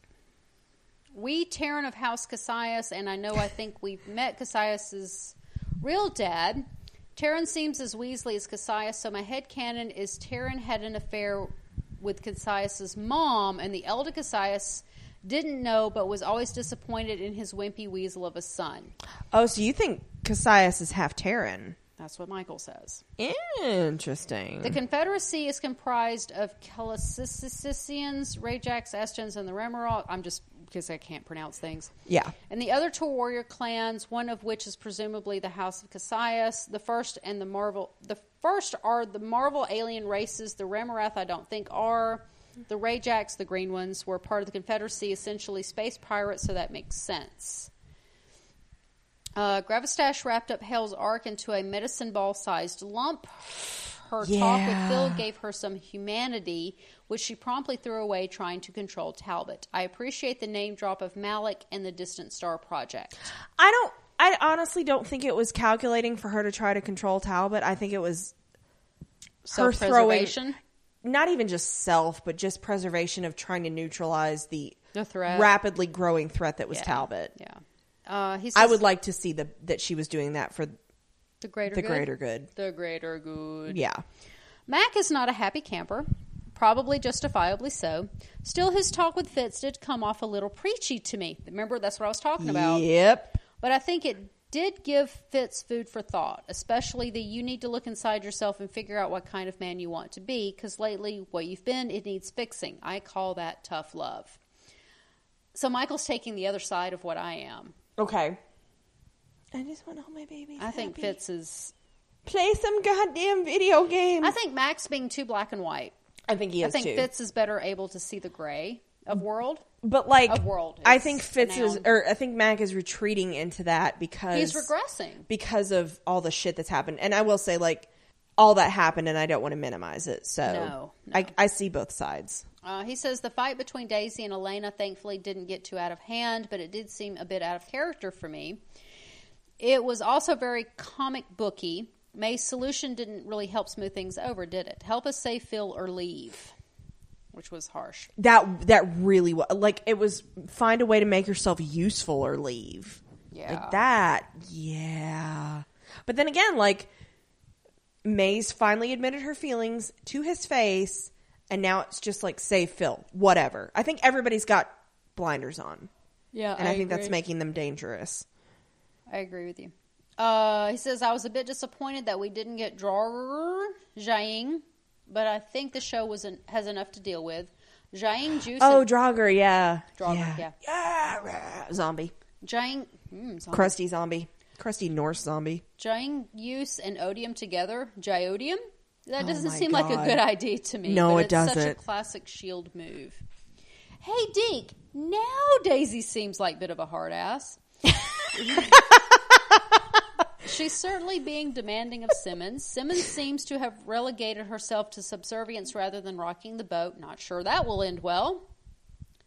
Speaker 2: "We Terran of House Cassius, and I know I think we've met Cassius's real dad. Terran seems as Weasley as Cassius, so my head canon is Terran had an affair with Cassius's mom, and the elder Cassius didn't know, but was always disappointed in his wimpy weasel of a son.
Speaker 1: Oh, so you think Cassius is half Terran?
Speaker 2: That's what Michael says.
Speaker 1: Interesting.
Speaker 2: The Confederacy is comprised of Calicisians, Rajax, Estons, and the Remoral. I'm just because I can't pronounce things.
Speaker 1: Yeah.
Speaker 2: And the other two warrior clans, one of which is presumably the House of Cassius. The first and the Marvel. The first are the Marvel alien races. The Remorath, I don't think, are. The Rajax, the green ones, were part of the Confederacy, essentially space pirates, so that makes sense. Uh, Gravistash wrapped up Hell's Ark into a medicine ball sized lump. Her talk with Phil
Speaker 1: Yeah.
Speaker 2: gave her some humanity, which she promptly threw away trying to control Talbot. I appreciate the name drop of Malik and the Distant Star Project.
Speaker 1: I don't. I honestly don't think it was calculating for her to try to control Talbot. I think it was her
Speaker 2: Self preservation.
Speaker 1: throwing, not even just self, but just preservation of trying to neutralize the,
Speaker 2: The threat.
Speaker 1: rapidly growing threat that was Talbot.
Speaker 2: Yeah. Uh, he says
Speaker 1: I would like to see the that she was doing that for.
Speaker 2: the greater
Speaker 1: the
Speaker 2: good.
Speaker 1: greater good.
Speaker 2: The greater good.
Speaker 1: Yeah,
Speaker 2: Mac is not a happy camper, probably justifiably so. Still, his talk with Fitz did come off a little preachy to me. Remember, that's what I was talking about.
Speaker 1: yep.
Speaker 2: But I think it did give Fitz food for thought, especially the you need to look inside yourself and figure out what kind of man you want to be, because lately what you've been, it needs fixing. I call that tough love. So Michael's taking the other side of what I am.
Speaker 1: Okay. I just want all my babies.
Speaker 2: I think
Speaker 1: happy.
Speaker 2: Fitz is.
Speaker 1: play some goddamn video games.
Speaker 2: I think Max being too black and white.
Speaker 1: I think he
Speaker 2: I
Speaker 1: is
Speaker 2: think
Speaker 1: too.
Speaker 2: Fitz is better able to see the gray of world.
Speaker 1: But like,
Speaker 2: of world
Speaker 1: I
Speaker 2: is
Speaker 1: think
Speaker 2: a
Speaker 1: Fitz is,
Speaker 2: noun.
Speaker 1: or I think Mac is retreating into that because
Speaker 2: He's regressing.
Speaker 1: because of all the shit that's happened. And I will say, like, all that happened, and I don't want to minimize it. So
Speaker 2: No,
Speaker 1: I, I see both sides.
Speaker 2: Uh, he says the fight between Daisy and Elena thankfully didn't get too out of hand, but it did seem a bit out of character for me. It was also very comic booky. May's solution didn't really help smooth things over, did it? Help us say Phil or leave, which was harsh.
Speaker 1: That that really was like it was find a way to make yourself useful or leave.
Speaker 2: Yeah.
Speaker 1: like that. Yeah, but then again, like Maze finally admitted her feelings to his face, and now it's just like save Phil, whatever. I think everybody's got blinders on.
Speaker 2: Yeah,
Speaker 1: and I, think that's making them dangerous.
Speaker 2: I agree with you. Uh, he says I was a bit disappointed that we didn't get Drawer Jiang, but I think the show was en- has enough to deal with. Jiang Juice.
Speaker 1: Oh,
Speaker 2: and-
Speaker 1: Draugr, yeah,
Speaker 2: Draugr,
Speaker 1: yeah,
Speaker 2: yeah.
Speaker 1: yeah, rah, zombie,
Speaker 2: Jiang. Mm, zombie.
Speaker 1: crusty zombie, crusty Norse zombie.
Speaker 2: Jying use and odium together, Jyodium? That doesn't
Speaker 1: Oh my
Speaker 2: seem like
Speaker 1: God.
Speaker 2: a good idea to me.
Speaker 1: No,
Speaker 2: but
Speaker 1: it
Speaker 2: it's Such a
Speaker 1: doesn't.
Speaker 2: classic shield move. Hey, Deke, now Daisy seems like a bit of a hard ass. She's certainly being demanding of Simmons. Simmons seems to have relegated herself to subservience rather than rocking the boat. Not sure that will end well.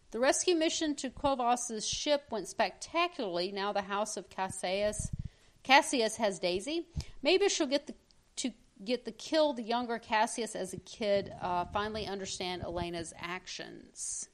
Speaker 2: The rescue mission to Quovos's ship went spectacularly. Now the house of Cassius, Cassius has Daisy. Maybe she'll get the, to get the kill. The younger Cassius, as a kid, uh, finally understand Elena's actions.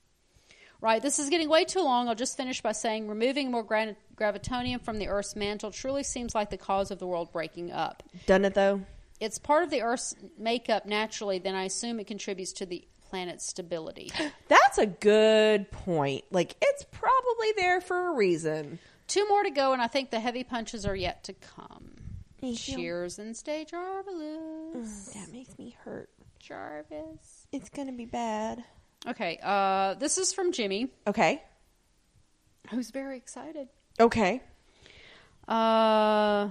Speaker 2: Right, this is getting way too long. I'll just finish by saying removing more gra- gravitonium from the Earth's mantle truly seems like the cause of the world breaking up.
Speaker 1: Done it though.
Speaker 2: It's part of the Earth's makeup naturally, then I assume it contributes to the planet's stability.
Speaker 1: That's a good point. Like it's probably there for a reason.
Speaker 2: Two more to go, and I think the heavy punches are yet to come. Cheers and stay
Speaker 1: Mm.
Speaker 2: Jarvis.
Speaker 1: That makes me hurt.
Speaker 2: Jarvis.
Speaker 1: It's gonna be bad.
Speaker 2: Okay, uh, this is from Jimmy,
Speaker 1: Okay.
Speaker 2: who's very excited.
Speaker 1: Okay.
Speaker 2: Uh,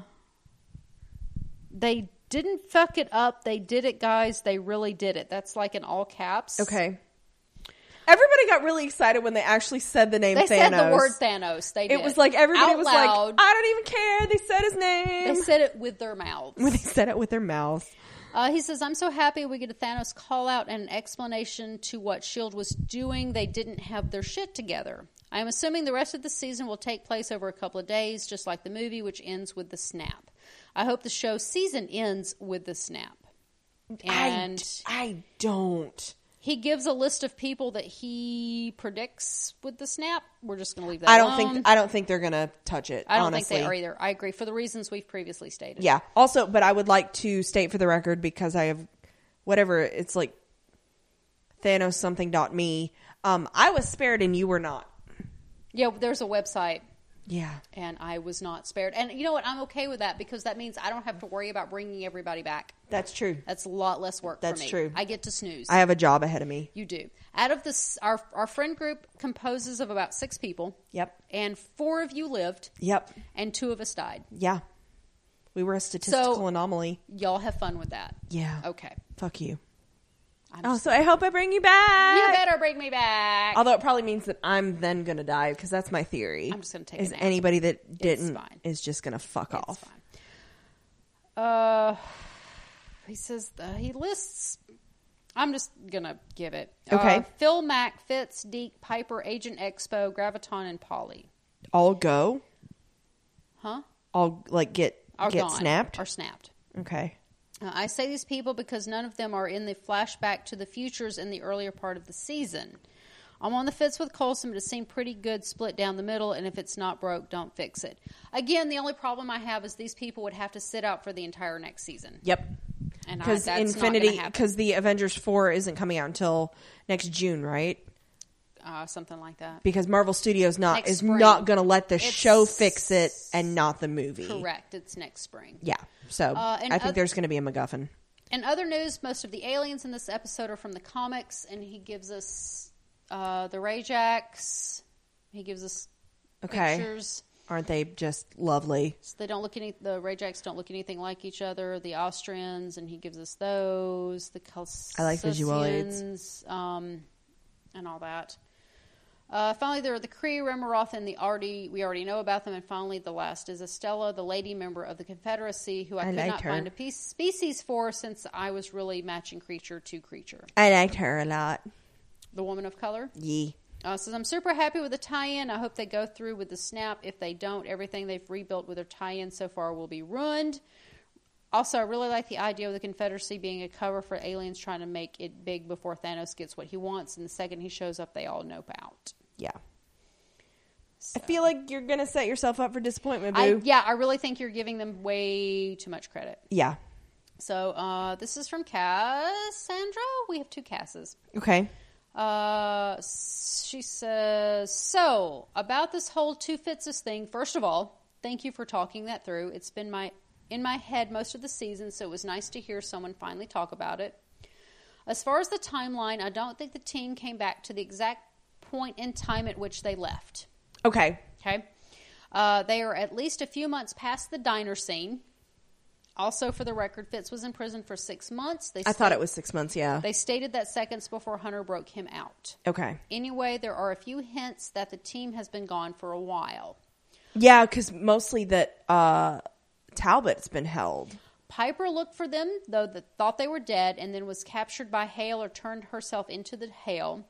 Speaker 2: they didn't fuck it up. They did it, guys. They really did it. That's like in all caps.
Speaker 1: Okay. Everybody got really excited when they actually said the name
Speaker 2: They
Speaker 1: Thanos.
Speaker 2: said the word Thanos. They did.
Speaker 1: It was like everybody
Speaker 2: Out
Speaker 1: was
Speaker 2: loud.
Speaker 1: like, I don't even care. They said his name.
Speaker 2: They said it with their mouths.
Speaker 1: when they said it with their mouths.
Speaker 2: Uh, he says, I'm so happy we get a Thanos call out and an explanation to what S.H.I.E.L.D. E was doing. They didn't have their shit together. I am assuming the rest of the season will take place over a couple of days, just like the movie, which ends with the snap. I hope the show season ends with the snap. And
Speaker 1: I, I don't.
Speaker 2: he gives a list of people that he predicts with the snap. We're just going to leave that
Speaker 1: I don't
Speaker 2: alone.
Speaker 1: think I don't think they're gonna touch it.
Speaker 2: I don't
Speaker 1: honestly.
Speaker 2: think they are either. I agree for the reasons we've previously stated.
Speaker 1: Yeah. Also, but I would like to state for the record because I have whatever it's like Thanos something dot me. Um, I was spared and you were not.
Speaker 2: Yeah, there's a website
Speaker 1: Yeah.
Speaker 2: and I was not spared. And you know what? I'm okay with that because that means I don't have to worry about bringing everybody back.
Speaker 1: That's true.
Speaker 2: That's a lot less work.
Speaker 1: That's
Speaker 2: for me.
Speaker 1: true.
Speaker 2: I get to snooze.
Speaker 1: I have a job ahead of me.
Speaker 2: you do. Out of this, our our friend group composes of about six people.
Speaker 1: Yep.
Speaker 2: And four of you lived,
Speaker 1: Yep.
Speaker 2: and two of us died.
Speaker 1: Yeah. We were a statistical
Speaker 2: So-
Speaker 1: anomaly.
Speaker 2: Y'all have fun with that.
Speaker 1: Yeah.
Speaker 2: Okay.
Speaker 1: Fuck you.
Speaker 2: I'm
Speaker 1: Oh, so I hope I bring you back.
Speaker 2: You better bring me back.
Speaker 1: Although it probably means that I'm then gonna die because that's my theory.
Speaker 2: I'm just gonna take a
Speaker 1: is
Speaker 2: nap.
Speaker 1: anybody that didn't
Speaker 2: fine.
Speaker 1: is just gonna fuck
Speaker 2: It's
Speaker 1: off.
Speaker 2: fine. Uh, he says uh, he lists. I'm just gonna give it.
Speaker 1: Okay.
Speaker 2: Uh, Phil Mack, Fitz, Deke, Piper, Agent Expo, Graviton, and Polly.
Speaker 1: I'll go.
Speaker 2: Huh?
Speaker 1: I'll like get
Speaker 2: Are
Speaker 1: get
Speaker 2: gone,
Speaker 1: snapped.
Speaker 2: Are snapped.
Speaker 1: okay.
Speaker 2: Uh, I say these people because none of them are in the flashback to the futures in the earlier part of the season. I'm on the fence with Colson, but it seemed pretty good split down the middle, and if it's not broke, don't fix it. Again, the only problem I have is these people would have to sit out for the entire next season.
Speaker 1: Yep.
Speaker 2: And I-
Speaker 1: Because
Speaker 2: that's not gonna
Speaker 1: Infinity,
Speaker 2: happen.
Speaker 1: because the Avengers four isn't coming out until next June, right?
Speaker 2: uh, something like that.
Speaker 1: Because Marvel Studios not
Speaker 2: Next
Speaker 1: is
Speaker 2: spring.
Speaker 1: not going to let the
Speaker 2: It's-
Speaker 1: show fix it and not the movie.
Speaker 2: Correct. It's next spring.
Speaker 1: Yeah. So
Speaker 2: Uh,
Speaker 1: I
Speaker 2: and
Speaker 1: think
Speaker 2: oth-
Speaker 1: there's going to be a MacGuffin.
Speaker 2: In other news, most of the aliens in this episode are from the comics, and he gives us uh, the Rayjacks. He gives us
Speaker 1: Okay.
Speaker 2: pictures.
Speaker 1: Aren't they just lovely?
Speaker 2: So they don't look any. The Rayjacks don't look anything like each other. The Austrians, and he gives us those. The
Speaker 1: I like visual aids.
Speaker 2: Calcians, um, and all that. Uh, finally, there are the Kree, Remeroth, and the Arty. We already know about them. And finally, the last is Estella, the lady member of the Confederacy, who I,
Speaker 1: I
Speaker 2: could
Speaker 1: like
Speaker 2: not
Speaker 1: her.
Speaker 2: find a piece, species for since I was really matching creature to creature.
Speaker 1: I liked her a lot.
Speaker 2: The woman of color.
Speaker 1: Yee.
Speaker 2: Uh, says, I'm super happy with the tie in. I hope they go through with the snap. If they don't, everything they've rebuilt with their tie in so far will be ruined. Also, I really like the idea of the Confederacy being a cover for aliens trying to make it big before Thanos gets what he wants. And the second he shows up, they all nope out.
Speaker 1: Yeah. I feel like you're going to set yourself up for disappointment, boo.
Speaker 2: I, yeah, I really think you're giving them way too much credit.
Speaker 1: yeah.
Speaker 2: So, uh, this is from Cassandra. We have two Casses.
Speaker 1: Okay.
Speaker 2: Uh, she says, so about this whole two fitses thing. First of all, thank you for talking that through. It's been my in my head most of the season, so it was nice to hear someone finally talk about it. As far as the timeline, I don't think the team came back to the exact point in time at which they left.
Speaker 1: Okay.
Speaker 2: Okay, uh, they are at least a few months past the diner scene. Also, for the record, Fitz was in prison for six months. They
Speaker 1: I thought it was six months. Yeah.
Speaker 2: they stated that seconds before Hunter broke him out.
Speaker 1: Okay.
Speaker 2: Anyway, there are a few hints that the team has been gone for a while.
Speaker 1: Yeah, because mostly that uh, Talbot's been held.
Speaker 2: Piper looked for them, though the, thought they were dead, and then was captured by Hale or turned herself into the Hale.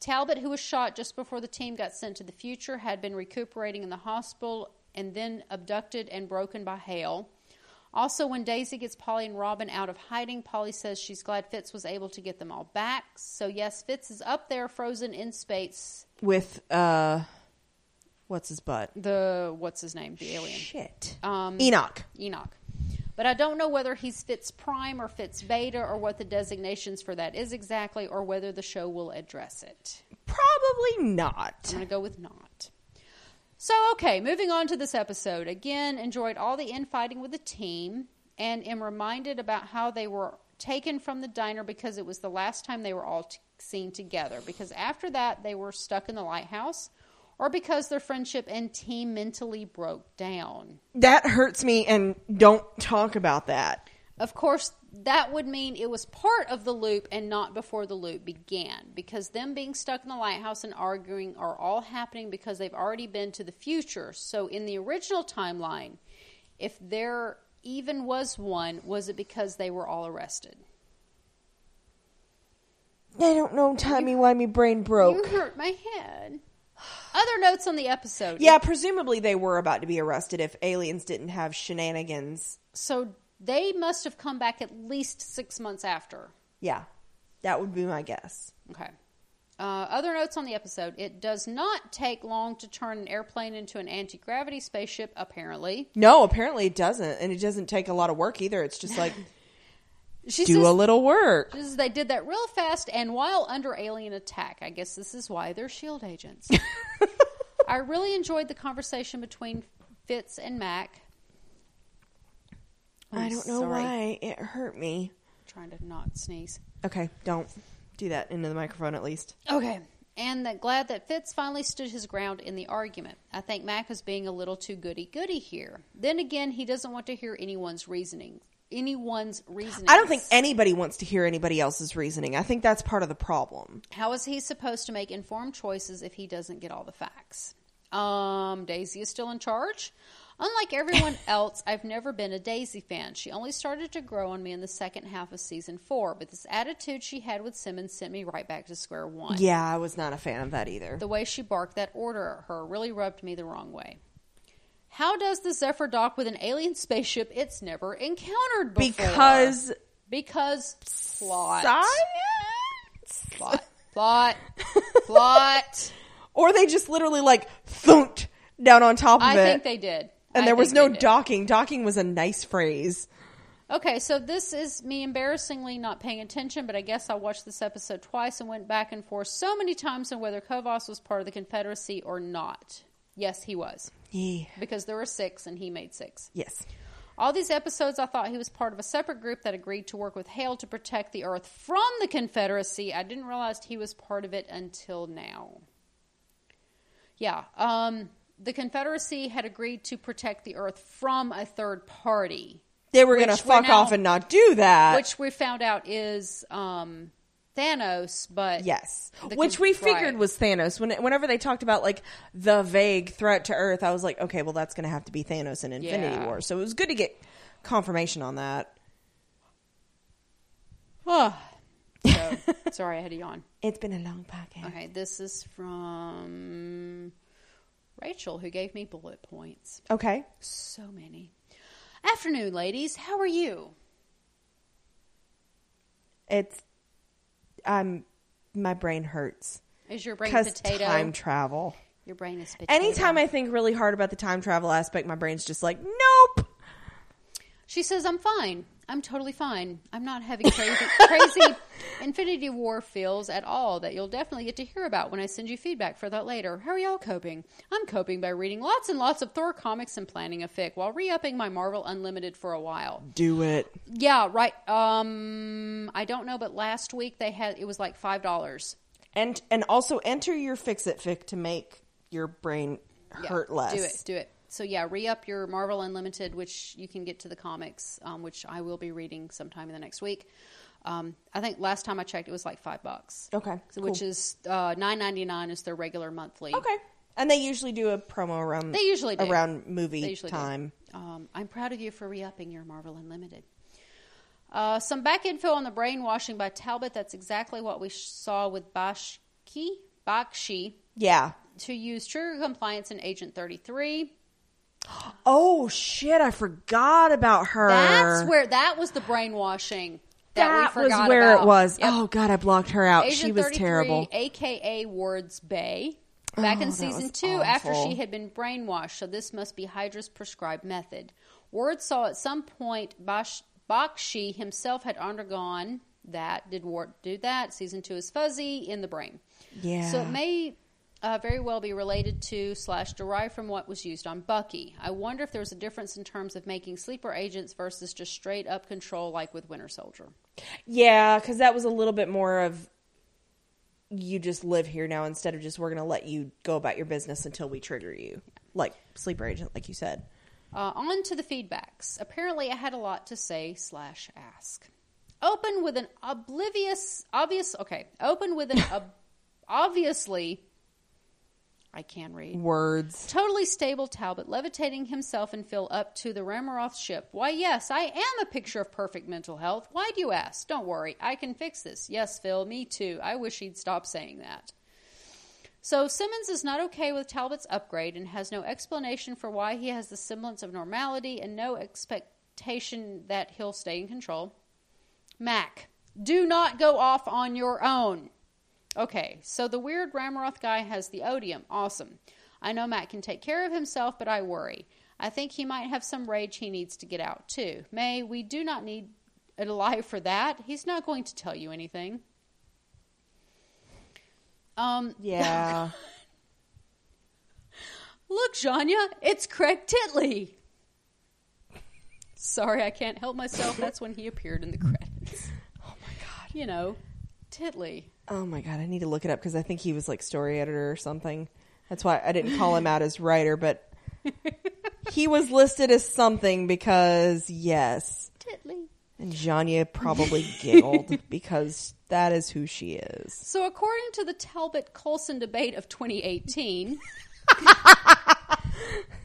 Speaker 2: Talbot, who was shot just before the team got sent to the future, had been recuperating in the hospital and then abducted and broken by Hale. Also, when Daisy gets Polly and Robin out of hiding, Polly says she's glad Fitz was able to get them all back. So, yes, Fitz is up there, frozen in space.
Speaker 1: with uh what's his butt
Speaker 2: The, what's his name? The alien.
Speaker 1: shit
Speaker 2: Um,
Speaker 1: enoch
Speaker 2: Enoch. But I don't know whether he's Fitz Prime or Fitz Beta or what the designations for that is exactly or whether the show will address it.
Speaker 1: probably not
Speaker 2: I'm going to go with not. So, okay, moving on to this episode. Again, enjoyed all the infighting with the team and am reminded about how they were taken from the diner because it was the last time they were all t- seen together. Because after that, they were stuck in the lighthouse or because their friendship and team mentally broke down.
Speaker 1: that hurts me and don't talk about that
Speaker 2: Of course, that would mean it was part of the loop and not before the loop began, because them being stuck in the lighthouse and arguing are all happening because they've already been to the future. So, in the original timeline, if there even was one, was it because they were all arrested?
Speaker 1: i don't know timey wimey brain broke
Speaker 2: You hurt my head. Other notes on the episode.
Speaker 1: yeah presumably they were about to be arrested if aliens didn't have shenanigans
Speaker 2: So they must have come back at least six months after.
Speaker 1: yeah that would be my guess
Speaker 2: Okay. Uh, other notes on the episode. It does not take long to turn an airplane into an anti gravity spaceship, apparently.
Speaker 1: no apparently it doesn't and it doesn't take a lot of work either it's just like
Speaker 2: She
Speaker 1: do
Speaker 2: says,
Speaker 1: a little work
Speaker 2: she says they did that real fast and while under alien attack. I guess this is why they're shield E agents. I really enjoyed the conversation between Fitz and Mac.
Speaker 1: i
Speaker 2: I'm
Speaker 1: don't know
Speaker 2: sorry.
Speaker 1: why it hurt me
Speaker 2: Trying to not sneeze.
Speaker 1: okay don't do that into the microphone at least
Speaker 2: Okay. And that glad that Fitz finally stood his ground in the argument. I think Mac was being a little too goody goody here. Then again, he doesn't want to hear anyone's reasoning. Anyone's reasoning.
Speaker 1: I don't think anybody wants to hear anybody else's reasoning. I think that's part of the problem.
Speaker 2: How is he supposed to make informed choices if he doesn't get all the facts? Um, Daisy is still in charge. Unlike everyone else, I've never been a Daisy fan. She only started to grow on me in the second half of season four, but this attitude she had with Simmons sent me right back to square one.
Speaker 1: Yeah, I was not a fan of that either.
Speaker 2: The way she barked that order at her really rubbed me the wrong way. How does the Zephyr dock with an alien spaceship it's never encountered before?
Speaker 1: because
Speaker 2: because plot
Speaker 1: science,
Speaker 2: plot plot plot.
Speaker 1: or they just literally like thunked down on top of
Speaker 2: I
Speaker 1: it,
Speaker 2: think they did,
Speaker 1: and
Speaker 2: I
Speaker 1: there was
Speaker 2: think they
Speaker 1: no
Speaker 2: did.
Speaker 1: docking. Docking was a nice phrase.
Speaker 2: Okay, so this is me embarrassingly not paying attention, but I guess I watched this episode twice and went back and forth so many times on whether Kovas was part of the Confederacy or not. Yes, he was
Speaker 1: Yeah.
Speaker 2: because there were six and he made six.
Speaker 1: Yes,
Speaker 2: All these episodes, I thought he was part of a separate group that agreed to work with Hale to protect the Earth from the Confederacy. I didn't realize he was part of it until now. Yeah, um, the Confederacy had agreed to protect the Earth from a third party,
Speaker 1: they were going to
Speaker 2: Which we're
Speaker 1: fuck
Speaker 2: now-
Speaker 1: off and not do that.
Speaker 2: which we found out is um, Thanos. But
Speaker 1: yes,
Speaker 2: the
Speaker 1: which
Speaker 2: con-
Speaker 1: we figured
Speaker 2: right.
Speaker 1: was Thanos. When whenever they talked about like the vague threat to Earth, I was like, okay, well that's going to have to be Thanos in Infinity
Speaker 2: Yeah.
Speaker 1: War. So it was good to get confirmation on that.
Speaker 2: So, sorry, I had a yawn.
Speaker 1: It's been a long podcast.
Speaker 2: Okay, this is from Rachel, who gave me bullet points.
Speaker 1: Okay.
Speaker 2: So many. Afternoon, ladies. How are you?
Speaker 1: It's um my brain hurts
Speaker 2: Is your brain
Speaker 1: because
Speaker 2: potato?
Speaker 1: time travel.
Speaker 2: your brain is potato.
Speaker 1: Anytime I think really hard about the time travel aspect, my brain's just like, nope.
Speaker 2: she says, "I'm fine. I'm totally fine. I'm not having crazy, crazy Infinity War feels at all that you'll definitely get to hear about when I send you feedback for that later. How are y'all coping? I'm coping by reading lots and lots of Thor comics and planning a fic while re-upping my Marvel Unlimited for a while.
Speaker 1: Do it.
Speaker 2: Yeah, right. Um, I don't know, but last week they had it was like five dollars.
Speaker 1: And and also enter your fix it fic to make your brain
Speaker 2: Yeah,
Speaker 1: hurt less.
Speaker 2: Do it. Do it. So yeah, re up your Marvel Unlimited, which you can get to the comics, um, which I will be reading sometime in the next week. Um, I think last time I checked, it was like five bucks.
Speaker 1: Okay,
Speaker 2: so, which
Speaker 1: cool.
Speaker 2: is uh, nine ninety nine is their regular monthly.
Speaker 1: Okay. And they usually do a promo around
Speaker 2: They usually do.
Speaker 1: around movie
Speaker 2: They usually do.
Speaker 1: time.
Speaker 2: Um, I'm proud of you for re-upping your Marvel Unlimited. Uh, some back info on the brainwashing by Talbot. That's exactly what we sh- saw with Bashki, Bakshi
Speaker 1: Yeah.
Speaker 2: to use trigger compliance in Agent 33.
Speaker 1: Oh shit! I forgot about her.
Speaker 2: That's where that was the brainwashing that,
Speaker 1: That
Speaker 2: we
Speaker 1: was
Speaker 2: forgot
Speaker 1: where
Speaker 2: about.
Speaker 1: it was.
Speaker 2: Yep.
Speaker 1: Oh god, I blocked her out.
Speaker 2: Agent
Speaker 1: she was
Speaker 2: 33,
Speaker 1: terrible.
Speaker 2: aka Ward's Bay. Back
Speaker 1: Oh,
Speaker 2: in
Speaker 1: that
Speaker 2: season
Speaker 1: was
Speaker 2: two, after
Speaker 1: awful.
Speaker 2: she had been brainwashed, so this must be Hydra's prescribed method. Ward saw at some point Bash- Bakshi himself had undergone that. Did Ward do that? Season two is fuzzy in the brain.
Speaker 1: Yeah.
Speaker 2: So it may uh, very well be related to slash derived from what was used on Bucky. I wonder if there's a difference in terms of making sleeper agents versus just straight up control, like with Winter Soldier.
Speaker 1: Yeah, because that was a little bit more of you just live here now instead of just we're going to let you go about your business until we trigger you, like sleeper agent, like you said.
Speaker 2: Uh, on to the feedbacks. Apparently, I had a lot to say slash ask. Open with an oblivious, obvious. Okay, open with an ob- obviously. I can read.
Speaker 1: Words.
Speaker 2: Totally stable Talbot levitating himself and Phil up to the Ramaroth ship. Why, yes, I am a picture of perfect mental health. Why do you ask? Don't worry, I can fix this. Yes, Phil, me too. I wish he'd stop saying that. So Simmons is not okay with Talbot's upgrade and has no explanation for why he has the semblance of normality and no expectation that he'll stay in control. Mac, do not go off on your own. Okay, so the weird Ramaroth guy has the odium. Awesome. I know Matt can take care of himself, but I worry. I think he might have some rage he needs to get out too. May, we do not need it alive for that. He's not going to tell you anything. Um,
Speaker 1: Yeah.
Speaker 2: Look, Janya, it's Craig Titley. Sorry, I can't help myself. That's when he appeared in the credits.
Speaker 1: oh my god.
Speaker 2: You know, Titley.
Speaker 1: Oh my god. I need to look it up because I think he was like story editor or something. That's why I didn't call him out as writer, but he was listed as something because yes.
Speaker 2: Titley.
Speaker 1: And Janya probably giggled because that is who she is.
Speaker 2: So, according to the Talbot Colson debate of 2018,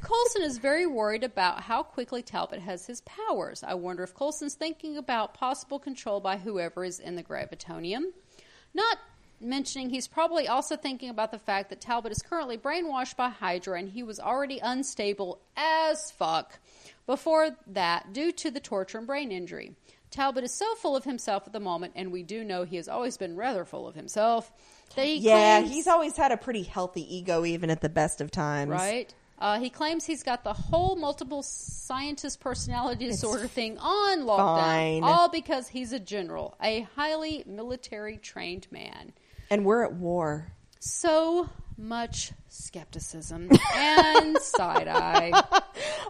Speaker 2: Colson is very worried about how quickly Talbot has his powers. I wonder if Colson's thinking about possible control by whoever is in the gravitonium. Not mentioning he's probably also thinking about the fact that Talbot is currently brainwashed by Hydra and he was already unstable as fuck before that due to the torture and brain injury. Talbot is so full of himself at the moment, and we do know he has always been rather full of himself. That he
Speaker 1: Yeah,
Speaker 2: claims-
Speaker 1: he's always had a pretty healthy ego, even at the best of times.
Speaker 2: Right. Uh, he claims he's got the whole multiple scientist personality disorder thing on lockdown,
Speaker 1: fine.
Speaker 2: all because he's a general, a highly military trained man.
Speaker 1: And we're at war.
Speaker 2: So much skepticism and side eye.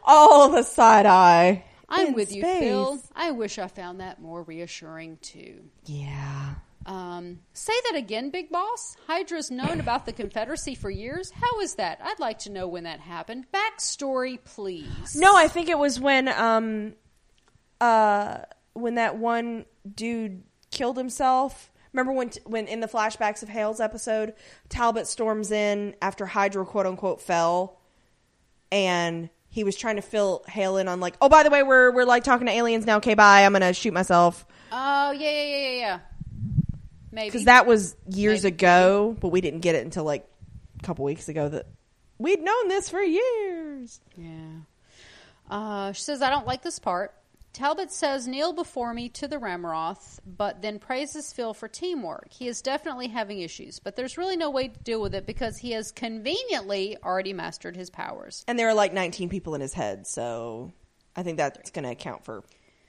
Speaker 1: All the side eye.
Speaker 2: I'm
Speaker 1: In
Speaker 2: with you,
Speaker 1: space.
Speaker 2: Phil. I wish I found that more reassuring too.
Speaker 1: Yeah.
Speaker 2: Um, say that again, Big Boss. Hydra's known about the Confederacy for years. How is that? I'd like to know when that happened. Backstory, please.
Speaker 1: No, I think it was when um uh when that one dude killed himself. Remember when when in the flashbacks of Hale's episode, Talbot storms in after Hydra quote unquote fell and he was trying to fill Hale in on like, "Oh, by the way, we're we're like talking to aliens now. Okay, bye. I'm going to shoot myself."
Speaker 2: Oh yeah, yeah, yeah, yeah, yeah. Maybe
Speaker 1: because that was years
Speaker 2: Maybe.
Speaker 1: ago, but we didn't get it until like a couple weeks ago. That we'd known this for years.
Speaker 2: Yeah. Uh, she says, "I don't like this part." Talbot says, "Kneel before me to the Ramaroth," but then praises Phil for teamwork. He is definitely having issues, but there's really no way to deal with it because he has conveniently already mastered his powers.
Speaker 1: And there are like 19 people in his head, so I think that's going to account for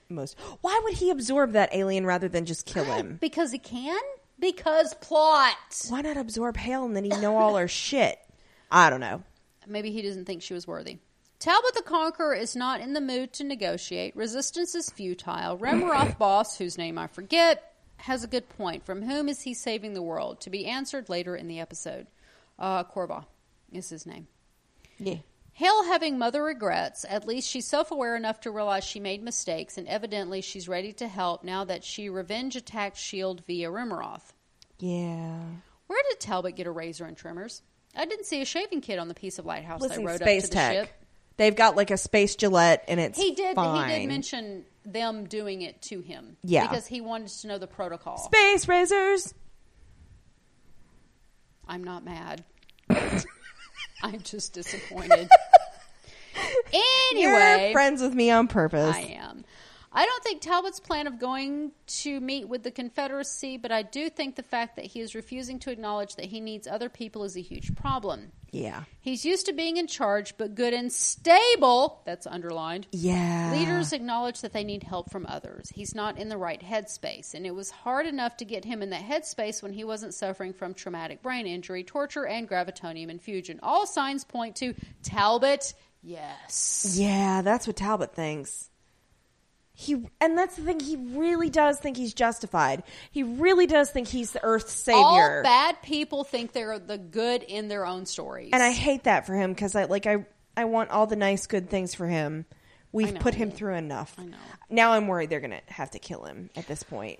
Speaker 1: most. Why would he absorb that alien rather than just kill him?
Speaker 2: Because he can. Because plot.
Speaker 1: Why not absorb Hale and then he'd know all our shit? I don't know.
Speaker 2: Maybe he doesn't think she was worthy. Talbot the Conqueror is not in the mood to negotiate. Resistance is futile. Ramaroth boss, whose name I forget, has a good point. From whom is he saving the world? To be answered later in the episode. Uh, Korva is his name.
Speaker 1: Yeah.
Speaker 2: Hale having mother regrets, at least she's self aware enough to realize she made mistakes, and evidently she's ready to help now that she revenge E attacked S.H.I.E.L.D. via Ramaroth.
Speaker 1: Yeah.
Speaker 2: Where did Talbot get a razor and trimmers? I didn't see a shaving kit on the piece of lighthouse they
Speaker 1: Listen,
Speaker 2: rode
Speaker 1: Space
Speaker 2: up to
Speaker 1: Tech.
Speaker 2: the ship.
Speaker 1: They've got like a space Gillette, and it's
Speaker 2: He did.
Speaker 1: Fine.
Speaker 2: He did mention them doing it to him.
Speaker 1: Yeah.
Speaker 2: because he wanted to know the protocol.
Speaker 1: space razors.
Speaker 2: I'm not mad. I'm just disappointed. anyway,
Speaker 1: You're friends with me on purpose.
Speaker 2: I am. I don't think Talbot's plan of going to meet with the Confederacy, but I do think the fact that he is refusing to acknowledge that he needs other people is a huge problem.
Speaker 1: yeah,
Speaker 2: He's used to being in charge, but good and stable, that's underlined.
Speaker 1: yeah.
Speaker 2: Leaders acknowledge that they need help from others. He's not in the right headspace, and it was hard enough to get him in that headspace when he wasn't suffering from traumatic brain injury, torture, and gravitonium infusion. All signs point to Talbot, yes.
Speaker 1: Yeah, that's what Talbot thinks. He and that's the thing. He really does think he's justified. He really does think he's the Earth's savior.
Speaker 2: All bad people think they're the good in their own stories.
Speaker 1: and I hate that for him because I like I I want all the nice good things for him. We've
Speaker 2: know.
Speaker 1: put him through enough. I
Speaker 2: know.
Speaker 1: Now I'm worried they're gonna have to kill him at this point.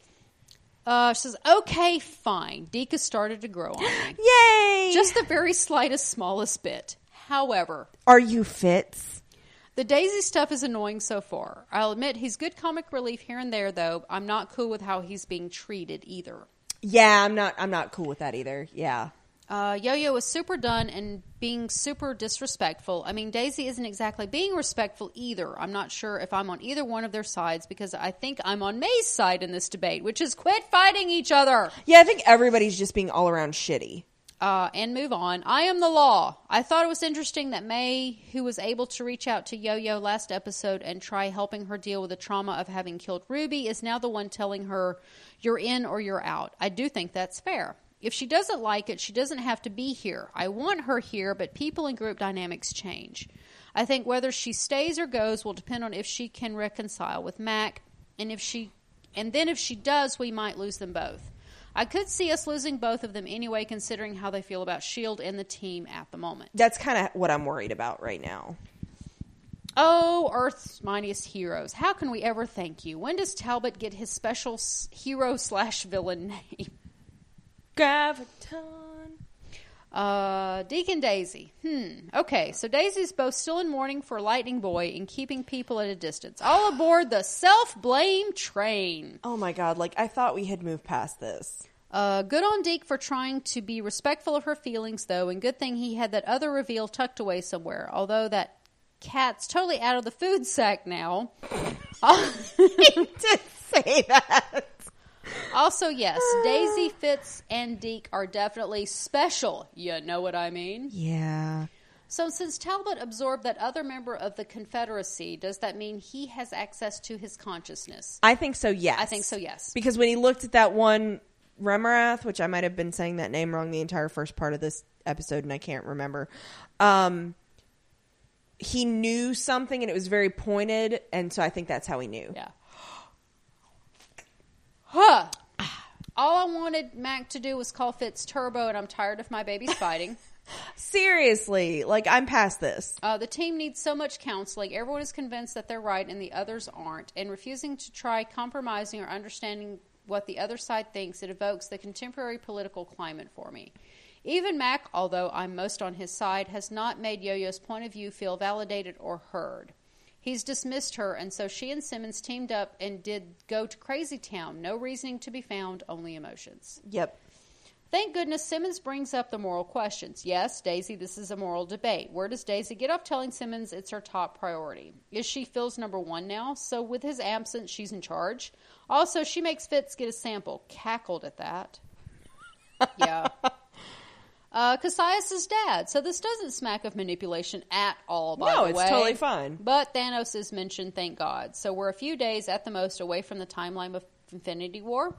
Speaker 2: uh, she says, okay, fine. Deke started to grow on me.
Speaker 1: Yay!
Speaker 2: Just the very slightest, smallest bit. However,
Speaker 1: are you Fitz?
Speaker 2: The Daisy stuff is annoying so far. I'll admit he's good comic relief here and there, though. I'm not cool with how he's being treated either.
Speaker 1: Yeah, I'm not. I'm not cool with that either. Yeah.
Speaker 2: Uh, Yo Yo is super done and being super disrespectful. I mean, Daisy isn't exactly being respectful either. I'm not sure if I'm on either one of their sides because I think I'm on May's side in this debate, which is quit fighting each other
Speaker 1: Yeah, I think everybody's just being all around shitty.
Speaker 2: uh, and move on. I am the law. I thought it was interesting that May, who was able to reach out to Yo Yo last episode and try helping her deal with the trauma of having killed Ruby, is now the one telling her, you're in or you're out. I do think that's fair. If she doesn't like it, she doesn't have to be here. I want her here, but people and group dynamics change. I think whether she stays or goes will depend on if she can reconcile with Mac and if she and then if she does, we might lose them both. I could see us losing both of them anyway, considering how they feel about Shield E and the team at the moment.
Speaker 1: That's kind of what I'm worried about right now.
Speaker 2: Oh, Earth's mightiest heroes! How can we ever thank you? When does Talbot get his special s- hero slash villain name?
Speaker 1: Graviton.
Speaker 2: Uh, Deacon Daisy. Hmm. Okay, so Daisy's both still in mourning for Lightning Boy and keeping people at a distance. All aboard the self blame train.
Speaker 1: Oh my god, like I thought we had moved past this.
Speaker 2: Uh, good on Deke for trying to be respectful of her feelings, though, and good thing he had that other reveal tucked away somewhere. Although that cat's totally out of the food sack now.
Speaker 1: Did say that.
Speaker 2: Also, yes, Daisy, Fitz, and Deke are definitely special. You know what I mean?
Speaker 1: Yeah.
Speaker 2: So, since Talbot absorbed that other member of the Confederacy, does that mean he has access to his consciousness?
Speaker 1: I think so, yes.
Speaker 2: I think so, yes.
Speaker 1: Because when he looked at that one Remarath, which I might have been saying that name wrong the entire first part of this episode and I can't remember. Um he knew something and it was very pointed and so I think that's how he knew.
Speaker 2: Yeah. Huh. All I wanted Mac to do was call Fitz Turbo, and I'm tired of my babies fighting.
Speaker 1: Seriously, like I'm past this.
Speaker 2: Uh, the team needs so much counseling. Everyone is convinced that they're right and the others aren't, and refusing to try compromising or understanding what the other side thinks, it evokes the contemporary political climate for me. Even Mac, although I'm most on his side, has not made Yo Yo's point of view feel validated or heard. He's dismissed her, and so she and Simmons teamed up and did go to Crazy Town. No reasoning to be found, only emotions.
Speaker 1: Yep.
Speaker 2: Thank goodness Simmons brings up the moral questions. Yes, Daisy, this is a moral debate. Where does Daisy get off telling Simmons it's her top priority? Is she Phil's number one now? So, with his absence, she's in charge. Also, she makes Fitz get a sample. Cackled at that. Yeah. Uh, Cassius's dad. So this doesn't smack of manipulation at all. By
Speaker 1: No,
Speaker 2: the
Speaker 1: it's
Speaker 2: way.
Speaker 1: totally fine.
Speaker 2: But Thanos is mentioned, thank God. So we're a few days at the most away from the timeline of Infinity War.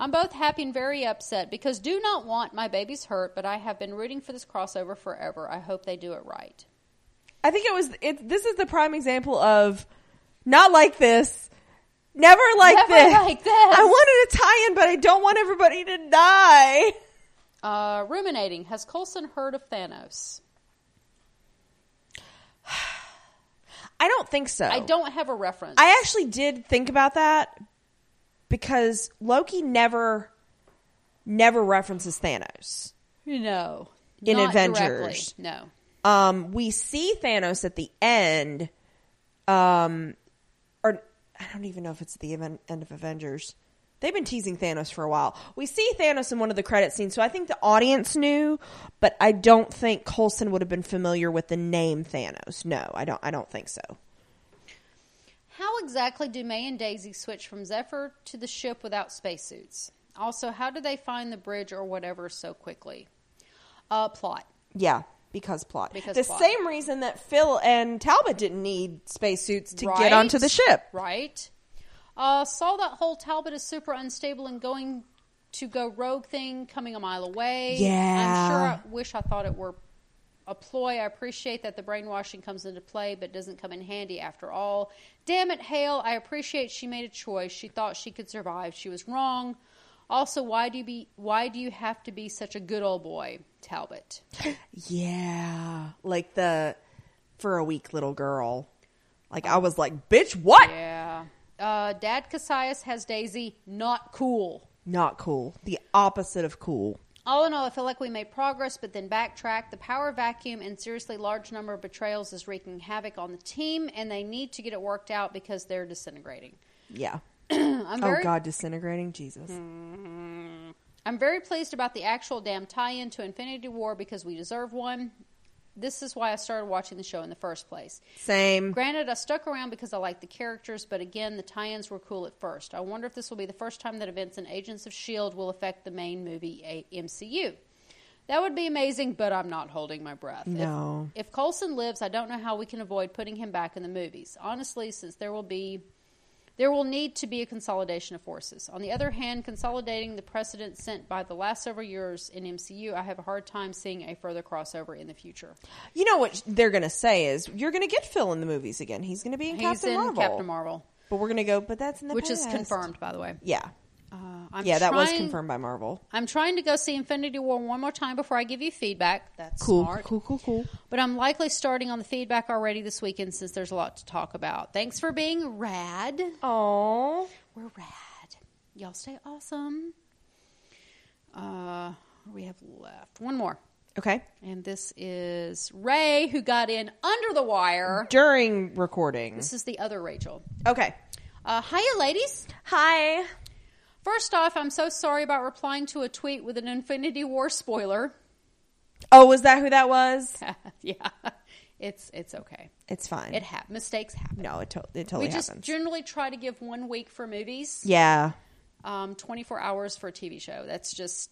Speaker 2: I'm both happy and very upset because do not want my babies hurt, but I have been rooting for this crossover forever. I hope they do it right.
Speaker 1: I think it was. It, this is the prime example of not like this, never like
Speaker 2: Never
Speaker 1: this.
Speaker 2: like this.
Speaker 1: I wanted a tie-in, but I don't want everybody to die.
Speaker 2: Uh, ruminating. Has Coulson heard of Thanos?
Speaker 1: I don't think so.
Speaker 2: I don't have a reference.
Speaker 1: I actually did think about that because Loki never, never references Thanos.
Speaker 2: no.
Speaker 1: in
Speaker 2: Not directly,
Speaker 1: Avengers.
Speaker 2: No.
Speaker 1: Um, we see Thanos at the end. Um, or I don't even know if it's at the event, end of Avengers. They've been teasing Thanos for a while. We see Thanos in one of the credit scenes, so I think the audience knew, but I don't think Coulson would have been familiar with the name Thanos. No, I don't. I don't think so.
Speaker 2: How exactly do May and Daisy switch from Zephyr to the ship without spacesuits? Also, how do they find the bridge or whatever so quickly? Uh, plot.
Speaker 1: Yeah, because plot.
Speaker 2: Because
Speaker 1: the
Speaker 2: plot.
Speaker 1: same reason that Phil and Talbot didn't need spacesuits to get
Speaker 2: Right?
Speaker 1: onto the ship.
Speaker 2: Right. Uh, saw that whole Talbot is super unstable and going to go rogue thing coming a mile away.
Speaker 1: Yeah.
Speaker 2: I'm sure I wish I thought it were a ploy. I appreciate that the brainwashing comes into play, but doesn't come in handy after all. Damn it, Hale. I appreciate she made a choice. She thought she could survive. She was wrong. Also, why do you be why do you have to be such a good old boy, Talbot?
Speaker 1: Yeah, like the for a weak little girl. Like I was like, bitch, what?
Speaker 2: Yeah. Uh, Dad Cassius has Daisy not cool.
Speaker 1: Not cool. The opposite of cool.
Speaker 2: All in all, I feel like we made progress, but then backtracked. The power vacuum and seriously large number of betrayals is wreaking havoc on the team, and they need to get it worked out because they're disintegrating.
Speaker 1: Yeah.
Speaker 2: I'm
Speaker 1: Oh
Speaker 2: very, Hmm.
Speaker 1: God, disintegrating Jesus.
Speaker 2: I'm very pleased about the actual damn tie-in to Infinity War because we deserve one. This is why I started watching the show in the first place.
Speaker 1: Same.
Speaker 2: Granted, I stuck around because I liked the characters, but again, the tie-ins were cool at first. I wonder if this will be the first time that events in Agents of Shield E will affect the main movie a- MCU. That would be amazing, but I'm not holding my breath. If-
Speaker 1: No.
Speaker 2: If, Coulson lives, I don't know how we can avoid putting him back in the movies. Honestly, since there will be there will need to be a consolidation of forces. On the other hand, consolidating the precedent sent by the last several years in MCU, I have a hard time seeing a further crossover in the future.
Speaker 1: You know what they're gonna say is you're gonna get Phil in the movies again. He's gonna be in,
Speaker 2: He's
Speaker 1: Captain,
Speaker 2: in
Speaker 1: Marvel.
Speaker 2: Captain Marvel.
Speaker 1: But we're gonna go. But that's in the
Speaker 2: which is
Speaker 1: past."
Speaker 2: confirmed, by the way.
Speaker 1: Yeah.
Speaker 2: Uh, I'm
Speaker 1: yeah, that was
Speaker 2: trying-
Speaker 1: confirmed by Marvel.
Speaker 2: I'm trying to go see Infinity War one more time before I give you feedback. That's
Speaker 1: Cool.
Speaker 2: smart.
Speaker 1: Cool. Cool. Cool.
Speaker 2: But I'm likely starting on the feedback already this weekend since there's a lot to talk about. Thanks for being rad.
Speaker 1: Oh.
Speaker 2: We're rad. Y'all stay awesome. Uh, what do we have left one more,
Speaker 1: Okay.
Speaker 2: and this is Ray who got in under the wire.
Speaker 1: During recording.
Speaker 2: This is the other Rachel.
Speaker 1: Okay.
Speaker 2: Uh, hiya, ladies.
Speaker 1: Hi.
Speaker 2: First off, I'm so sorry about replying to a tweet with an Infinity War spoiler.
Speaker 1: Oh, was that who that was?
Speaker 2: yeah, it's it's okay.
Speaker 1: It's fine.
Speaker 2: It ha- mistakes happen.
Speaker 1: no, it, to- it
Speaker 2: we
Speaker 1: totally
Speaker 2: just
Speaker 1: happens.
Speaker 2: generally try to give one week for movies,
Speaker 1: yeah.
Speaker 2: um, twenty four hours for a TV show. That's just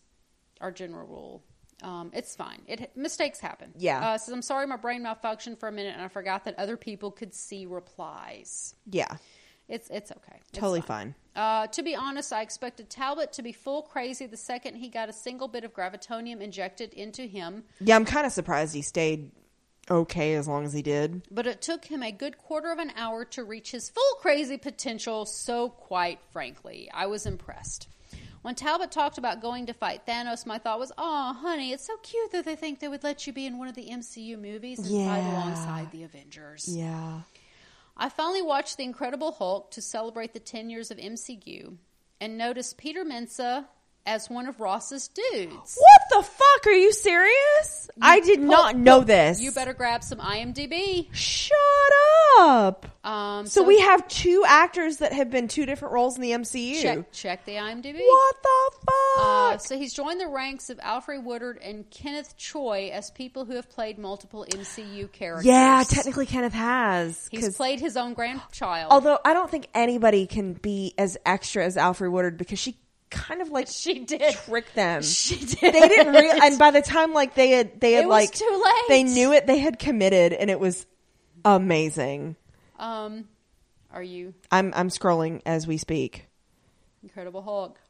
Speaker 2: our general rule. Um, it's fine. It mistakes happen.
Speaker 1: Yeah.
Speaker 2: Uh, says I'm sorry, my brain malfunctioned for a minute, and I forgot that other people could see replies.
Speaker 1: Yeah.
Speaker 2: It's it's okay. It's
Speaker 1: Totally fine.
Speaker 2: Uh, to be honest, I expected Talbot to be full crazy the second he got a single bit of gravitonium injected into him,
Speaker 1: Yeah, I'm kind of surprised he stayed okay as long as he did.
Speaker 2: but it took him a good quarter of an hour to reach his full crazy potential, so quite frankly, I was impressed. When Talbot talked about going to fight Thanos, my thought was, oh, honey, it's so cute that they think they would let you be in one of the MCU movies and fight
Speaker 1: Yeah.
Speaker 2: alongside the Avengers.
Speaker 1: Yeah.
Speaker 2: I finally watched The Incredible Hulk to celebrate the 10 years of MCU and noticed Peter Mensa as one of Ross's dudes.
Speaker 1: What the fuck? Are you serious? I did not know this.
Speaker 2: You better grab some IMDb.
Speaker 1: Shut up.
Speaker 2: Um,
Speaker 1: so, we have two actors that have been two different roles in the MCU.
Speaker 2: check, check the IMDb.
Speaker 1: What the fuck?
Speaker 2: Uh, so he's joined the ranks of Alfred Woodard and Kenneth Choi as people who have played multiple MCU characters.
Speaker 1: yeah, technically Kenneth has.
Speaker 2: he's
Speaker 1: 'cause-
Speaker 2: played his own grandchild.
Speaker 1: although I don't think anybody can be as extra as Alfred Woodard because she kind of like
Speaker 2: she did.
Speaker 1: tricked them.
Speaker 2: She did.
Speaker 1: they didn't real and by the time like they had they had
Speaker 2: It was
Speaker 1: like
Speaker 2: too late.
Speaker 1: they knew it they had committed and it was amazing
Speaker 2: Um, are you
Speaker 1: i'm i'm scrolling as we speak
Speaker 2: Incredible Hulk?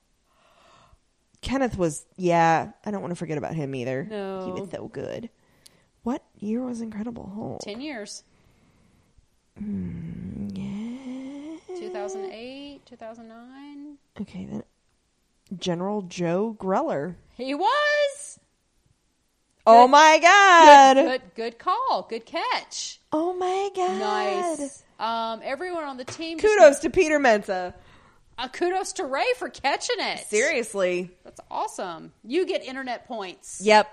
Speaker 1: kenneth was yeah i don't want to forget about him either
Speaker 2: No.
Speaker 1: he was so good what year was incredible hulk
Speaker 2: Ten years.
Speaker 1: Mm,
Speaker 2: Two thousand eight, two thousand nine.
Speaker 1: okay then general joe greller
Speaker 2: He was
Speaker 1: oh my god
Speaker 2: good. Good call. Good catch.
Speaker 1: oh my god
Speaker 2: Nice. Um, everyone on the team. just-
Speaker 1: kudos to peter mensa
Speaker 2: uh, kudos to Ray for catching it.
Speaker 1: seriously
Speaker 2: That's awesome. You get internet points.
Speaker 1: yep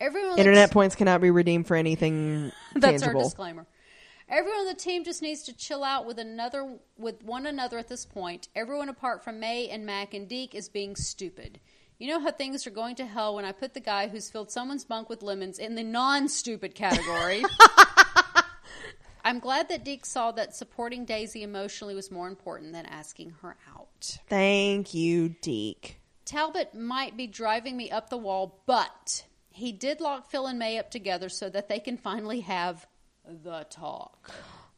Speaker 2: Everyone on the
Speaker 1: Internet points cannot be redeemed for anything
Speaker 2: That's our
Speaker 1: tangible.
Speaker 2: disclaimer. Everyone on the team just needs to chill out with another with one another at this point. Everyone apart from May and Mac and Deke is being stupid. You know how things are going to hell when I put the guy who's filled someone's bunk with lemons in the non-stupid category. I'm glad that Deke saw that supporting Daisy emotionally was more important than asking her out.
Speaker 1: Thank you, Deke.
Speaker 2: Talbot might be driving me up the wall, but he did lock Phil and May up together so that they can finally have the talk.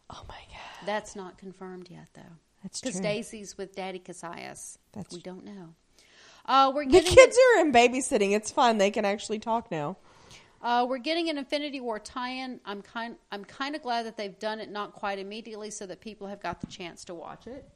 Speaker 1: Oh my god.
Speaker 2: That's not confirmed yet, though.
Speaker 1: That's
Speaker 2: because
Speaker 1: true.
Speaker 2: Daisy's with Daddy Cassias.
Speaker 1: That's-
Speaker 2: we don't know. Uh, we're
Speaker 1: The
Speaker 2: getting
Speaker 1: kids are in babysitting. It's fun. They can actually talk now.
Speaker 2: uh, we're getting an Infinity War tie-in. I'm kind I'm kind of glad that they've done it not quite immediately, so that people have got the chance to watch it.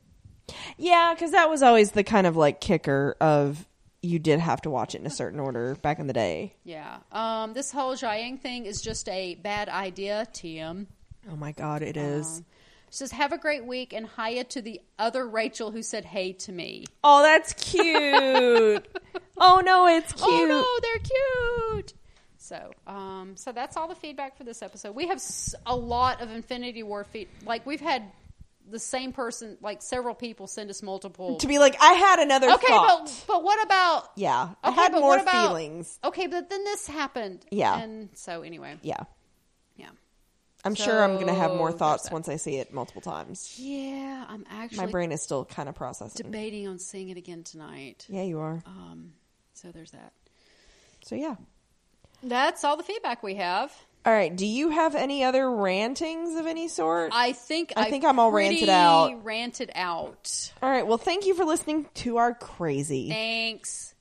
Speaker 1: Yeah, because that was always the kind of like kicker of you did have to watch it in a certain order back in the day.
Speaker 2: Yeah. Um, this whole Jiang thing is just a bad idea, TM.
Speaker 1: Oh my god, it is.
Speaker 2: Um, she says, "Have a great week," and hiya to the other Rachel who said "Hey" to me.
Speaker 1: oh, that's cute. oh no, it's cute.
Speaker 2: Oh no, they're cute. So, um, so that's all the feedback for this episode. We have s- a lot of Infinity War feed. Like we've had the same person, like several people, send us multiple.
Speaker 1: To be like, I had another
Speaker 2: okay,
Speaker 1: thought.
Speaker 2: but but what about?
Speaker 1: yeah, I
Speaker 2: okay,
Speaker 1: had
Speaker 2: but
Speaker 1: more
Speaker 2: what about-
Speaker 1: feelings.
Speaker 2: Okay, but then this happened.
Speaker 1: Yeah.
Speaker 2: and so anyway,
Speaker 1: Yeah,
Speaker 2: yeah,
Speaker 1: I'm sure I'm gonna have
Speaker 2: So,
Speaker 1: more
Speaker 2: there's
Speaker 1: thoughts
Speaker 2: that.
Speaker 1: once I see it multiple times.
Speaker 2: yeah. I'm actually
Speaker 1: My brain is still kind of processing.
Speaker 2: debating on seeing it again tonight.
Speaker 1: Yeah, you are.
Speaker 2: Um, so there's that.
Speaker 1: So yeah.
Speaker 2: That's all the feedback we have.
Speaker 1: All right. Do you have any other rantings of any sort?
Speaker 2: I think
Speaker 1: I think I'm all ranted
Speaker 2: pretty
Speaker 1: out.
Speaker 2: Ranted out.
Speaker 1: All right. Well, thank you for listening to our crazy.
Speaker 2: Thanks.